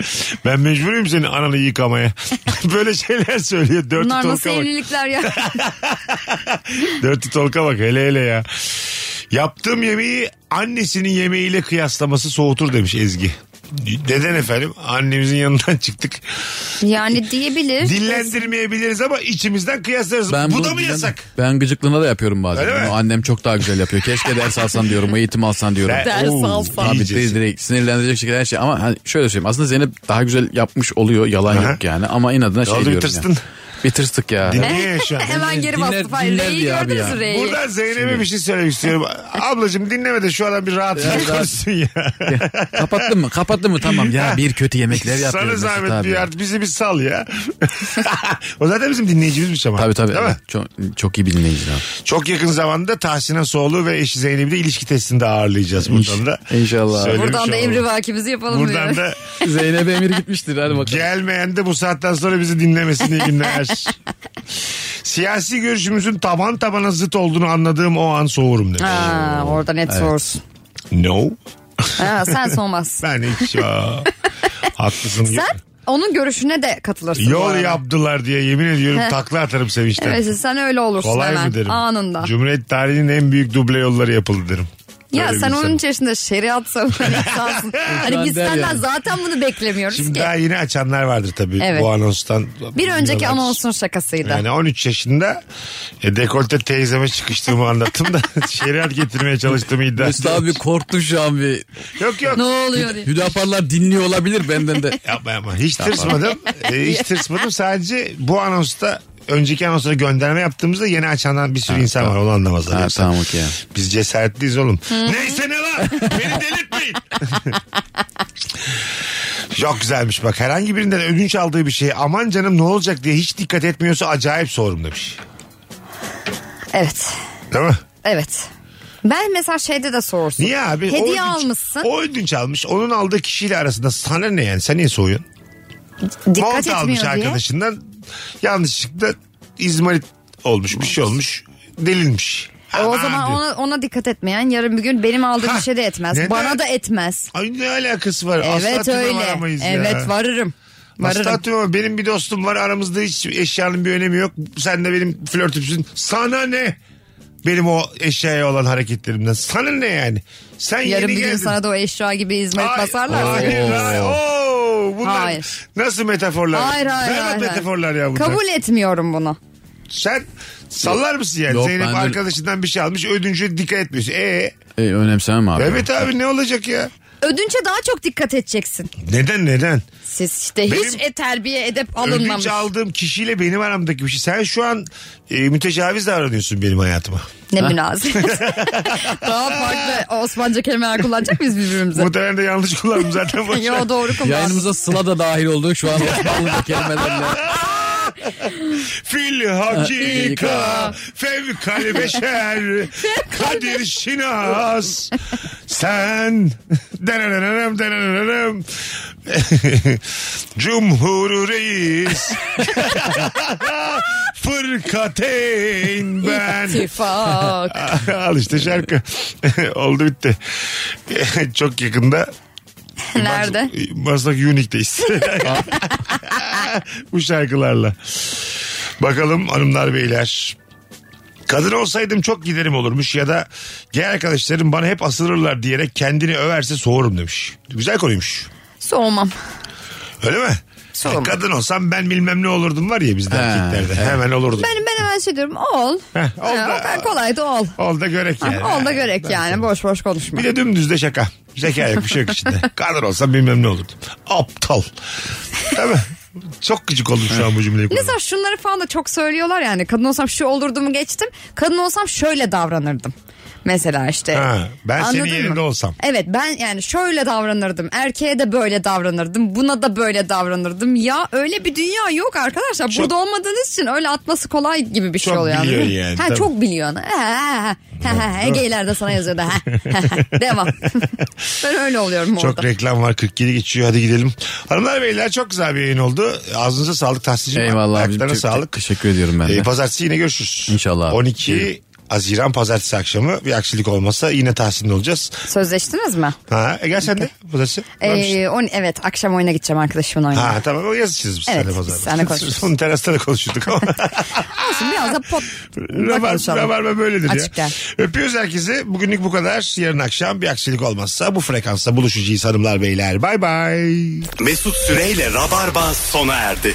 Speaker 3: Ben mecburuyum senin ananı yıkamaya. [LAUGHS] Böyle şeyler söylüyor. Dörtü
Speaker 4: Bunlar nasıl
Speaker 3: tolka bak. [LAUGHS]
Speaker 4: evlilikler ya?
Speaker 3: Dörtü tolka bak hele hele ya. Yaptığım yemeği annesinin yemeğiyle kıyaslaması soğutur demiş Ezgi. Neden efendim? Annemizin yanından çıktık.
Speaker 4: yani diyebilir.
Speaker 3: Dillendirmeyebiliriz ama içimizden kıyaslarız.
Speaker 5: Ben
Speaker 3: bu
Speaker 5: bunu
Speaker 3: da mı
Speaker 5: bilen-
Speaker 3: yasak?
Speaker 5: Ben gıcıklığına da yapıyorum bazen.
Speaker 3: Öyle mi?
Speaker 5: Bunu annem çok daha güzel yapıyor. Keşke ders alsan diyorum, eğitim alsan diyorum.
Speaker 3: Ben- Ders Oo, alsan.
Speaker 5: Abi
Speaker 3: iyice.
Speaker 5: direkt, direkt sinirlendirecek şekilde her şey. Ama hani şöyle söyleyeyim. Aslında Zeynep daha güzel yapmış oluyor. Yalan
Speaker 3: Aha.
Speaker 5: yok yani. Ama inadına şey
Speaker 3: oldu,
Speaker 5: diyorum
Speaker 3: bitirstin?
Speaker 5: ya. Bitirstik
Speaker 4: [LAUGHS]
Speaker 5: ya.
Speaker 3: Dinliyor ya şu an.
Speaker 4: Hemen geri
Speaker 5: Dinler-
Speaker 4: bastı. Hayır,
Speaker 5: dinler
Speaker 4: R'yi
Speaker 5: diyor abi
Speaker 4: gördünüz
Speaker 5: ya.
Speaker 4: R'yi.
Speaker 3: Buradan Zeynep'e bir şey söylemek istiyorum. Ablacığım dinleme de şu adam bir rahat
Speaker 5: rahat-
Speaker 3: konuşsun ya.
Speaker 5: Kapattın mı? Kapattın mı? Tamam ya bir kötü yemekler yapıyorum.
Speaker 3: Sana
Speaker 5: Mesut
Speaker 3: zahmet
Speaker 5: abi
Speaker 3: bir
Speaker 5: ya.
Speaker 3: artık bizi bir sal ya. [LAUGHS] o zaten bizim dinleyicimizmiş ama.
Speaker 5: Tabii tabii.
Speaker 3: Değil mi?
Speaker 5: evet. Çok, çok iyi bir dinleyici abi.
Speaker 3: Çok yakın zamanda Tahsin Asoğlu ve eşi Zeynep'i de ilişki testinde ağırlayacağız buradan da.
Speaker 5: İnşallah.
Speaker 3: Söylemiş
Speaker 4: Buradan da
Speaker 3: olalım.
Speaker 4: emri vakimizi yapalım.
Speaker 3: şey Buradan
Speaker 4: diyor.
Speaker 3: da
Speaker 5: Zeynep Emir gitmiştir hadi bakalım.
Speaker 3: gelmeyen de bu saatten sonra bizi dinlemesin iyi günler.
Speaker 4: [LAUGHS]
Speaker 3: Siyasi görüşümüzün taban tabana zıt olduğunu anladığım o an soğurum demiş.
Speaker 4: Ha, orada net soğursun.
Speaker 3: No.
Speaker 4: Ha,
Speaker 3: [LAUGHS]
Speaker 4: sen soğumazsın.
Speaker 3: Ben hiç
Speaker 4: [LAUGHS]
Speaker 3: ya. Haklısın.
Speaker 4: sen onun görüşüne de katılırsın. bu
Speaker 3: Yol
Speaker 4: arada.
Speaker 3: yaptılar diye yemin ediyorum takla
Speaker 4: [LAUGHS]
Speaker 3: atarım sevinçten.
Speaker 4: Evet sen öyle olursun
Speaker 3: Kolay
Speaker 4: hemen
Speaker 3: mı derim.
Speaker 4: anında.
Speaker 3: Cumhuriyet tarihinin en büyük duble yolları yapıldı derim.
Speaker 4: ya
Speaker 3: Öyle
Speaker 4: sen
Speaker 3: bir şey.
Speaker 4: onun
Speaker 3: insanım.
Speaker 4: içerisinde
Speaker 3: [LAUGHS]
Speaker 4: şeriat savunan insansın. hani biz
Speaker 5: der
Speaker 4: senden
Speaker 5: yani.
Speaker 4: zaten bunu beklemiyoruz
Speaker 3: Şimdi
Speaker 4: ki.
Speaker 3: daha yeni açanlar vardır tabii
Speaker 4: Evet.
Speaker 3: bu anonstan.
Speaker 4: Bir önceki
Speaker 3: Bilmiyorlar.
Speaker 4: anonsun şakasıydı.
Speaker 3: Yani 13 yaşında e, dekolte teyzeme
Speaker 4: [LAUGHS]
Speaker 3: çıkıştığımı anlattım da şeriat getirmeye çalıştığımı iddia
Speaker 5: Mesut abi korktum şu an bir.
Speaker 3: Yok yok.
Speaker 4: ne oluyor diye.
Speaker 5: Hüdaparlar dinliyor olabilir benden de.
Speaker 3: Yapma yapma. Hiç tırsmadım. E,
Speaker 4: [LAUGHS]
Speaker 3: hiç tırsmadım. Sadece bu anonsta önceki anonsuna gönderme yaptığımızda yeni açandan bir sürü insan var. Onu anlamazlar.
Speaker 5: Ha,
Speaker 3: Yoksa
Speaker 5: tamam okey.
Speaker 3: Biz cesaretliyiz oğlum. Neyse ne lan? Beni delirtmeyin. [LAUGHS] Çok güzelmiş bak. Herhangi birinden ödünç aldığı bir şeye aman canım ne olacak diye hiç dikkat etmiyorsa acayip sorum demiş.
Speaker 4: Evet.
Speaker 3: Değil mi?
Speaker 4: Evet. Ben mesela şeyde de soğursun.
Speaker 3: Niye abi? O
Speaker 4: Hediye
Speaker 3: ödünç-
Speaker 4: almışsın.
Speaker 3: O ödünç almış. Onun aldığı kişiyle arasında sana ne yani? Sen niye soğuyorsun?
Speaker 4: dikkat
Speaker 3: Mont almış
Speaker 4: etmiyor diye.
Speaker 3: arkadaşından. Yanlışlıkla izmarit olmuş. Bir şey olmuş. Delilmiş.
Speaker 4: E, O
Speaker 3: Aman
Speaker 4: zaman
Speaker 3: diyor.
Speaker 4: ona, ona dikkat etmeyen yarın bir gün benim aldığım
Speaker 3: Ha,
Speaker 4: bir şey de etmez.
Speaker 3: neden?
Speaker 4: Bana da etmez.
Speaker 3: Ay ne alakası var?
Speaker 4: Evet
Speaker 3: Asla tüme
Speaker 4: öyle.
Speaker 3: varamayız ya.
Speaker 4: Evet varırım.
Speaker 3: Nasıl
Speaker 4: Varırım.
Speaker 3: tatmin ama benim bir dostum var aramızda hiç eşyanın bir önemi yok. Sen de benim flörtümsün. Sana ne? Benim o eşyaya olan hareketlerimden. Sana ne yani? Sen
Speaker 4: Yarın
Speaker 3: yeni
Speaker 4: bir gün
Speaker 3: geldin.
Speaker 4: sana da o eşya gibi izmarit
Speaker 3: Ay-
Speaker 4: basarlar.
Speaker 3: Hayır,
Speaker 5: Oo.
Speaker 3: hayır. Oo, bunlar
Speaker 4: Hayır.
Speaker 3: nasıl metaforlar?
Speaker 4: Hayır hayır
Speaker 3: Berbat
Speaker 4: hayır.
Speaker 3: metaforlar ya bunlar.
Speaker 4: Kabul etmiyorum bunu.
Speaker 3: Sen sallar mısın yani?
Speaker 5: Yok,
Speaker 3: Zeynep
Speaker 5: ben de-
Speaker 3: arkadaşından bir şey almış ödünce dikkat etmiyorsun. Ee,
Speaker 5: E, önemsemem abi.
Speaker 3: evet abi ne olacak ya?
Speaker 4: Ödünçe daha çok dikkat edeceksin.
Speaker 3: Neden neden?
Speaker 4: Siz işte
Speaker 3: Benim-
Speaker 4: hiç e, terbiye edep
Speaker 3: Ödünç
Speaker 4: alınmamış.
Speaker 3: aldığım kişiyle benim aramdaki bir şey. Sen şu an e, mütecaviz davranıyorsun benim hayatıma.
Speaker 4: Ne
Speaker 3: [LAUGHS]
Speaker 4: münasebet. daha farklı Osmanlıca kelimeler kullanacak mıyız birbirimize?
Speaker 3: Muhtemelen de yanlış kullandım zaten. boş ver.
Speaker 4: Yo doğru kullan.
Speaker 5: Yayınımıza Sıla da dahil oldu.
Speaker 3: [LAUGHS]
Speaker 5: Şu an Osmanlıca kelimelerle.
Speaker 3: Fil hakika fevkal beşer kadir şinas sen denenenem denenenem cumhur reis fırkateyn ben
Speaker 4: İttifak.
Speaker 3: al işte şarkı oldu bitti çok yakında
Speaker 4: Nerede?
Speaker 3: Ee, Maslak Unique'deyiz. [LAUGHS] Bu şarkılarla. Bakalım hanımlar beyler. Kadın olsaydım çok giderim olurmuş ya da gel arkadaşlarım bana hep asılırlar diyerek kendini överse soğurum demiş. Güzel konuymuş.
Speaker 4: Soğumam.
Speaker 3: Öyle mi? E,
Speaker 4: Soğumam.
Speaker 3: Kadın olsam ben bilmem ne olurdum var ya bizde
Speaker 5: Ha,
Speaker 3: erkeklerde. Hemen olurdum.
Speaker 4: Ben, ben hemen şey diyorum ol.
Speaker 3: Heh, ol
Speaker 4: Ha,
Speaker 3: da-
Speaker 4: o kadar kolay da ol.
Speaker 3: Ol da görek yani.
Speaker 4: Ha, ol da görek
Speaker 3: Ben
Speaker 4: yani boş boş konuşma.
Speaker 3: Bir de dümdüz de
Speaker 4: [LAUGHS]
Speaker 3: şaka. Zeka yok bir şey yok içinde. Kadın olsam bilmem ne olurdu. Aptal. Değil mi? Çok gıcık oldum şu an bu cümleyi kurdum.
Speaker 4: Mesela şunları falan da çok söylüyorlar yani. Kadın olsam şu olurdumu geçtim. Kadın olsam şöyle davranırdım. Mesela işte.
Speaker 3: Ha, ben senin
Speaker 4: Anladın
Speaker 3: yerinde olsam.
Speaker 4: Evet ben yani şöyle davranırdım. Erkeğe de böyle davranırdım. Buna da böyle davranırdım. Ya öyle bir dünya yok arkadaşlar. Burada olmadığınız için öyle atması kolay gibi bir şey
Speaker 3: Çok
Speaker 4: oluyor.
Speaker 3: biliyor
Speaker 4: anladın mı?
Speaker 3: yani,
Speaker 4: Ha,
Speaker 3: tabii.
Speaker 4: çok biliyorsun. Ha, ha, ha, ha, ha. Geyler de sana yazıyor da. ha, ha,
Speaker 3: [LAUGHS]
Speaker 4: ha. Devam. [LAUGHS] ben öyle oluyorum orada.
Speaker 3: Çok reklam var 47 geçiyor hadi gidelim. Hanımlar beyler çok güzel bir yayın oldu. Ağzınıza sağlık Tahsin'cim.
Speaker 5: Eyvallah abicim.
Speaker 3: Ayaklarına
Speaker 5: Çok- çok
Speaker 3: sağlık.
Speaker 5: teşekkür ediyorum ben de.
Speaker 3: Ee, pazartesi yine görüşürüz.
Speaker 5: İnşallah.
Speaker 3: 12 Haziran pazartesi akşamı bir aksilik olmazsa yine Tahsin'le olacağız.
Speaker 4: Sözleştiniz mi?
Speaker 3: Ha, e gel sen de pazartesi. Varmışsın.
Speaker 4: Ee, on, evet akşam oyuna gideceğim arkadaşımın oyuna.
Speaker 3: şey? Ha tamam o yazışırız biz
Speaker 4: Evet,
Speaker 3: seninle
Speaker 4: biz
Speaker 3: pazartesi. [LAUGHS]
Speaker 4: seninle konuşuruz.
Speaker 3: Bunu terasta da konuşurduk
Speaker 4: [LAUGHS]
Speaker 3: ama.
Speaker 4: Olsun biraz da pot.
Speaker 3: Rabar, rabarba böyledir
Speaker 4: Açık
Speaker 3: ya.
Speaker 4: gel.
Speaker 3: Öpüyoruz herkesi. Bugünlük bu kadar. Yarın akşam bir aksilik olmazsa bu frekansta buluşacağız hanımlar beyler. Bay bay.
Speaker 2: Mesut Süreyle Rabarba sona erdi.